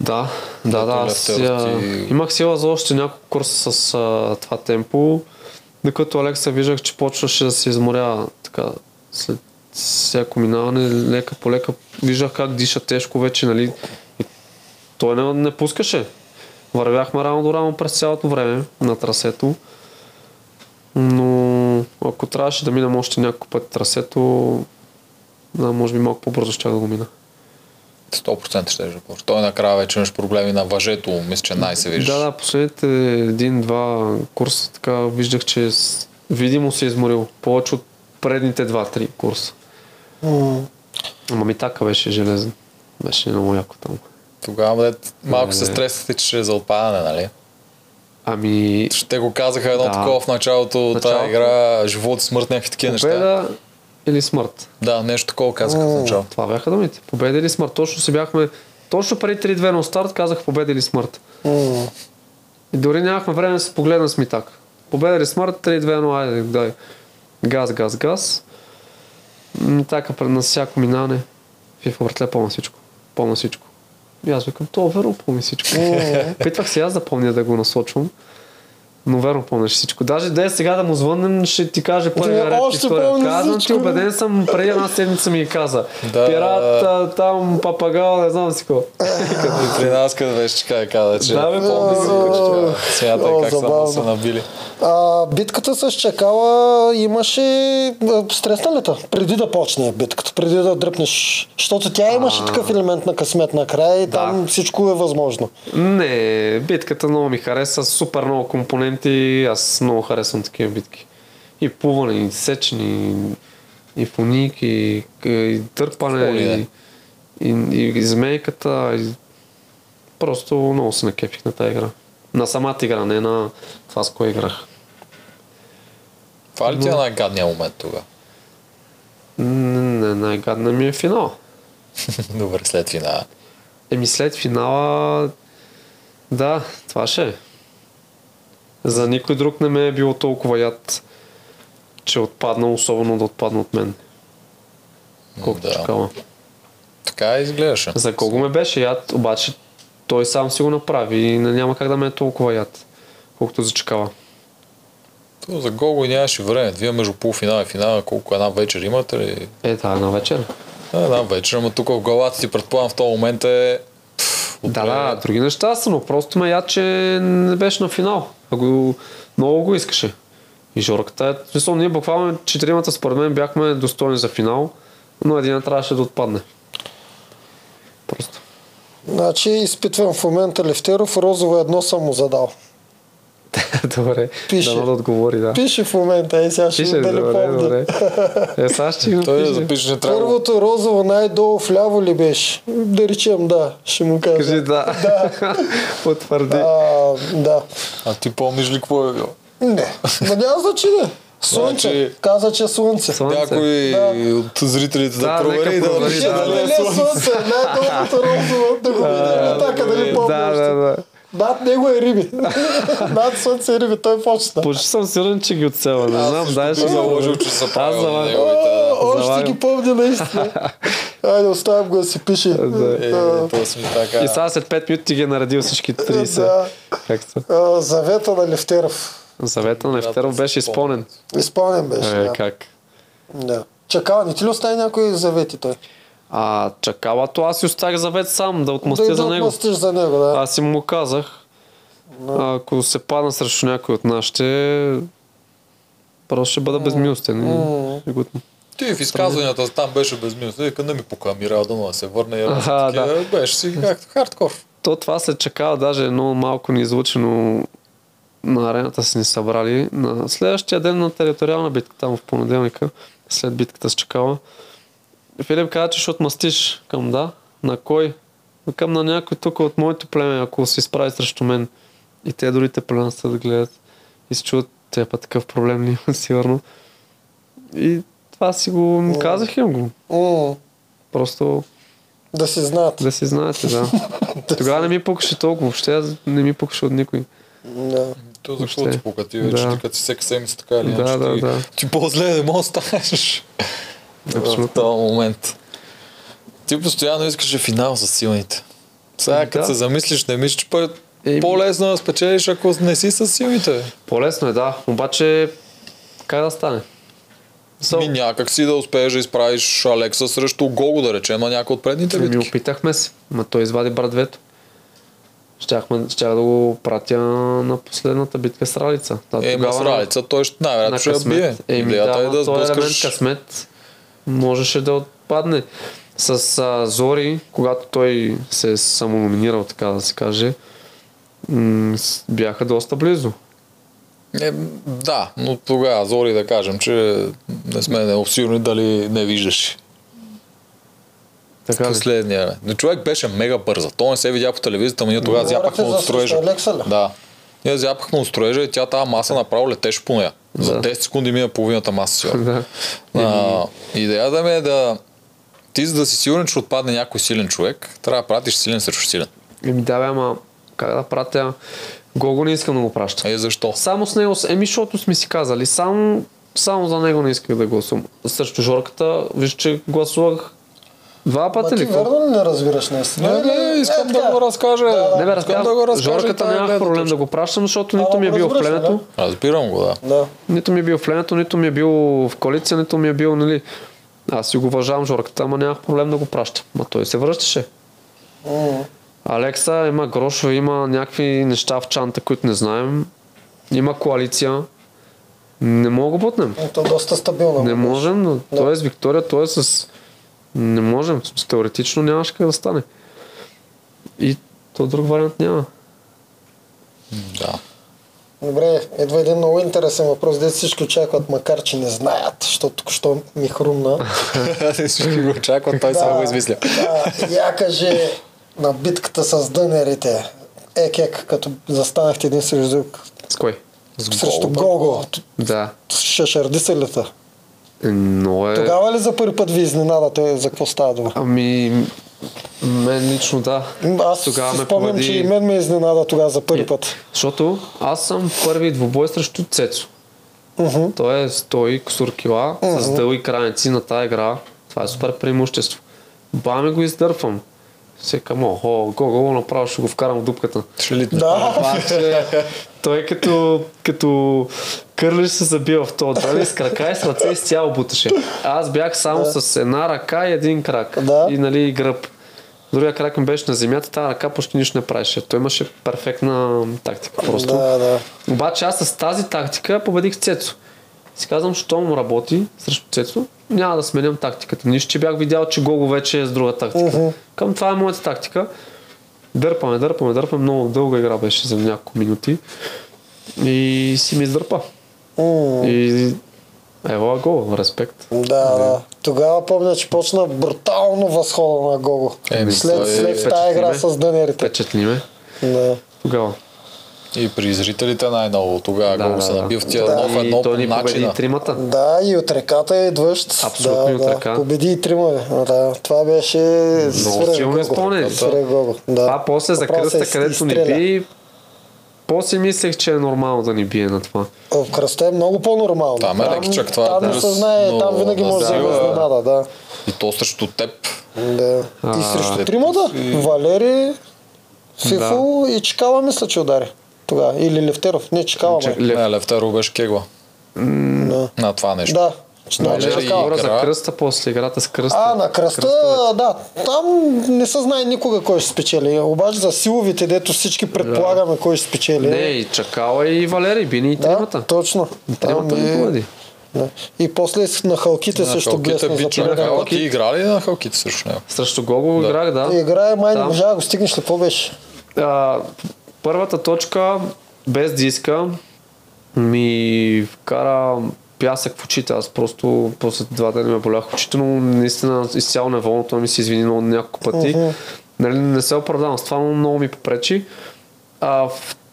Да, да, да. Ето, Аз Лефтеров я... ти- имах сила за още няколко курса с а, това темпо, докато Алекса виждах, че почваше да се изморява така след всяко минаване, лека по лека. Виждах как диша тежко вече, нали? И той не, не пускаше. Вървяхме рано до рано през цялото време на трасето. Но ако трябваше да минем още няколко пъти трасето, да, може би малко по-бързо ще да го мина. 100% ще е запор. Той накрая вече имаш проблеми на въжето, мисля, че най-се виждаш. Да, да, последните един-два курса така виждах, че с- видимо се е изморил повече от предните два-три курса. М, Ама ми така беше железен. Беше много яко там. Тогава дет, малко Не, се не. стресвате, че ще е за отпадане, нали? Ами, Ще те го казаха едно Да. такова в началото, Началото. тази игра, живот, смърт, някакви такива неща. победа или смърт? Да, нещо такова казаха в началото. Това бяха думите. Победа или смърт. Точно си бяхме, точно преди 3-2 на старт казах победа или смърт. м. И дори нямахме време да се погледна с Митак. Победа или смърт, 3-2-1, айде, дай. Газ, газ, газ. Митака пред нас всяко минане. Фифа, братле, помня всичко. Помня всичко. И аз викам, то верно помни всичко. [laughs] Питвах се аз да помня да го насочвам. Но верно помниш всичко. Даже да е сега да му звъннем, ще ти каже първия ред още история. помня Казвам ти, всичко. убеден съм, преди една седмица ми ги каза. Да. Пират, а, там, папагал, не знам си какво. И при нас къде беше, че как каза, че Да, бе, помни си. Да, смятай О, как само забавно. са набили. А, битката с Чакала имаше а, стресна лета, преди да почне битката, преди да дръпнеш. Защото тя имаше такъв елемент на късмет накрая и там всичко е възможно. Не, битката много ми хареса, супер много компоненти, аз много харесвам такива битки. И плуване, и сечени, и фуник, и, и Какво търпане, ли е? не? и, и, и, и змейката. И... Просто много се накепих на тази игра. На самата игра, не на това с кое играх. Това ли ти е най-гадният момент тогава? [laughs] Не, не, най-гадна ми е финал. Добре, след финала. Еми след финала, да, това ще е. За никой друг не ме е било толкова яд, че е отпадна, особено да отпадна от мен. Колкото Да. да. чакала. Така изглеждаше. За колко ме беше яд, обаче той сам си го направи и не- няма как да ме е толкова яд, колкото за чакала. То за Гого нямаше време. Вие между полуфинала и финала, колко една вечер имате ли? Е, да, една вечер. А, Една вечер, ама тук в главата си предполагам в този момент е... пф, Да, отбре. да, други неща са, но просто ме яд, че не беше на финал. А го, много го искаше. И Жорката е... в Смисъл, ние буквално четиримата според мен бяхме достойни за финал, но един трябваше да отпадне. Просто. [laughs] Значи изпитвам в момента Левтеров, розово едно съм му задал. добре. Пише. Дано да отговори, да. Пише в момента, е сега ще Пише, видим дали добре, помня. добре. Е, сега ще го Той да пише. запише, не трябва. да- Първото розово най-долу вляво ли беше? Да речем да, ще му кажа. Кажи да. [laughs] Потвърди. А, да. А ти помниш ли какво е било? Не, но няма значение. Слънце. Значи- Каза, че е слънце. Слънце. Някой от зрителите да, Да, провери нека и да провери, напише Ще да. дали дали е е слънце, най-доброто розово, да го видим натака, дали помня Да, да, още. да. Над него е риби. [laughs] Над слънце е риби, той почна. Почти съм сигурен, че ги отсела. Не знам, дай ще Бих го заложил, че са правилни залагам. неговите. О, Още Залагам. ги помня наистина. Айде, оставям го да си пише. Е, А, то сме така. И сега след 5 минути ти ги е наредил всички 30. Да. Как са? а, Завета на Левтеров. Завета на Лефтеров беше изпълнен. Изпълнен беше. Е, да. как? Да. Чакава, не ти ли остави някои завети той? А чакалато аз си оставих завет сам да Да и отмъстя да за него. отмъстиш за него, да. Аз си му казах, ако се падна срещу някой от нашите, просто ще бъда безмилостен. и ще го отм- Ти в изказванията там беше безмилостно. Вика, не ми покамира, дано да се върне. И Аха, разни такива. Беше си както хардкор. То това след чакала даже едно малко ни излучено на арената са ни събрали. На следващия ден на териториална битка, там в понеделника, след битката с чакала, Филип каза, че ще отмъстиш към да. На кой? Към на някой тук от моето племе, ако се изправи срещу мен. И те дори те племена са да гледат. И се чуват, тя па такъв проблем [laughs] ли има, сигурно. И това си го казах им го. М, Просто Да си знаят. да си знаете, [laughs] да. Тогава не ми пукаше толкова, въобще аз не ми пукаше от никой. Да. То за какво Въобще. ти пука? Ти вече Да. ти като си всеки седмица така или Да, иначе, да, ти, да. ти по-зле не можеш да станеш. Абсолютно. В този момент. Ти постоянно искаше финал с силните. Сега, като Ами Да. се замислиш, не мислиш, че па- Еми. по-лесно е да спечелиш, ако не си с силните. По-лесно е, да. Обаче, как да стане? So, Ми някак си да успееш да изправиш Алекса срещу Гого, да речем, на някой от предните ми битки. опитахме се, ма той извади брадвето. Щяхме, щях да го пратя на последната битка с Ралица. Та, Е, ма с Ралица, той ще най-вероятно ще я Значи бие. Значи Еми, Идеята да, е да да този елемент сблъскаш късмет можеше да отпадне. С а, Зори, когато той се е самономинирал, така да се каже, м- с- бяха доста близо. Е, да, но тогава, Зори, да кажем, че не сме не сигурни дали не виждаш. Така ли? Последния. Не. Но човек беше мега бърза. Той не се видя по телевизията, но ние тогава Говорите зяпахме за от строежа. сестра Алекса ли? Да. Ние зяпахме от строежа и тя тази маса направо летеше по нея. За Да. 10 секунди мина половината маса си. [laughs] [laughs] да. А, идеята ми е да ти за да си сигурен, че отпадне някой силен човек, трябва да пратиш силен срещу силен. Еми да, бе, ама как да пратя? Гого не искам да го праща. Е, защо? Само с него, с- еми защото сме си казали, само, само за него не исках да гласувам. Срещу Жорката, виж, че гласувах Два Ма пъти ти ли? какво? верно ли не разбираш наистина? Не, не, Или- искам е, да така. го разкажа. Не бе, искам разказвам. да го разкажа. и Жорката тая няма гледна проблем точка. да го пращам, защото Ама нито ми е бил в разбираш ли, племето. Разбирам го, да. Да. Нито ми е бил в пленето, нито ми е бил в коалиция, нито ми е бил, нали... Аз си го уважавам жорката, ама нямах проблем да го пращам. Ма той се връщаше. М. Алекса има грошове, има някакви неща в чанта, които не знаем. Има коалиция. Не мога да го бутнем. Е, То е доста стабилно. Не можем, но Да. той е с Виктория, той е с... Не можем, с- теоретично нямаше как да стане. И то друг вариант няма. Да. Добре, идва един много интересен въпрос, де всички очакват, макар че не знаят, защото току-що [laughs] ми хрумна. [laughs] Всички го очакват, той само го измисля. Да, я кажи на битката с дънерите. Ек, ек, като застанахте един срещу друг. С кой? Срещу Гого. Т- Да. Шешардиселите. Но е... Тогава ли за първи път ви изненада той за какво става дума? Ами, мен лично да. Аз Тогава си ме спомням, победи- Е, че и мен ме изненада тогава за първи път. Защото аз съм в първи двубой срещу Цецо. Мгм. Той е 100 и кусур кила с дълги крайници на тази игра. Това е супер преимущество. Баме го издърпвам. Секам, охо, го, го, го направо ще го вкарам в дупката. Ще литне. Да, Обаче, той като, като кърлиш се забива в този дръни с крака и с ръце изцяло буташе. Аз бях само с една ръка и един крак. Да. И нали и гръб. Другия крак ми беше на земята, тази ръка почти нищо не правеше. Той имаше перфектна тактика просто. да, да. Обаче аз с тази тактика победих Цецо. Си казвам, що му работи срещу Цецо, няма да сменям тактиката. Нищо, че бях видял, че Гого вече е с друга тактика. Към това е моята тактика. Дърпаме, дърпаме, дърпаме. Много дълга игра беше за няколко минути. И си ми издърпа. М. И ева Гого, респект. Да, да. Тогава помня, че почна брутално възхода на Гого. Еми, след, той е- след тази игра с дънерите. Впечатли ме Да. тогава. И при зрителите най-ново. Тогава Да, да, да, се да. набил в тия нов и едно той по ни победи начина. и тримата. Да, и от реката е идващ. Абсолютно да, и от да. река. Победи и трима. бе. Да, това беше свирен силно гол. изпълнение. Свирен гол, Да. Това после за Въпросът е кръста, с- където ни изстреля. би, после мислех, че е нормално да ни бие на това. О, В кръста е много по-нормално. Там е лекичък, това е Там не плюс, се знае, но там винаги може да има назива- изненада, да. И то срещу теб. да. И срещу ще- тримата, и- Валери, Фифо и Чикала мисля, че удари. Тогава. Или Левтеров. Не, Чикала, май. Лев. Не, Левтеро беше кегла. Да. На това нещо. Да. че на Валери- Даже Чикала. говоря за игра. кръста, после играта с кръста. А, на кръста, да, там не се знае никога кой ще спечели. Обаче за силовите, дето всички предполагаме кой ще спечели. Не, и Чакала и Валери, бини и да, тримата. точно. Тримата Там ни е- победи. Да. И после с- на халките На също халките блесна за бича. победа. Халки. Ти игра ли на халките срещу него? Срещу Гого играх, да. Е, Играе, май не Там. можа да го стигнеш ли, какво беше? А, първата точка, без диска, ми вкара пясък в очите. Аз просто после два дни ме болях очите, но наистина изцяло неволно. Той ми се извини много няколко пъти. Мгм. Нали, не се оправдавам с това, но много ми попречи. А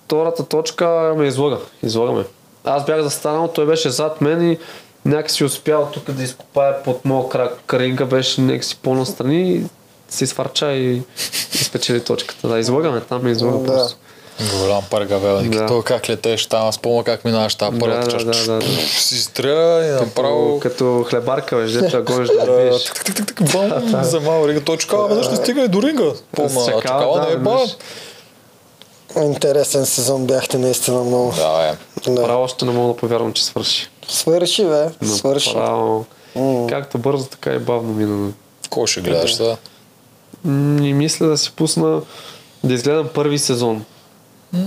втората точка ме излага. Излага ме. Аз бях застанал, той беше зад мен и някакси успял тук да изкопае под моя крак. Каринга беше някакси по-настрани и се сварча и, и спечели точката. Да, излагаме, там ме излага Да. просто. Голям паргавелник. Да. Да. То как летеш там, спомня как минаваш тази първата да, част. да, да, да. Пш, Си стря и направо Като хлебарка, виж, [laughs] дето я гониш да а, биеш. [laughs] тик-тик-тик-тик, бам, за малко рига. Той чакава, веднъж не стига и до ринга. Пълна Чакала, чакала, да, не е ба. веднъж. Интересен сезон бяхте наистина много. Да, е. Да. Право още не мога да повярвам, че свърши. Свърши, бе. Свърши. Право. Както бързо, така и бавно мина. Кой ще гледаш, да? Не мисля да си пусна да изгледам първи сезон.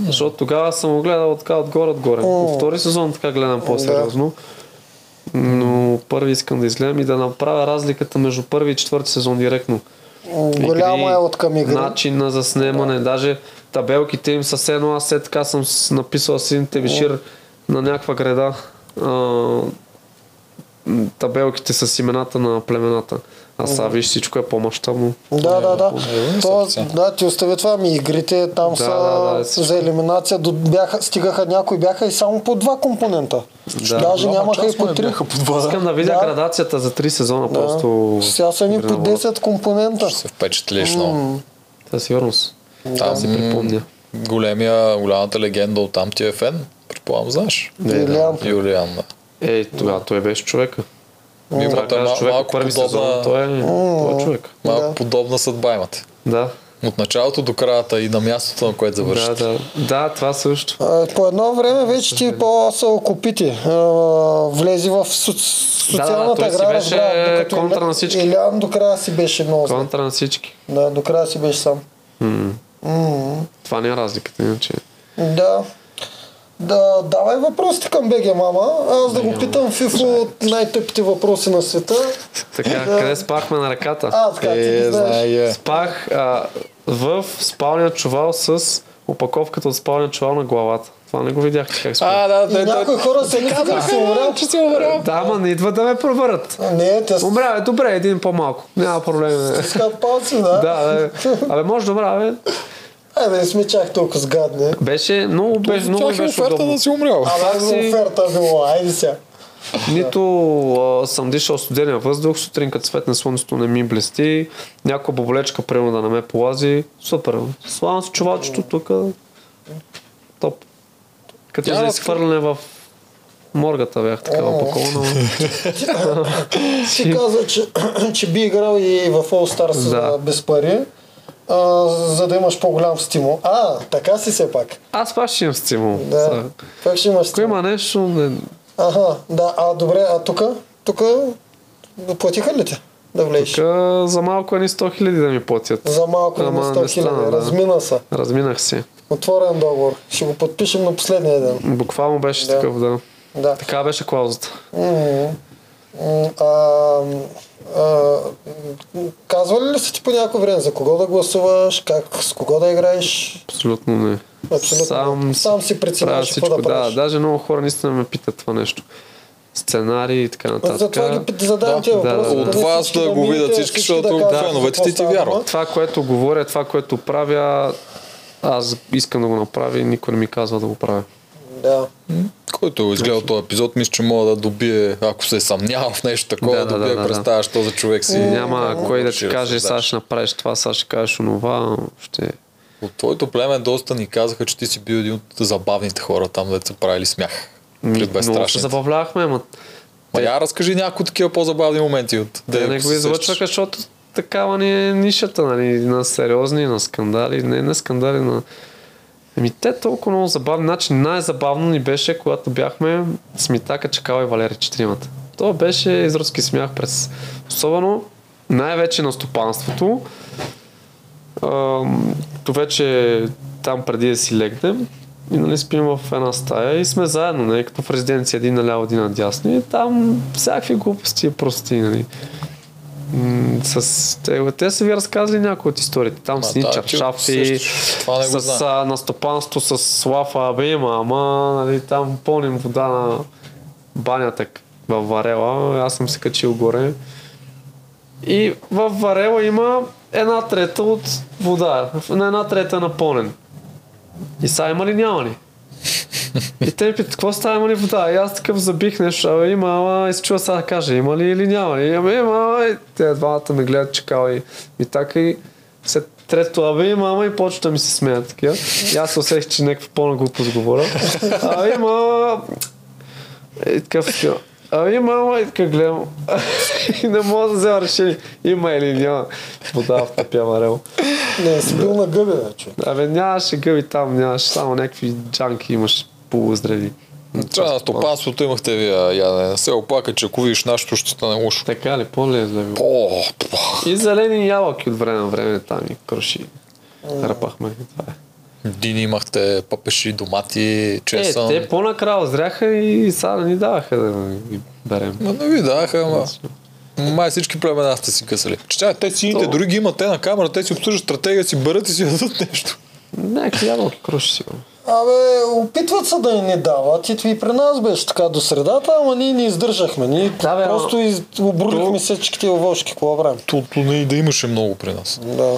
Защото тогава съм го гледал така отгоре отгоре. М. Втори сезон така гледам по-сериозно. Но първи искам да изгледам и да направя разликата между първи и четвърти сезон директно. Голяма игри, е от към игри. Начина за снемане, даже табелките им са едно, аз все така съм с- написал сините вишир на някаква града. А, м, табелките с имената на племената. А сега виж всичко е по-мащабно. Да, да, да. е, То, сърце. да, ти остави това ми игрите, там Да, са да, да, всичко. за елиминация, до, бяха, стигаха някои, бяха и само по два компонента. Да. Даже Голяма нямаха и част по май три. бяха по два, да. Искам да видя Да. градацията за три сезона Да. просто. Сега са ни по Игра на 10 компонента. Ще се впечатлиш много. Със сигурност. Там Си припомня. големия, голямата легенда от там ти е фен. Предполагам, знаеш. Юлиан. Юлиан, да. Е, тогава той беше човека. Ми Това имате каза мал- човек малко първи сезон, подобна, той е, той е човек. малко Да. подобна съдба имате. Да. От началото до краята и на мястото, на което Да, завършите. да. да, това също. А, По едно време вече ти по-са окупити. А, Влезе в соци- социалната той си игра. беше разбра, докато контра Иля- на всички. Илян до края си беше много. зле. Контра на всички. Да, до края си беше сам. М, М. Това не е разликата, иначе. Да. Да, давай въпросите към БГ Мама. Аз да го питам Фифо от най-тъпите въпроси на света. Така, Да. къде спахме на ръката? А, така ти Е, ги знае, знаеш. е. Спах а, в спалния чувал с опаковката от спалния чувал на главата. Това не го видяхте как спах. А, да, И да, някои да. хора се мислят, че си умрял. Че си е умрял. Да, ама не идва да ме провърят. Не, те са Умря, бе, добре, един по-малко. Няма проблем. бе. стискат палци, да? Да, бе. Абе, може добре, бе. Айде, не сме чак толкова сгадни. Беше много, беше, много ми Чакай беше оферта удобно. да си умрял. Ама си- си... оферта е била, айде сега. Нито а, съм дишал студения въздух, сутрин като светне слънцето не ми блести, някаква боболечка примерно да не ме полази. Супер. Славам се чувачето тук. е Топ. Като за Ясно. изхвърляне в моргата бях такава пакована. Ти каза, че, [clears throat] че би играл и в All Stars Да. да. без пари, а, за да имаш по-голям стимул. А, така си все пак. [laughs] Аз пак ще имам стимул. Да. Сега, Пак ще имаш Ако стимул. има нещо, не... Аха, да, а добре, а тук? Тук платиха ли те да влезеш? тук за малко едни 100 хиляди да ми платят. За малко на Ама 100 не стана, хиляди. да. Размина се. Разминах се. Отворен договор. Ще го подпишем на последния ден. Буквално беше Да. такъв, да. Да. Така беше клаузата. М, м, А, а, м, казвали ли си ти по някое време за кого да гласуваш, как, с кого да играеш? Абсолютно не. Абсолютно. Сам Сам, сам си правя преценяваш какво всичко. да Да, правиш. даже много хора наистина ме питат това нещо. Сценарии и така нататък. Затова ги пи- задавам Да, тия да, въпроси. да. да От не вас да го минете, видят всички, защото е кажат феновете какво ти ти става вярват. дума. Това, което говоря, това, което правя, аз искам да го направя и никой не ми казва да го правя. Да. Който е изгледал този епизод, мисля, че мога да добие, ако се съмнява в нещо такова, Да, да, да, да добие да, да, да. представа, що за човек си. И няма кой да ще ти каже, разсъждаш. сега ще направиш това, сега ще кажеш онова. Ще... От твоето племе доста ни казаха, че ти си бил един от забавните хора там, дето са правили смях. При Ми, Много се безстрашните. забавлявахме, ама Ма я разкажи някои такива по-забавни моменти от те ако не го се излъчваха, сещаш. защото такава ни е нишата, нали, на сериозни, на скандали, не на скандали, на... Ами те толкова много забавни. Значи най-забавно ни беше, когато бяхме с Митака, Чакала и Валери четиримата. То беше изродски смях през... Особено най-вече на стопанството. Ам, Като вече там преди да си легнем и нали спим в една стая и сме заедно, нали, като в резиденция един наляво, един надясно и там всякакви глупости и прости, нали. М, С... Те, те са ви разказали някои от историите. Там Ма, с ни да, ти чаршафи, усещаш. Това не го с, знам. а, на стопанство с Слава Абе, мама, нали, там пълним вода на банята к- във Варела. Аз съм се качил горе. И във Варела има една трета от вода. На една трета е напълнен. И сега има ли, няма ли? И те ми питат, какво става, има ли вода? И аз такъв забих нещо, абе има, ама и се чува сега да кажа, има ли или няма ли? Ами има, ама и те двамата ме гледат, чекал и, и така и след трето, абе има, ама и почва да ми се смеят такива. И аз се усетих, че някаква пълна глупост говоря. Абе има, ама, и такъв, ами има, ама и така гледам. [laughs] и не мога да взема решение, има или няма. Вода в тъпя марел. Не, си бил на гъби, бе, човек. Абе нямаше гъби там, нямаше само някакви джанки имаш полуздрави. Трябва на стопанството имахте вие, я не се оплака, че ако видиш нашето, ще стане лошо. Така ли, по-ли е да било? О, пф, И зелени ябълки от време на време там и круши. Ръпахме. Това е. дини имахте, папеши, домати, Е, чесън. те по-накрая зряха и сега не ни даваха да ги берем. Ма не ви даха, ама. Май всички племена сте си късали. Че тя, те сините, То. дори ги имат те на камера, те си обсъждат стратегия, си берат и си дадат нещо. Някакви ябълки круши сигурно. Абе, опитват се да и не дават. И това и при нас беше така до средата, ама ние не издържахме. Ние Да, бе, просто ама- из... обрулихме всички тия вошки, какво правим. Тото не и да имаше много при нас. Да.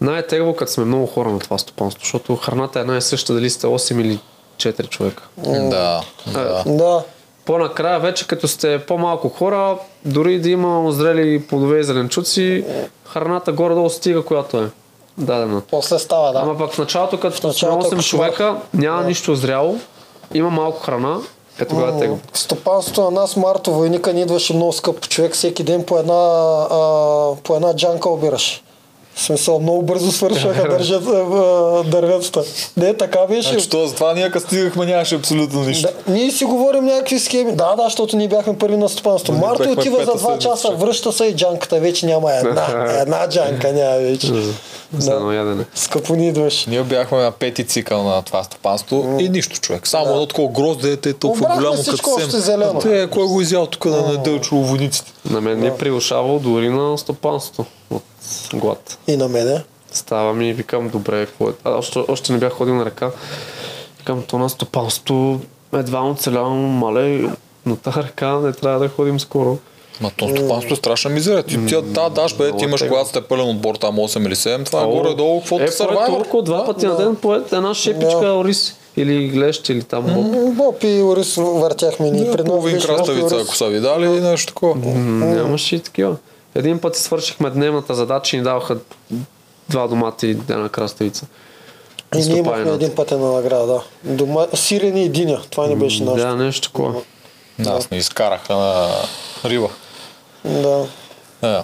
Най-тегло, като сме много хора на това стопанство, защото храната е една и съща, дали сте 8 или 4 човека. Да, да. Да. По-накрая, вече като сте по-малко хора, дори да има озрели плодове и зеленчуци, храната горе-долу стига, която е дадена. После става, да. Ама пък в началото, като началото, сме 8 ако човека, няма нищо зряло, има малко храна Е, тогава те М, го. В стопанството на нас Марто войника ни идваше много скъп човек. Всеки ден по една, а, по една джанка обираш. В смисъл, много бързо Е, свършваха държат, а, дърветата. Не, така беше. Значи, то, затова ние като стигахме нямаше абсолютно нищо. Да, ние си говорим някакви схеми. Да, да, защото ние бяхме първи на стопанство. Ние Марто бяхме отива за пета 2 часа, седмица. Е. връща се и джанката вече няма една. [laughs] Една джанка няма вече. За едно ядене. Скъпо ни идваш. Ние бяхме на пети цикъл на това стопанство и нищо човек. Само едно такова гроздете е толкова Обратно голямо всичко като още сем. зелено. А Те, е кой го изял тук да не дълчо войниците? На мен ми е прилушавал дори на стопанството от глад. И на мене. Ставам и викам, добре, какво е? А, още, още не бях ходил на ръка. Викам, то на стопанството едва му оцелявам, мале, на тази ръка не трябва да ходим скоро. Ма то стопанство е страшна мизерия. Ти, тя, та даш, бе, ти много имаш, тега. когато сте пълен отбор там 8 или 7, това е Ау. горе-долу, каквото е, е, Е, сървайвър. толкова два пъти на ден поет една шепичка ориз или глещ или там боб. М, Боб и Орис въртяхме ни. При нас Половин беше Боб и краставица, Орис. ако са ви дали, нещо такова. М, Нямаше и такива. Един път си свършихме дневната задача и ни даваха два домати и една краставица. И ние имахме Стопанената. един пътен на награда, да. Дома... Сирени и диня, това не беше нашето. Да, нещо такова. Нас не изкараха на риба. Да. А,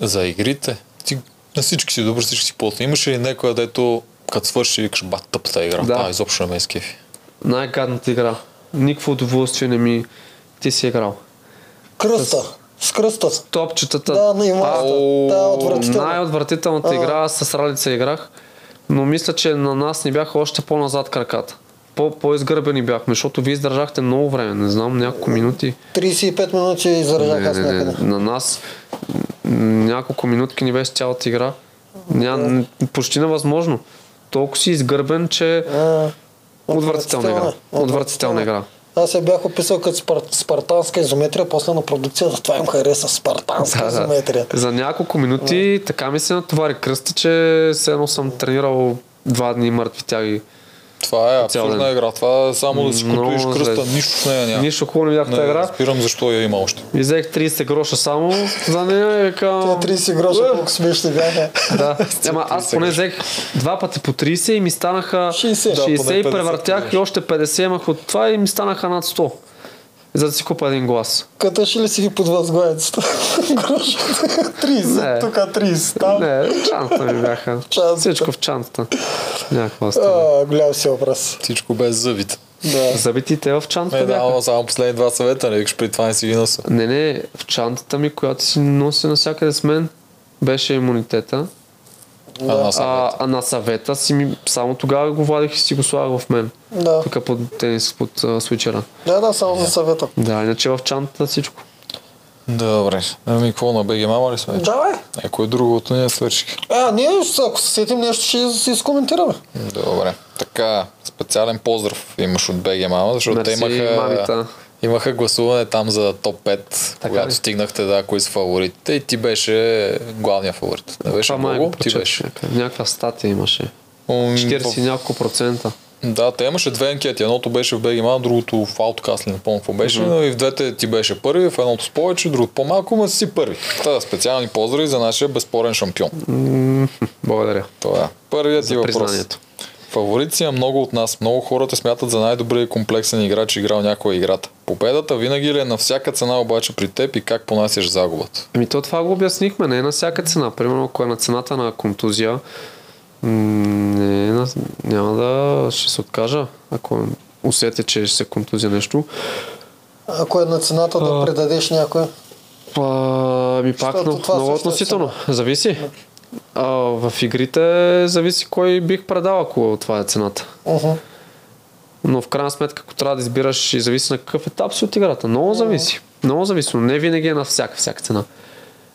за игрите, ти на всички си добър, всички си плотни. Имаше ли някоя, дето като свърши, викаш, ба, тъпта игра, Да. да. изобщо не ме изкефи. Най-гадната игра. Никакво удоволствие не ми. Ти си играл. Кръста. С кръста. Топчетата. Да, на е иманата. Ау, Да, отвратително. Най-отвратителната игра с ралица играх. Но мисля, че на нас ни бяха още по-назад краката. По- по-изгърбени бяхме, защото вие издържахте много време, не знам, няколко минути. 35 минути зарежах Не, аз не, не, някъде. не. На нас м, няколко минутки ни беше цялата игра. Ня, н- почти невъзможно. Толкова си изгърбен, че А, е. отвратителна игра. Отвратителна игра. Аз се бях описал като спар... спартанска изометрия, после на продукцията. Това им хареса. Спартанска Да, да. изометрия. За няколко минути така ми се натовари кръста, че все едно съм тренирал два дни мъртви тяги. Това е Цял абсурдна ден. игра. Това е само да си Много купиш кръста, зле. нищо с нея няма. Нищо хубаво не бях не, тази игра. разбирам защо я има още. И взех 30 гроша само за нея и викам... 30 Е, е. гроша, колко смешни бяха. [laughs] [laughs] Да. Ама аз поне взех два пъти по 30 и ми станаха 60. 60, Да, поне и 50 превъртях и още 50 имах от това и ми станаха над 100. За да си купа един глас. Каташ ли си ги под възглавицата? [laughs] Гроша. 30. Не. Тук 30. Там. Не, чантата ми бяха. Чантата. Всичко в чантата. Някаква става. А, голям си образ. Всичко без зъбите. Да. Забитите в Не, чантата Е, да, бяха. ама само последни два съвета, не викаш при това не си ги носа. Не, не, в чантата ми, която си носи навсякъде с мен, беше имунитета. А, на А, съвета. а на съвета си ми, само тогава го вадих и си го слагах в мен. Да. Тук под тенис, под а, свичера. Да, да, само за съвета. Да, иначе в чантата всичко. Добре. Ами, какво на БГ мама ли сме? Давай. Е, кое другото не свърших. А, ние, с- ако се сетим нещо, ще си изкоментираме. Добре. Така, специален поздрав имаш от БГ мама, защото те Мерси, имаха... мамита. Имаха гласуване там за топ 5, когато ли? стигнахте да, кои са фаворитите и ти беше главният фаворит. Не беше май много, е го ти прочетох беше. Ами, някъде. Някаква статия имаше. М, 40 в- и няколко процента. Да, те имаше две анкети. Едното беше в Бегиман, другото в Outcast, не помня какво беше, но и в двете ти беше първи, в едното с повече, другото по-малко, но си първи. Та, специални поздрави за нашия безспорен шампион. Благодаря. Това е първият ти За въпрос. признанието. Фаворит си на много от нас. Много хората смятат за най-добрия и комплексен играч, играл някоя играта. Победата винаги ли е на всяка цена обаче при теб и как понасяш загубата? Ами то това го обяснихме, не е на всяка цена. Примерно, ако е на цената на контузия, м, не, е на- няма да ще се откажа, ако усетя, че ще се контузия нещо. Ако е на цената да А. предадеш някой. А, ми пак, Защото но, това много също е относително. Зависи. А, в игрите зависи кой бих предал, ако това е цената. Мгм. Но в крайна сметка, ако трябва да избираш и зависи на какъв етап си от играта. Много зависи. Много зависи, но не винаги е на всяка, всяка цена.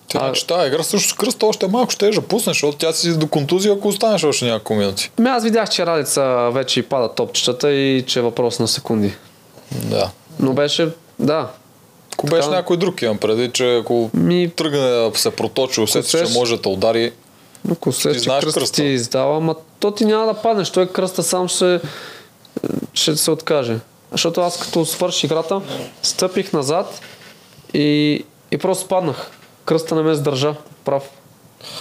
Ти, А- а... че тази игра също с кръста още малко ще я пуснеш, защото тя си до контузия, ако останеш още няколко минути. Ами аз видях, че Радица вече и пада топчетата и че е въпрос на секунди. Да. Но беше, да, Ако беше Така- някой друг, имам преди, че ако Ми- тръгне да се проточи, усети, че Усещ- може да те удари. ако се Ти че знаеш кръста кръста. ти издава, ама то ти няма да паднеш, той кръста сам ще, се- ще се откаже. Защото аз като свърши играта, стъпих назад и, и просто паднах. Кръста не ме задържа, прав.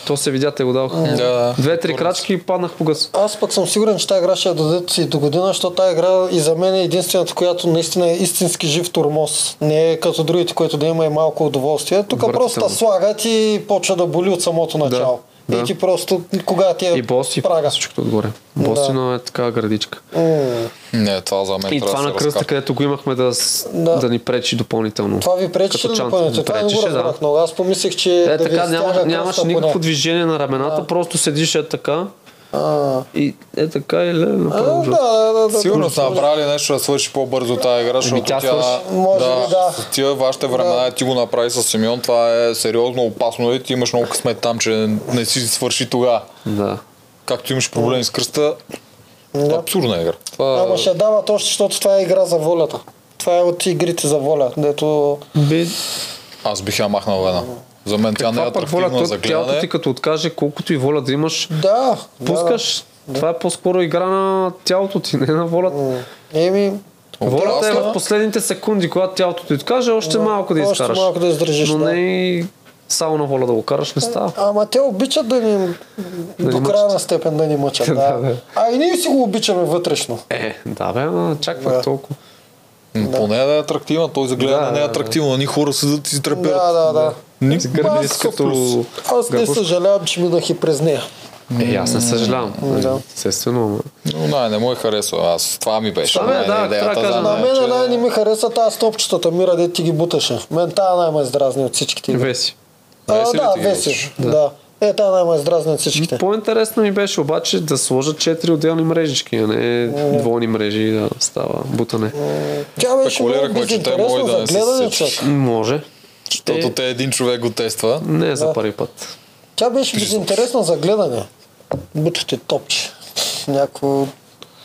То се видя, те го дадоха. Да. Две-три крачки и паднах по гъс. Аз пък съм сигурен, че тази игра ще я дадат и до година, защото тази игра и за мен е единствената, която наистина е истински жив турмоз. Не е като другите, което да има и малко удоволствие. Тук Отвратително. просто те слагат и почва да боли от самото начало. да. И ти просто, кога ти е И боси, прага. всичкото отгоре. Боси, Да. но е така градичка. М, Не, това за мен И трябва това да на се кръста, разкара. където го имахме да, с- Да. да ни пречи допълнително. това ви пречи Като ли чанта допълнително? ми Това е не го пречеше, да. разбрах много. Аз помислих, че Е, да ви така, стяга нямаш, кръста нямаш поне. никакво движение на рамената, просто седиш е така А, и е така и ле, а, направо да, ужасно. да, да, да. Сигурно са направили нещо да свърши по-бързо тази игра, защото тя тя, свърши. Ами Може да, би да. с тия вашите времена и ти го направи с Симеон, това е сериозно опасно и ти имаш много късмет там, че не си свърши тогава. да. Както имаш проблеми с кръста, абсурдна игра. Това... Ама ще дават още, защото това е игра за волята. Това е от игрите за воля, дето Би, Аз бих я махнал една. За мен тя не е това пък воля, атрактивна за то, тялото ти гледане. като откаже, колкото и воля да имаш, Да. пускаш. Това е по-скоро игра на тялото ти, [laughs] не на волята. Да. Еми, Волята е Опасна. в последните секунди, когато тялото ти откаже, още малко да още изкараш. малко да издържиш, Но да. не и само на воля да го караш, не става. ама те обичат да ни ни до мъчат. края на степен да ни мъчат. Да, да. да. А и ние си го обичаме вътрешно. Е, да бе, ама чак пак Да. толкова. М, Поне да е атрактивна, той за гледане Да, не да, е да. атрактивна. Ни хора седат и се треперят. Да, да, да. Ни... Ти гърди Аз, като... аз не гърбушка. съжалявам, че минах и през нея. Е, аз не съжалявам. Да. Естествено, ама. Но не, не му е харесва. Аз това ми беше. Това ми е, На мен да, идеята трябва да кажа, за на На нея, мен че- най-не ми хареса тази стопчетата мира, де ти ги буташе. Мен тая най-ме издразни от всичките. игри. Веси. А, Веси ли да, ти ги веси. буташе? Да. Е, тая най-ме издразни от всичките. По-интересно ми беше обаче да сложа четири отделни мрежички, а не двойни мрежи и да става бутане. Тя беше много Спекулирахме, че те безинтересна може да за не се гледане, сечеш. човек. Може. Защото те един човек го тества. Не е Да. за първи път. Тя беше безинтересна за гледане. Бутате топче. Някакво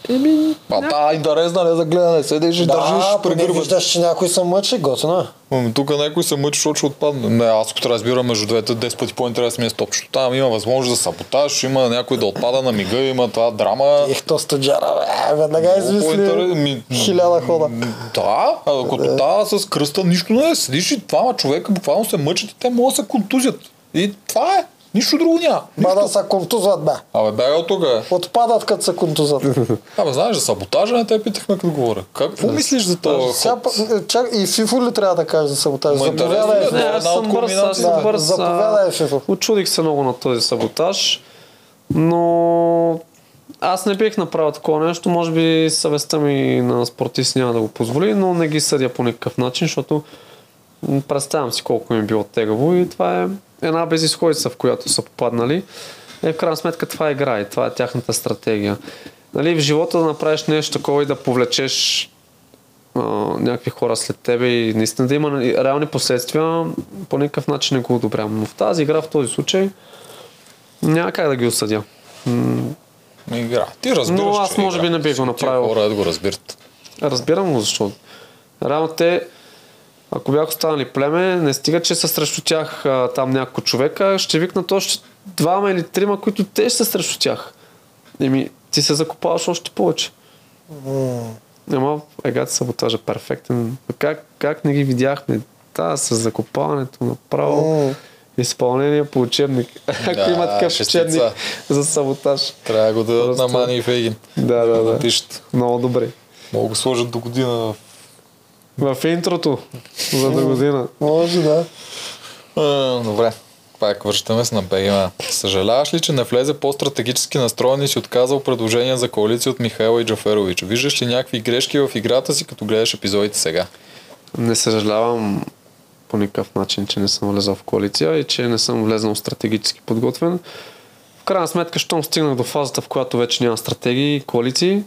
Еми, А та интересна не за гледане. Седеш и държиш ами, да, поне прегърбата. виждаш, че някой се мъчи, готина. Тук някой се мъчи, защото ще отпадне. Не, аз като разбирам между двете, 10 пъти по-интересно ми е стопчето. Там има възможност да саботаж, има някой да отпада на мига, има това драма. Ех, то студжара, бе, веднага Много по-интерес- измисли ми- хиляда хода. Да, а като тази с кръста нищо не е. Седиш и двама човека буквално се мъчат и те могат да се контузят. И това е. Нищо друго няма. Ба да се контузват, бе. Абе, бягай от тук. е. Отпадат, като се [laughs] контузват. Абе, знаеш, за саботажа не те питахме като говоря. Какво мислиш за това? Сега, пък, е, чак, и Фифо ли трябва да каже за саботаж? Ма, интересно Заповядай, е, Фифо. не, да. аз съм бърз, аз Да, съм бърз. а, заповядай, Фифо. Очудих се много на този саботаж, но аз не бих направил такова нещо. Може би съвестта ми на спортист няма да го позволи, но не ги съдя по никакъв начин, защото м, представям си колко им е било тегаво и това е една безисходица, в която са попаднали. Е, в крайна сметка това е игра и това е тяхната стратегия. Нали, в живота да направиш нещо такова и да повлечеш а, някакви хора след тебе и наистина да има и реални последствия, по никакъв начин не го одобрявам. Но в тази игра, в този случай, няма как да ги осъдя. Игра. Ти разбираш, Но аз че е може игра. би не бих го Тия направил. хора да го разбират. Разбирам го защо. Реално те, ако бяха останали племе, не стига, че са срещу тях а, там няколко човека, ще викнат още двама или трима, които те ще са срещу тях. Еми, ти се закопаваш още повече. Ама, ега ти саботажа перфектен. Как, как не ги видяхме? Та, с закопаването направо. Изпълнение по учебник. [laughs] Ако има такъв шестица. учебник за саботаж. Трябва да го дадат на Просто- Мани и Фейгин. Да, да, да. Напишат. Много добре. Мога го сложат до година в В интрото за до година. Може, да. А, добре. Пак връщаме се на БГМ. Съжаляваш ли, че не влезе по-стратегически настроен и си отказал предложение за коалиция от Михайла и Джаферович? Виждаш ли някакви грешки в играта си, като гледаш епизодите сега? Не съжалявам по никакъв начин, че не съм влезал в коалиция и че не съм влезнал стратегически подготвен. В крайна сметка, щом стигнах до фазата, в която вече няма стратегии и коалиции,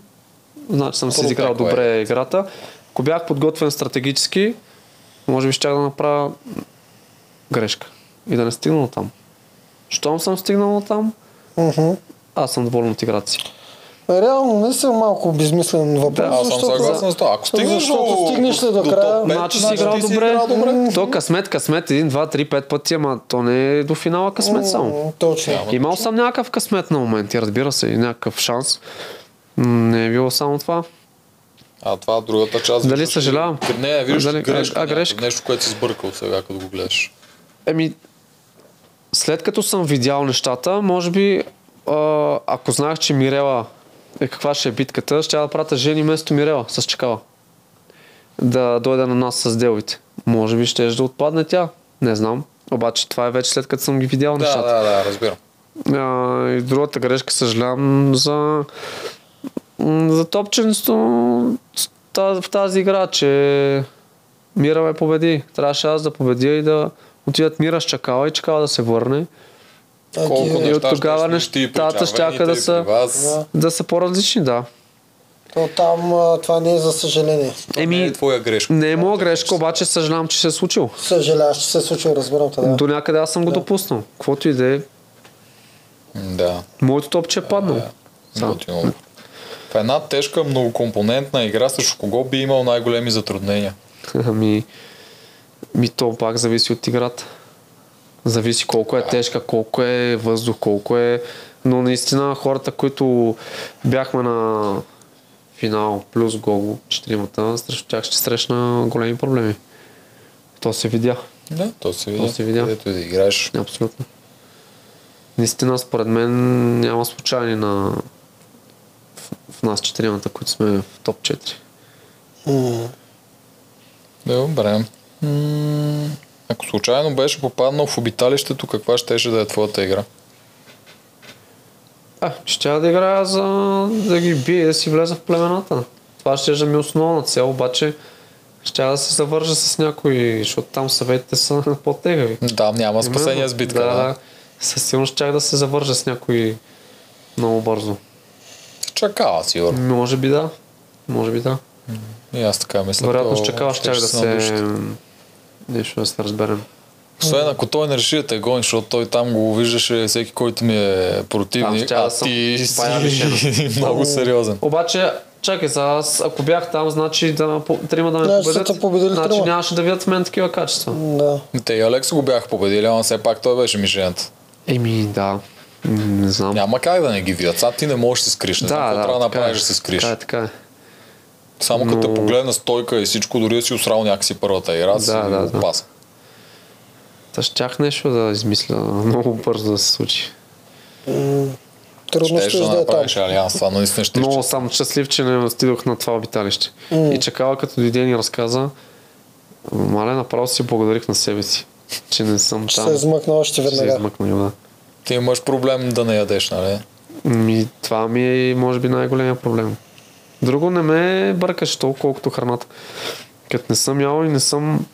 значи съм си Първо изиграл такова е. добре играта. Ако бях подготвен стратегически, може би щях да направя грешка и да не стигна там. Щом съм стигнал там, Мгм. аз съм доволен от играта си. Реално не съм малко безмислен въпрос. Да, Аз съм защото- съгласен с това. Ако стигнеш защото до, стигнеш ли до топ края, пет, Значи си играл ти добре. играл добре. То късмет, късмет, един, два, три, пет пъти, ама то не е до финала късмет само. М, Точно. Имал съм някакъв късмет на моменти, разбира се, и някакъв шанс. М, Не е било само това. А това е другата част. Дали виждаш ли- съжалявам? Не, виждаш Дали- ли грешка. а, някаква, грешка? Нещо, което си сбъркал сега, като го гледаш. Еми, след като съм видял нещата, може би, а, ако знаех, че Мирела е каква ще е битката, ще да пратя Жени вместо Мирела с чекала. Да дойде на нас с делите. Може би ще да отпадне тя. Не знам. Обаче това е вече след като съм ги видял Да, нещата. да, да, разбирам. А, и другата грешка съжалявам за, м, за топченството с та- в тази игра, че Мира ме победи. Трябваше аз да победя и да отидат Мира с чакала и чакала да се върне. А Колко ти- И от неща тогава щеш да си ти при нещата щяха да червените и са- при вас. Да са по-различни, да. То там а, това не е за съжаление. Не е Еми, твоя грешка. не е моя грешка, обаче съжалявам, че се е случило. Съжаляваш, че се е случило, разбирам те. Да. До някъде аз съм го допуснал. Каквото и да е, Да. моето топче е паднало. Да. Готино. В една тежка многокомпонентна игра, срещу кого би имал най-големи затруднения? [laughs] Ами, ми то пак зависи от играта. Зависи колко е тежка, колко е въздух, колко е... Но наистина хората, които бяхме на финал плюс Гого, четиримата, срещу тях ще срещна големи проблеми. То се видя. Да, то се видя. То се видя. Където и да играеш. Абсолютно. Наистина, според мен няма случайни на в, в нас четиримата, които сме в топ 4. М. Добре. М, Ако случайно беше попаднал в обиталището, каква щеше да е твоята игра? А, ще тя да играя за да ги бие и да си влеза в племената. Това ще е ми основна цел, обаче ще да се завържа с някой, защото там съветите са [laughs] по-тегави. Да, няма спасение Именно. с битка. Да, Да. да. Със сигурност щях да се завържа с някой много бързо. Чакала, сигурно. Може би да. Може би да. И аз така мисля. Вероятно то с чакала щях да щеше надушите. се... Нещо да се разберем. Освен ако той не реши да те гони, защото той там го виждаше всеки, който ми е Там противник, щях а да съм ти бая си лишен. [laughs] много сериозен. Обаче, чакай сега, аз ако бях там, значи да, ме по- трима да ме Значи са победят, те победили значи трима. нямаше да видят в мен такива качества. Да. Те и Алекс го бяха победили, ама все пак той беше мишенята. Еми, да. М, Не знам. Няма как да не ги видят. Сега ти не можеш да се скриш. Не да, знам какво трябва да така е. направиш да се скриш. Така е, така е. Само като те но- погледна стойка и всичко, дори да си усрал някакси първата игра, да, си да, да, да. опасен. Та щях нещо да измисля много бързо да се случи. Трудно Да. ще, Щеш да да е там. направиш алианс, това наистина ще Много съм щастлив, че не отидох на това обиталище. И чакала като дойде и ни разказа, мале, направо си благодарих на себе си, че не съм Ще там. се измъкна още Че се веднага. измъкна, да. Ти имаш проблем да не ядеш, нали? Ми, това ми е, може би, най-големия проблем. Друго не ме бъркаш толкова, колкото храната. Като не съм ял и не съм...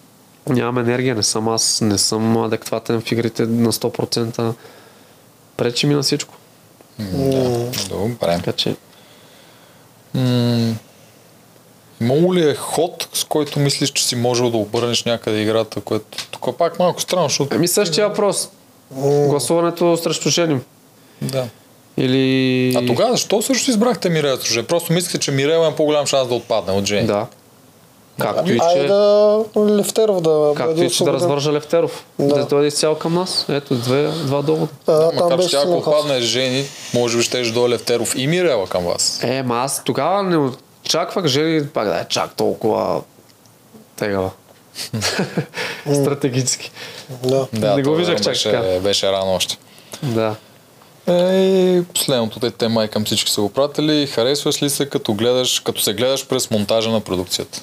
Нямам енергия, не съм аз, не съм адекватен в игрите на 100%. Пречи ми на всичко. М. Добре. Така че, М- Имало ли е ход, с който мислиш, че си можел да обърнеш някъде играта, което тук е пак малко странно, защото... ами същия въпрос. Гласуването срещу Женим. Да. Или... А тогава защо също избрахте Мирела Служе? Просто мислите, че Мирела има по-голям шанс да отпадне от Жени. Да. Както и Ами, Айде че... да Левтеров да Както и че бъде да освободен. развържа Левтеров. Да, Да. дойде изцяло към нас. Ето, две, два довода. А, да, там Макар, че беше тя, ако силен ход. отпадне Жени, може би ще дойде Левтеров и Мирела към вас. Е, ма аз тогава не очаквах Жени пак да е чак толкова тегава. [laughs] Стратегически. Да. Да, Не го това виждах чак беше, така. беше рано още. Да. Е, последното дете май към всички са го пратили. Харесваш ли се като, гледаш, като се гледаш през монтажа на продукцията?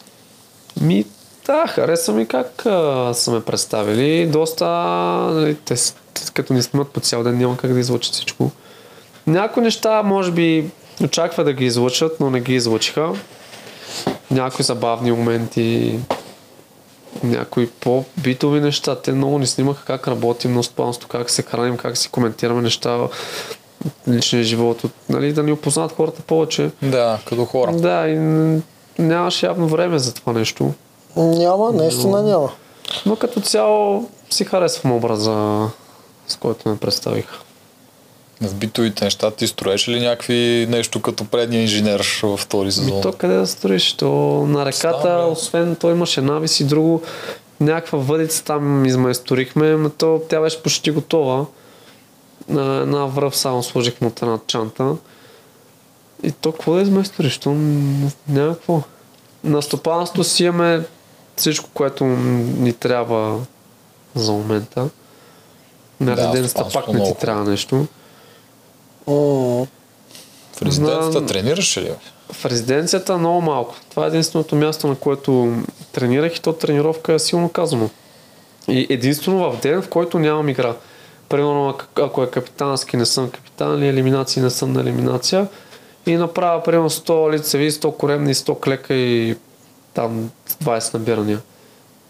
Ми, да, хареса ми как а, са ме представили. Доста, нали, те, с- т- като ни снимат по цял ден, няма как да излучат всичко. Някои неща, може би, очаква да ги излучат, но не ги излучиха. Някои забавни моменти, някои по-битови неща. Те много ни снимаха как работим на стопанство, как се храним, как си коментираме неща от личния живот. От, нали, да ни опознат хората повече. Да, като хора. Да, и н- нямаше явно време за това нещо. Няма, наистина няма. Но като цяло си харесвам образа, с който ме представиха. В битовите неща ти строеш ли някакви нещо като предния инженер във втори сезон? Ми то къде да строиш? То на реката, Знам, бе. освен той имаше навис и друго, някаква въдица там измайсторихме, но то, тя беше почти готова. На една връв само сложихме от една чанта. И то какво да измайсториш? То м, няма какво. На стопанството си имаме всичко, което м, ни трябва за момента. На Да, резиденцията стопанство пак не много. ти трябва нещо. М, В резиденцията Знам. тренираш ли? бе? В резиденцията много малко. Това е единственото място, на което тренирах и то тренировка е силно казано. И единствено в ден, в който нямам игра. Примерно, ак- ако е капитански, не съм капитан, или елиминации, не съм на елиминация. И направя примерно 100 лицеви, 100 коремни, 100 клека и там 20 набирания.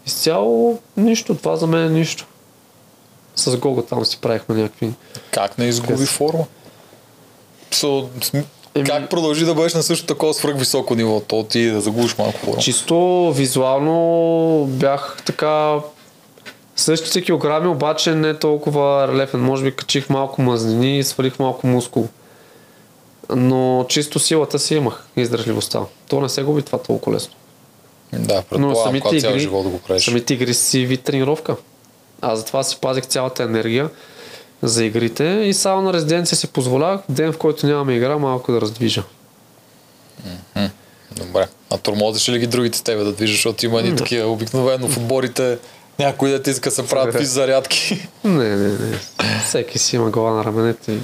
Изцяло нищо, това за мен е нищо. С Гого там си правихме някакви. Как не изгуби Къс. форма? So, см- Еми- Как продължи да бъдеш на също такова свръхвисоко ниво? То ти е да загубиш малко форма. Чисто визуално бях така същите килограми, обаче не толкова релефен. Може би качих малко мазнини и свалих малко мускул. Но чисто силата си имах и издържливостта. То не се губи това толкова лесно. Да, Но предполагам, самите когато цял игри, живот да го правиш. самите игри си вид тренировка. Аз затова си пазих цялата енергия за игрите и само на резиденция си позволях ден, в който нямаме игра, малко да раздвижа. Добре. А тормозиш ли ги другите с тебе да движиш, защото има едни такива обикновено в отборите някои да ти иска да се правят физ зарядки. Не, не, не. Всеки си има глава на раменете и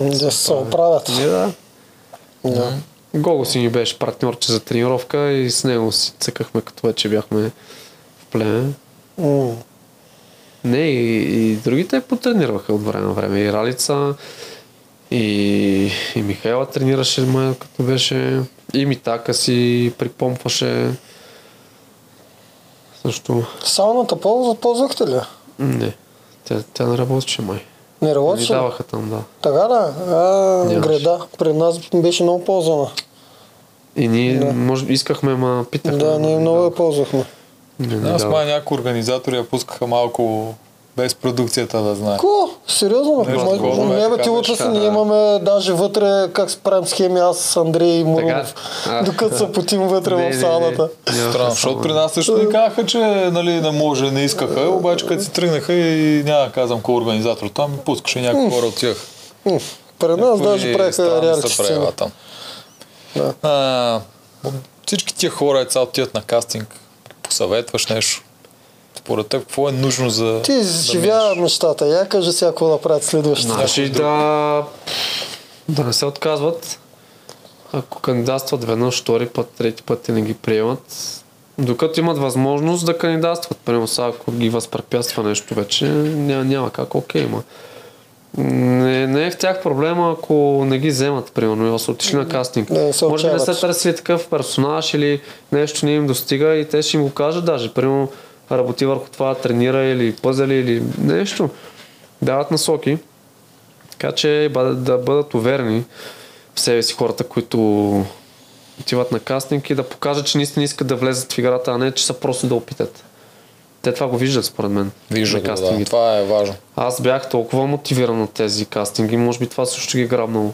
Да се оправят. Ми да. Да. Гого си ни беше партньорче за тренировка и с него си цъкахме, като вече бяхме в племе. М. Не, и, и другите потренираха от време на време. И Ралица, и, и Михайла тренираше ме, като беше. И Митака си припомпваше. Също. Сауната ползва, ползвахте ли? Не. Тя, тя не работеше май. Не Не ни работи. даваха там, да. Така да, а, Нямаше. града при нас беше много ползвана. И ние Да. може, искахме, ма питахме. Да, ама ние не много я даваха. ползвахме. Не, не Аз даваха. май някои организатори я пускаха малко без продукцията да знае. Ко? Сериозно? Нещо Мой, такова, не, е, бе, така ти беше, утре си, да. ние имаме даже вътре как си правим схеми аз с Андрей и Мурунов. а. Докато се потим вътре в сауната. Нямаха Странно, Защото сауна. при нас също ни казаха, че нали, не може, не искаха, обаче като си тръгнаха и няма да казвам кой организатор там, пускаше някакви хора от тях. М, При нас даже правиха реалити сцени. там. Да. А, всички тия хора, цял отиват на кастинг, посъветваш нещо. Според теб, какво е нужно за... Ти живя нещата. Я кажа сега какво да правят следващите. Значи да, да не се отказват. Ако кандидатстват веднъж, втори път, трети път и не ги приемат, докато имат възможност да кандидатстват. Примерно сега, ако ги възпрепятства нещо вече, няма, няма как, окей, ма. Не, не е в тях проблема, ако не ги вземат, примерно, и са отишли на кастинг. Да, не се Може би не отчаяват. са търсили такъв персонаж или нещо не им достига и те ще им го кажат даже. Примерно, работи върху това, тренира или пъзели или нещо. Дават насоки. Така че ба- да бъдат уверени в себе си хората, които отиват на кастинг и да покажат, че наистина искат да влезат в играта, а не че са просто да опитат. Те това го виждат според мен. Вижда на го, да. кастингите. Това е важно. Аз бях толкова мотивиран от тези кастинги, може би това също ги е грабнало.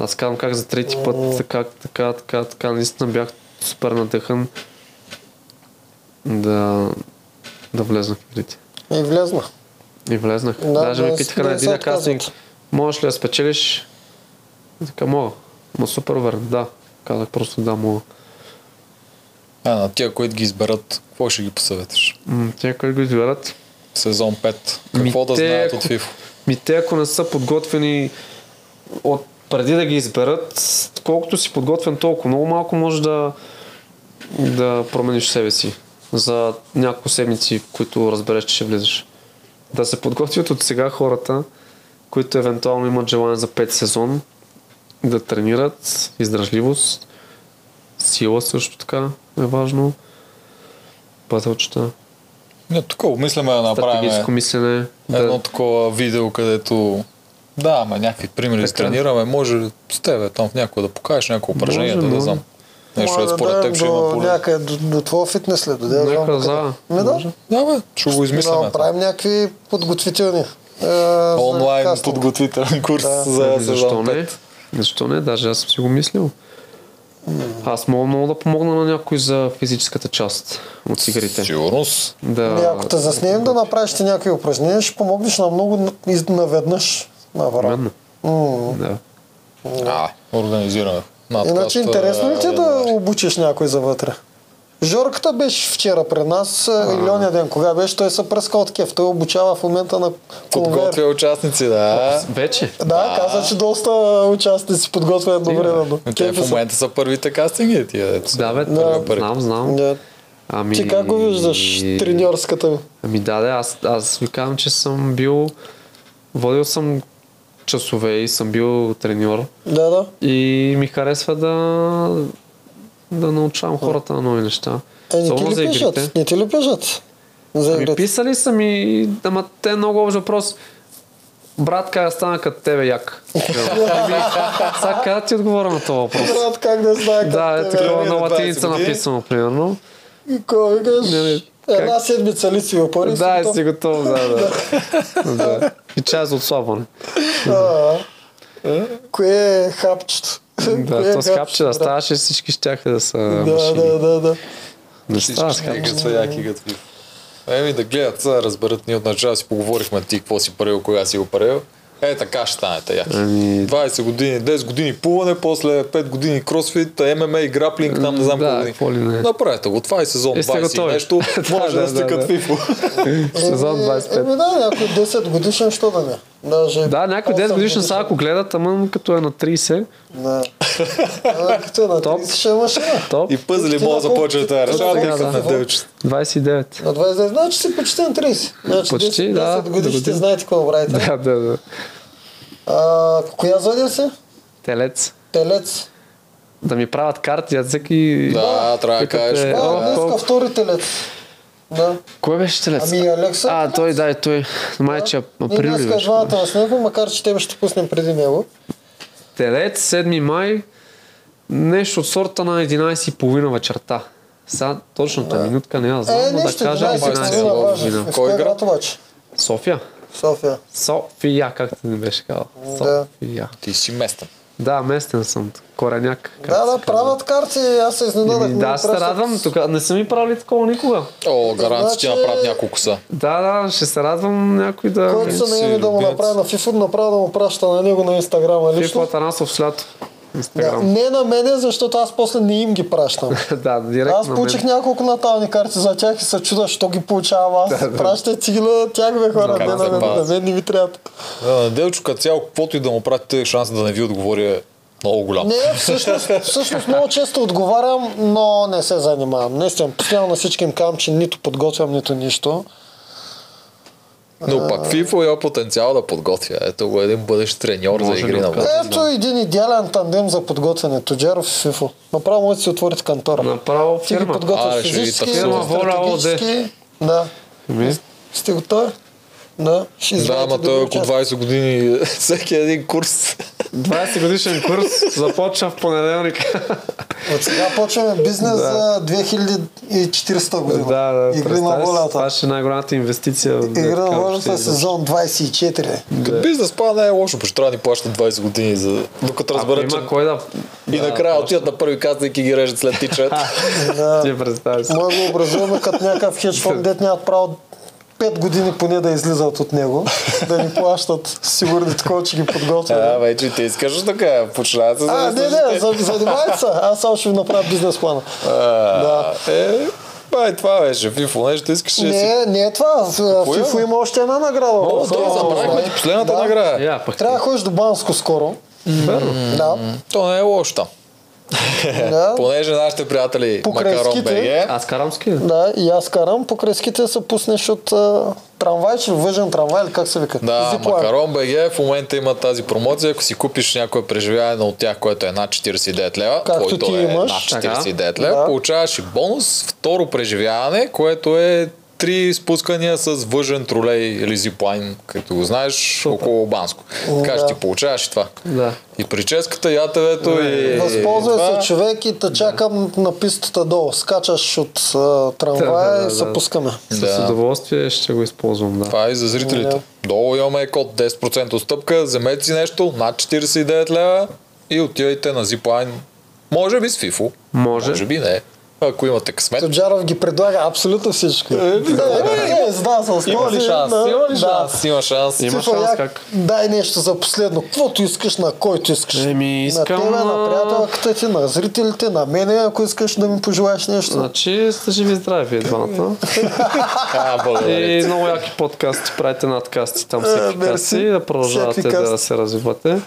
Аз казвам как за трети път, така, така, така, така, наистина бях супер надъхан да, да влезна в игрите. И влезна. И влезнах. Да, Даже да, ме питаха да на не се един отказват. кастинг, можеш ли да спечелиш? И Така мога. Ма супер уверен, да. Казах просто да мога. А, на тия, които ги изберат, какво ще ги посъветваш? М, Те, които го изберат, Сезон 5. Какво Ми да те, знаят ако- от FIFA? Ми те, ако не са подготвени от преди да ги изберат, колкото си подготвен толкова много малко може да, да промениш себе си за няколко седмици, в които разбереш, че ще влизаш. Да се подготвят от сега хората, които евентуално имат желание за 5 сезон, да тренират, издръжливост, сила също така е важно, пътълчета, Не, тук обмисляме да направим стратегическо мислене. едно Да, такова видео, където да, ама някакви примери да Така. тренираме, може ли с тебе там в някое да покажеш някакво упражнение, Може, да, да може. знам. Нещо е Може да според теб дадем ще до има поле. Някъде до, до твоя фитнес ли? Да, да, Нека знам за. къде. Ми да. Да, бе, ще го измисляме. Да, правим някакви подготвителни. е, за Онлайн кастинг. подготвителен курс Да. за Ами, сезон защо 5. не? Защо не? Даже аз съм си го мислил. Аз мога много да помогна на някой за физическата част от игрите. Сигурност. Ние, Да, Ами, ако те заснем да направиш ти някакви упражнения, ще помогнеш на много на- из- наведнъж на вара. именно. Mm. Да. А, организираме. е, Надкаст, Иначе интересно ли ти е а, да обучиш някой за вътре? Жорката беше вчера при нас, а или оня ден, кога беше, той се пръска от кеф. Той обучава в момента на Подготвя конвер. участници, да. Вече? Да, каза, че доста участници подготвя едновременно. Но те в момента са първите кастинги, тия дето са. Да, бе, Да. да. знам, знам. Да. Ами... Ти как го виждаш, треньорската ми? Ами да, да, аз, аз ви казвам, че съм бил... Водил съм часове и съм бил треньор. Да, да. И ми харесва да, да научавам хората на нови неща. Е, не Особено ти за ли пишат? игрите. Не ти ли пишат? За Ами игрите. писали са ми, ама те е много общ въпрос. Брат, как да стана като тебе як? Ами, Сега как да ти отговоря на този въпрос? Брат, как да знае Да, е как те, такова бе? на 20 латиница години. написано, примерно. Кой викаш? Не, не, Една седмица ли си опори? Да, е и си готов, да, да. да. И чай за отслабване. Кое е хапчето? Кое Да, е то с капче да брат? ставаше, всички щяха да са Да, машини. да, да, да. Не става с Всички капче. играт са яки гатви. Еми да гледат, са, разберат, ние от начало си поговорихме ти какво си правил, кога си го правил. Е, така ще станете яки. Ами- 20 години, 10 години плуване, после 5 години кросфит, ММА, и граплинг, там не знам Да, колко какво ли години. не. Направете го, това е сезон И сте 20 и готови. нещо, [laughs] Да, може да, да сте да, като да. фифо. Сезон Еми, 25. Еми да, някой 10 годишен, що да не. Даже Да, някой 10 8 годишен са, ако гледат, ама като е на 30, Да. А, Като е на Топ. 30 ще е машина. топ, И пъзли Ти мога да на колко- започва да ти на решава колко да си на на девчета. 29. На 29, значи си почти на 30. Значи Почти, 10, да, 10 годишните догодина. знаете какво правите. [laughs] Да, да, да. А, коя зодия си? Телец. Телец. Да ми правят карти, ядзък и... Да, трябва да Викате, кажеш. Е, А, о, днес колко- втори телец. Да. Кой беше телец? Ами Алекса. А, той, да, и той. Май, че Ние април ли днес беше? двамата на него, макар че тебе ще пуснем преди него. Телец, 7 май, нещо от сорта на 11.30 вечерта. Сега точната минутка не я знам, Е, но да нещо, кажа е да, пак да, сте 11.30. на да, Ловджина. В Кой кой град? град обаче? София. София. София, както не беше казал. Да. София. Ти си местен. Да, местен съм. Кореняк. как Да, се да, казва. правят карти, аз се изненадах. Еми, много Да, аз се просто. радвам. Тук не са ми правили такова никога. О, гаранция, че Значи- направят няколко са. Да, да, ще се радвам някой да... Който се наеми да му любят. направи на FIFA, направо да му праща на него на Инстаграма Фифо лично. Атанасов слято. Да, Инстаграм. [laughs] не на мене, защото аз после не им ги пращам. Да, директно Аз на получих мен. няколко натални карти за тях и се чуда, що ги получавам аз. Пращайте ги на тях, бе хора, Да, не на мен, да. на мен не ми трябват. Да, на Делчо Е, като цяло, каквото и да му пратите, шанса да не ви отговори е много голям. Не, всъщност, всъщност много често отговарям, но не се занимавам. Наистина, постоянно на всички им казвам, че нито подготвям, нито нищо. Но пак FIFA има потенциал да подготвя. Ето го един бъдещ треньор за Може игри ли на откъде? мъже. Ето един идеален тандем за подготвяне. Тоджеров и Фифо. Направо може да си отворите кантора. Направо Ти ги фирма. Аре, подготвяш ще ви физически, таксувам. Фирма, воля, стратегически. Да. Ми, Сте готови? Да. Ще Да, извадите ама добри той е около участници. 20 години [laughs] всеки един курс. 20 годишен курс започва в понеделник. От сега почваме бизнес за 2400 година. да, да, Игри на представяш си, волята. Това ще е най-голямата инвестиция. в Игри на така, волята е въобще. сезон 24. Като бизнес план не е лошо, защото трябва да ни плащат 20 години, за... докато Ако разберат, че... има кой да... И накрая отиват на първи кастинг и ги режат след [laughs] тичет. Да. Ти представиш. Може да го образуваме като някакъв хедж фонд, дет нямат право 5 години поне да излизат от него, да ни плащат сигурно такова, че ги А, подготвят. вече и те изкажеш така, починават се А, не, не, за- занимавайте се. Аз само ще ви направя бизнес плана. Да. Е, бай, това беше. Фифо, нещо искаш ли да си... Не, не е това. Фифо има още една награда. О, О, забравихме ти последната е. Да. награда. Я, Е, пък Трябва да ходиш до Банско скоро. Да. То не е лошо там. да. Понеже нашите приятели Покрай Макарон ските. БГ, аз карам ски. Да, и аз карам. По креските се пуснеш от а, трамвай, ще въжен трамвай, или как се вика? Да, Zipline. Макарон БГ в момента има тази промоция. Ако си купиш някое преживяване от тях, което е над 49 лева, Както който ти е имаш. над Така. 49 лева, Да. получаваш и бонус. Второ преживяване, което е три спускания с въжен тролей или зиплайн, като го знаеш, около Банско. Така ще ти получаваш и това. Да. И прическата, ятевето и... Възползвай това. се човек и те чакам на пистата долу. Скачаш от а, Да, да, трамвая да, и се да. пускаме. С Да. удоволствие ще го използвам, да. Това е и за зрителите. Долу имаме код 10% отстъпка, вземете си нещо над 49 лева и отивайте на Zipline. Може би с FIFO. Може. Може би не. Ако имате късмет. Тоджаров ги предлага абсолютно всичко. Да, е, да, с Има ли този, шанс? да, Има ли да. шанс? Има шанс. Има Цифър, шанс як- как? Дай нещо за последно. Каквото искаш, на който искаш. Еми, на Е, искам... тебе, на а, приятелката ти, на зрителите, на мене, ако искаш да ми пожелаеш нещо. Значи сте живи и здрави вие двамата. Е, А, благодаря. И много яки подкасти, правите надкасти там Е, всеки мерси. каст и да продължавате Всеки каст. да се развивате.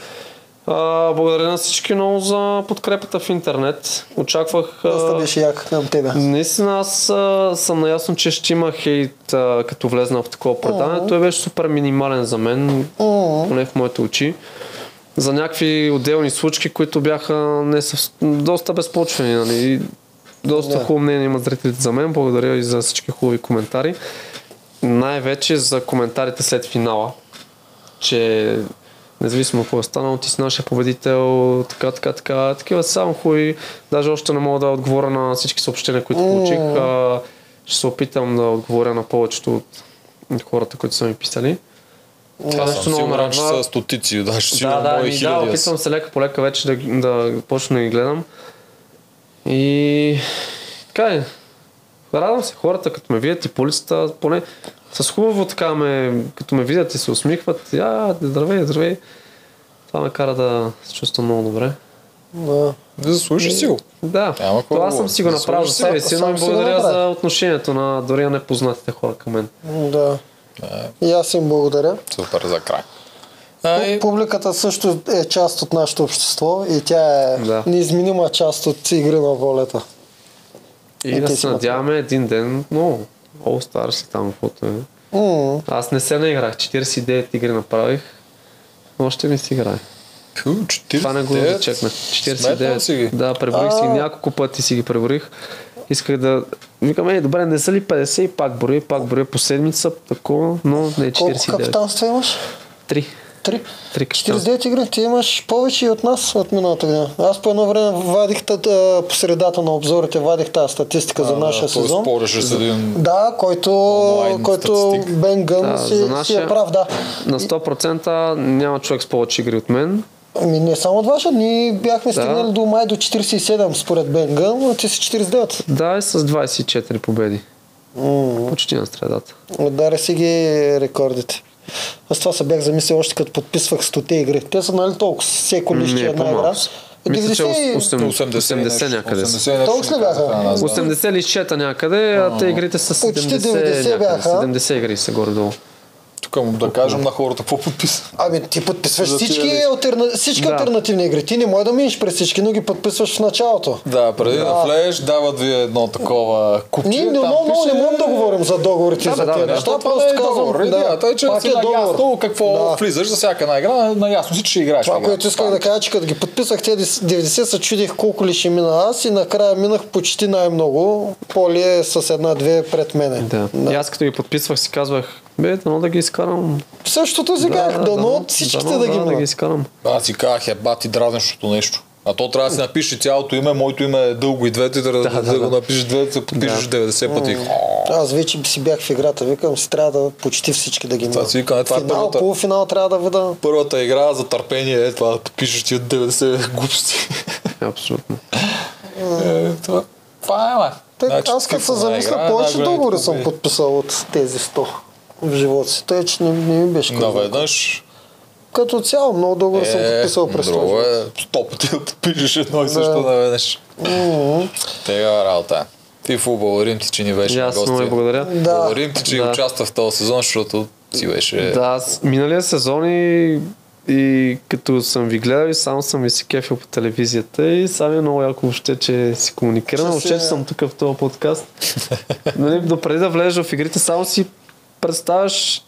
А, благодаря на всички много за подкрепата в интернет. Очаквах... а, Аз беше як към тебе. Наистина аз а, съм наясно, че ще има хейт, а, като влезна в такова предаване. Той беше супер минимален за мен, поне в моите очи. За някакви отделни случки, които бяха не съв... доста безпочвени. Нали? И Доста хубаво мнение имат зрителите за мен. Благодаря и за всички хубави коментари. Най-вече за коментарите след финала. Че независимо какво е станало, ти си нашия победител, така, така, така. Такива са само хубави. Даже още не мога да отговоря на всички съобщения, които получих. А, ще се опитам да отговоря на повечето от от хората, които са ми писали. Това съм Нещо много ме сигурен, че радва. са стотици, даже Да, сигурно да, мои ми, да, хиляди. опитвам се лека по лека вече да, ги- да почна да ги гледам. И така е. Радвам се хората, като ме видят и по улицата, поне с хубаво така ме, като ме видят и се усмихват. Я, здравей, здравей. Това ме кара да се чувствам много добре. Да. Да, заслужи си го. Да, Няма какво това да съм си го говорим. направил за Заслужи си себе си, го. но им Сам си го благодаря направи. за отношението на дори на непознатите хора към мен. да. И аз им благодаря. Супер за край. А, и... Публиката също е част от нашето общество и тя е Да. неизменима част от игри на волята. И Е, да те се си надяваме един ден, но All Stars и там, каквото е. М, Аз не се наиграх, 49 игри направих. но Още не си играе. Пю, 49. Това не го зачекнах. Сметнал си ги? 49. Да, преборих си ги няколко пъти си ги преборих. Исках да... Викам, е, добре, не са ли 50 и пак броя, и пак броя по седмица, такова, но не е Колко 49. капитанства имаш? Три. Три. Три капитанства. 49 игри. Ти имаш повече и от нас от миналата година. Аз по едно време вадих тата, по средата на обзорите, вадих тази статистика за нашия е Той сезон. спореше с един... Да, който, Онлайн който статистика. Бен Гън Да, си, за си е нашия- прав, да. На 100% няма човек с повече игри от мен. Ами не само от ваша, ние бяхме стигнали до май до 47 според Бен Гън, а ти си 49. Да, и с 24 победи. Почти на средата. Даря си ги рекордите. Аз това се бях замислил още като подписвах 100 игри. Те са нали толкова, всеко лище Не, е една игра. по-малко. са. Мисля, че 90... 8- 80, 80 нещо, някъде са. 80 нещо Толкова ли бяха? така, аз знам. 80 лищета някъде, а те игрите са 70 Почти 90 някъде. бяха. 70 игри са горе-долу. Тук му да кажем на хората какво подписа. Ами ти подписваш За тия всички, листа. алтерна... всички Да. альтернативни игри. Ти не може да минеш през всички, но ги подписваш в началото. Да, преди да влезеш, дават ви едно такова купче. Ние там много, много не пише- можем да говорим за договорите Да, за да, тези да, неща. да, това просто не е казвам, договор. да, Идеята е, че пак си е договор. наясно какво Да. влизаш за всяка една игра, наясно си, че играеш. Това, в играта. което исках да кажа, че като ги подписах те 90, се чудих колко ли ще мина аз и накрая минах почти най-много. Поли е с една-две пред мене. Да. И аз като ги подписвах си казвах, бе, дано да ги изкарам. Същото си казах, дано от всичките да, ги да, да ги минат. изкарам. Аз си казах, е бати дразнещото нещо. А то трябва да си напише цялото име, моето име е дълго и двете, да, да, да, да, го да. напишеш двете, се подпишеш 90 пъти. Аз вече си бях в играта, викам си трябва да почти всички да ги Това минат. си викам, е, това е Финал, първата. полуфинал трябва да вида. Първата игра за търпение е това, да подпишеш ти от 90 глупости. Абсолютно. [laughs] Е, това, това е, ма. Те, Значи, аз като се цифрова замисля, игра, е- повече най-големите договори съм победи. подписал от тези 100 в живота си. Тъй, че не, не ми беше кой знае. Наведнъж Като цяло много договори е Е, съм подписал през това. друго е сто пъти да подпишеш едно и също Да. наведнъж. Тега работа. е. Ти фу, благодарим ти, че ни беше И на Е, аз много ви гости. благодаря. Да. Благодарим ти, че Да. участва в този сезон, защото си беше... Е. Да, аз миналия сезон и, и като съм ви гледал и само съм ви си кефил по телевизията и сега ми е много яко въобще, че си комуникирам, Че въобще, се- че съм тук в този подкаст. нали, допреди да влезеш в игрите, само си представяш,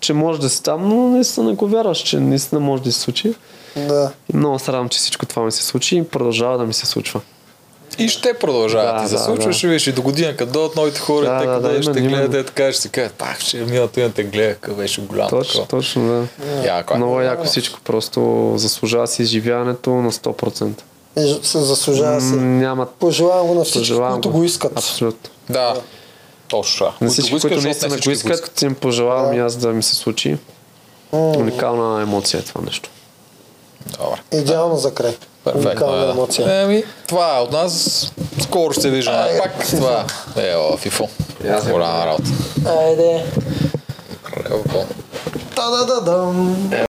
че може да си там, но наистина не го вярваш, че наистина може да се случи. Да. И много се радвам, че всичко това ми се случи и продължава да ми се случва. И ще продължава. Да, ти се да, случва, да. ще видиш и до година, като дойдат новите хора, Да, те да, като да, дойдат, ще именно, гледат, именно. те така ще си кажат, пак ще миналата година те гледах, къде беше голям. Точно, такова». точно, да. Яко е. Много е яко всичко, просто заслужава си изживяването на 100%. И е, се заслужава М, си. Няма Пожелавам го на всички, Пожелавам които го. го искат. Абсолютно. Да, точно. това. На Които всички, го искат, които защото не наистина всички го искат, им пожелавам и аз да ми се случи. Уникална емоция е това нещо. Добре. Идеално за край. Перфектно е, Уникална емоция. да. Еми, това е от нас. Скоро ще се виждаме. Ай, Пак това. Ева, фифо. Голяма работа. Айде. Ева, по. Та-да-да-дам.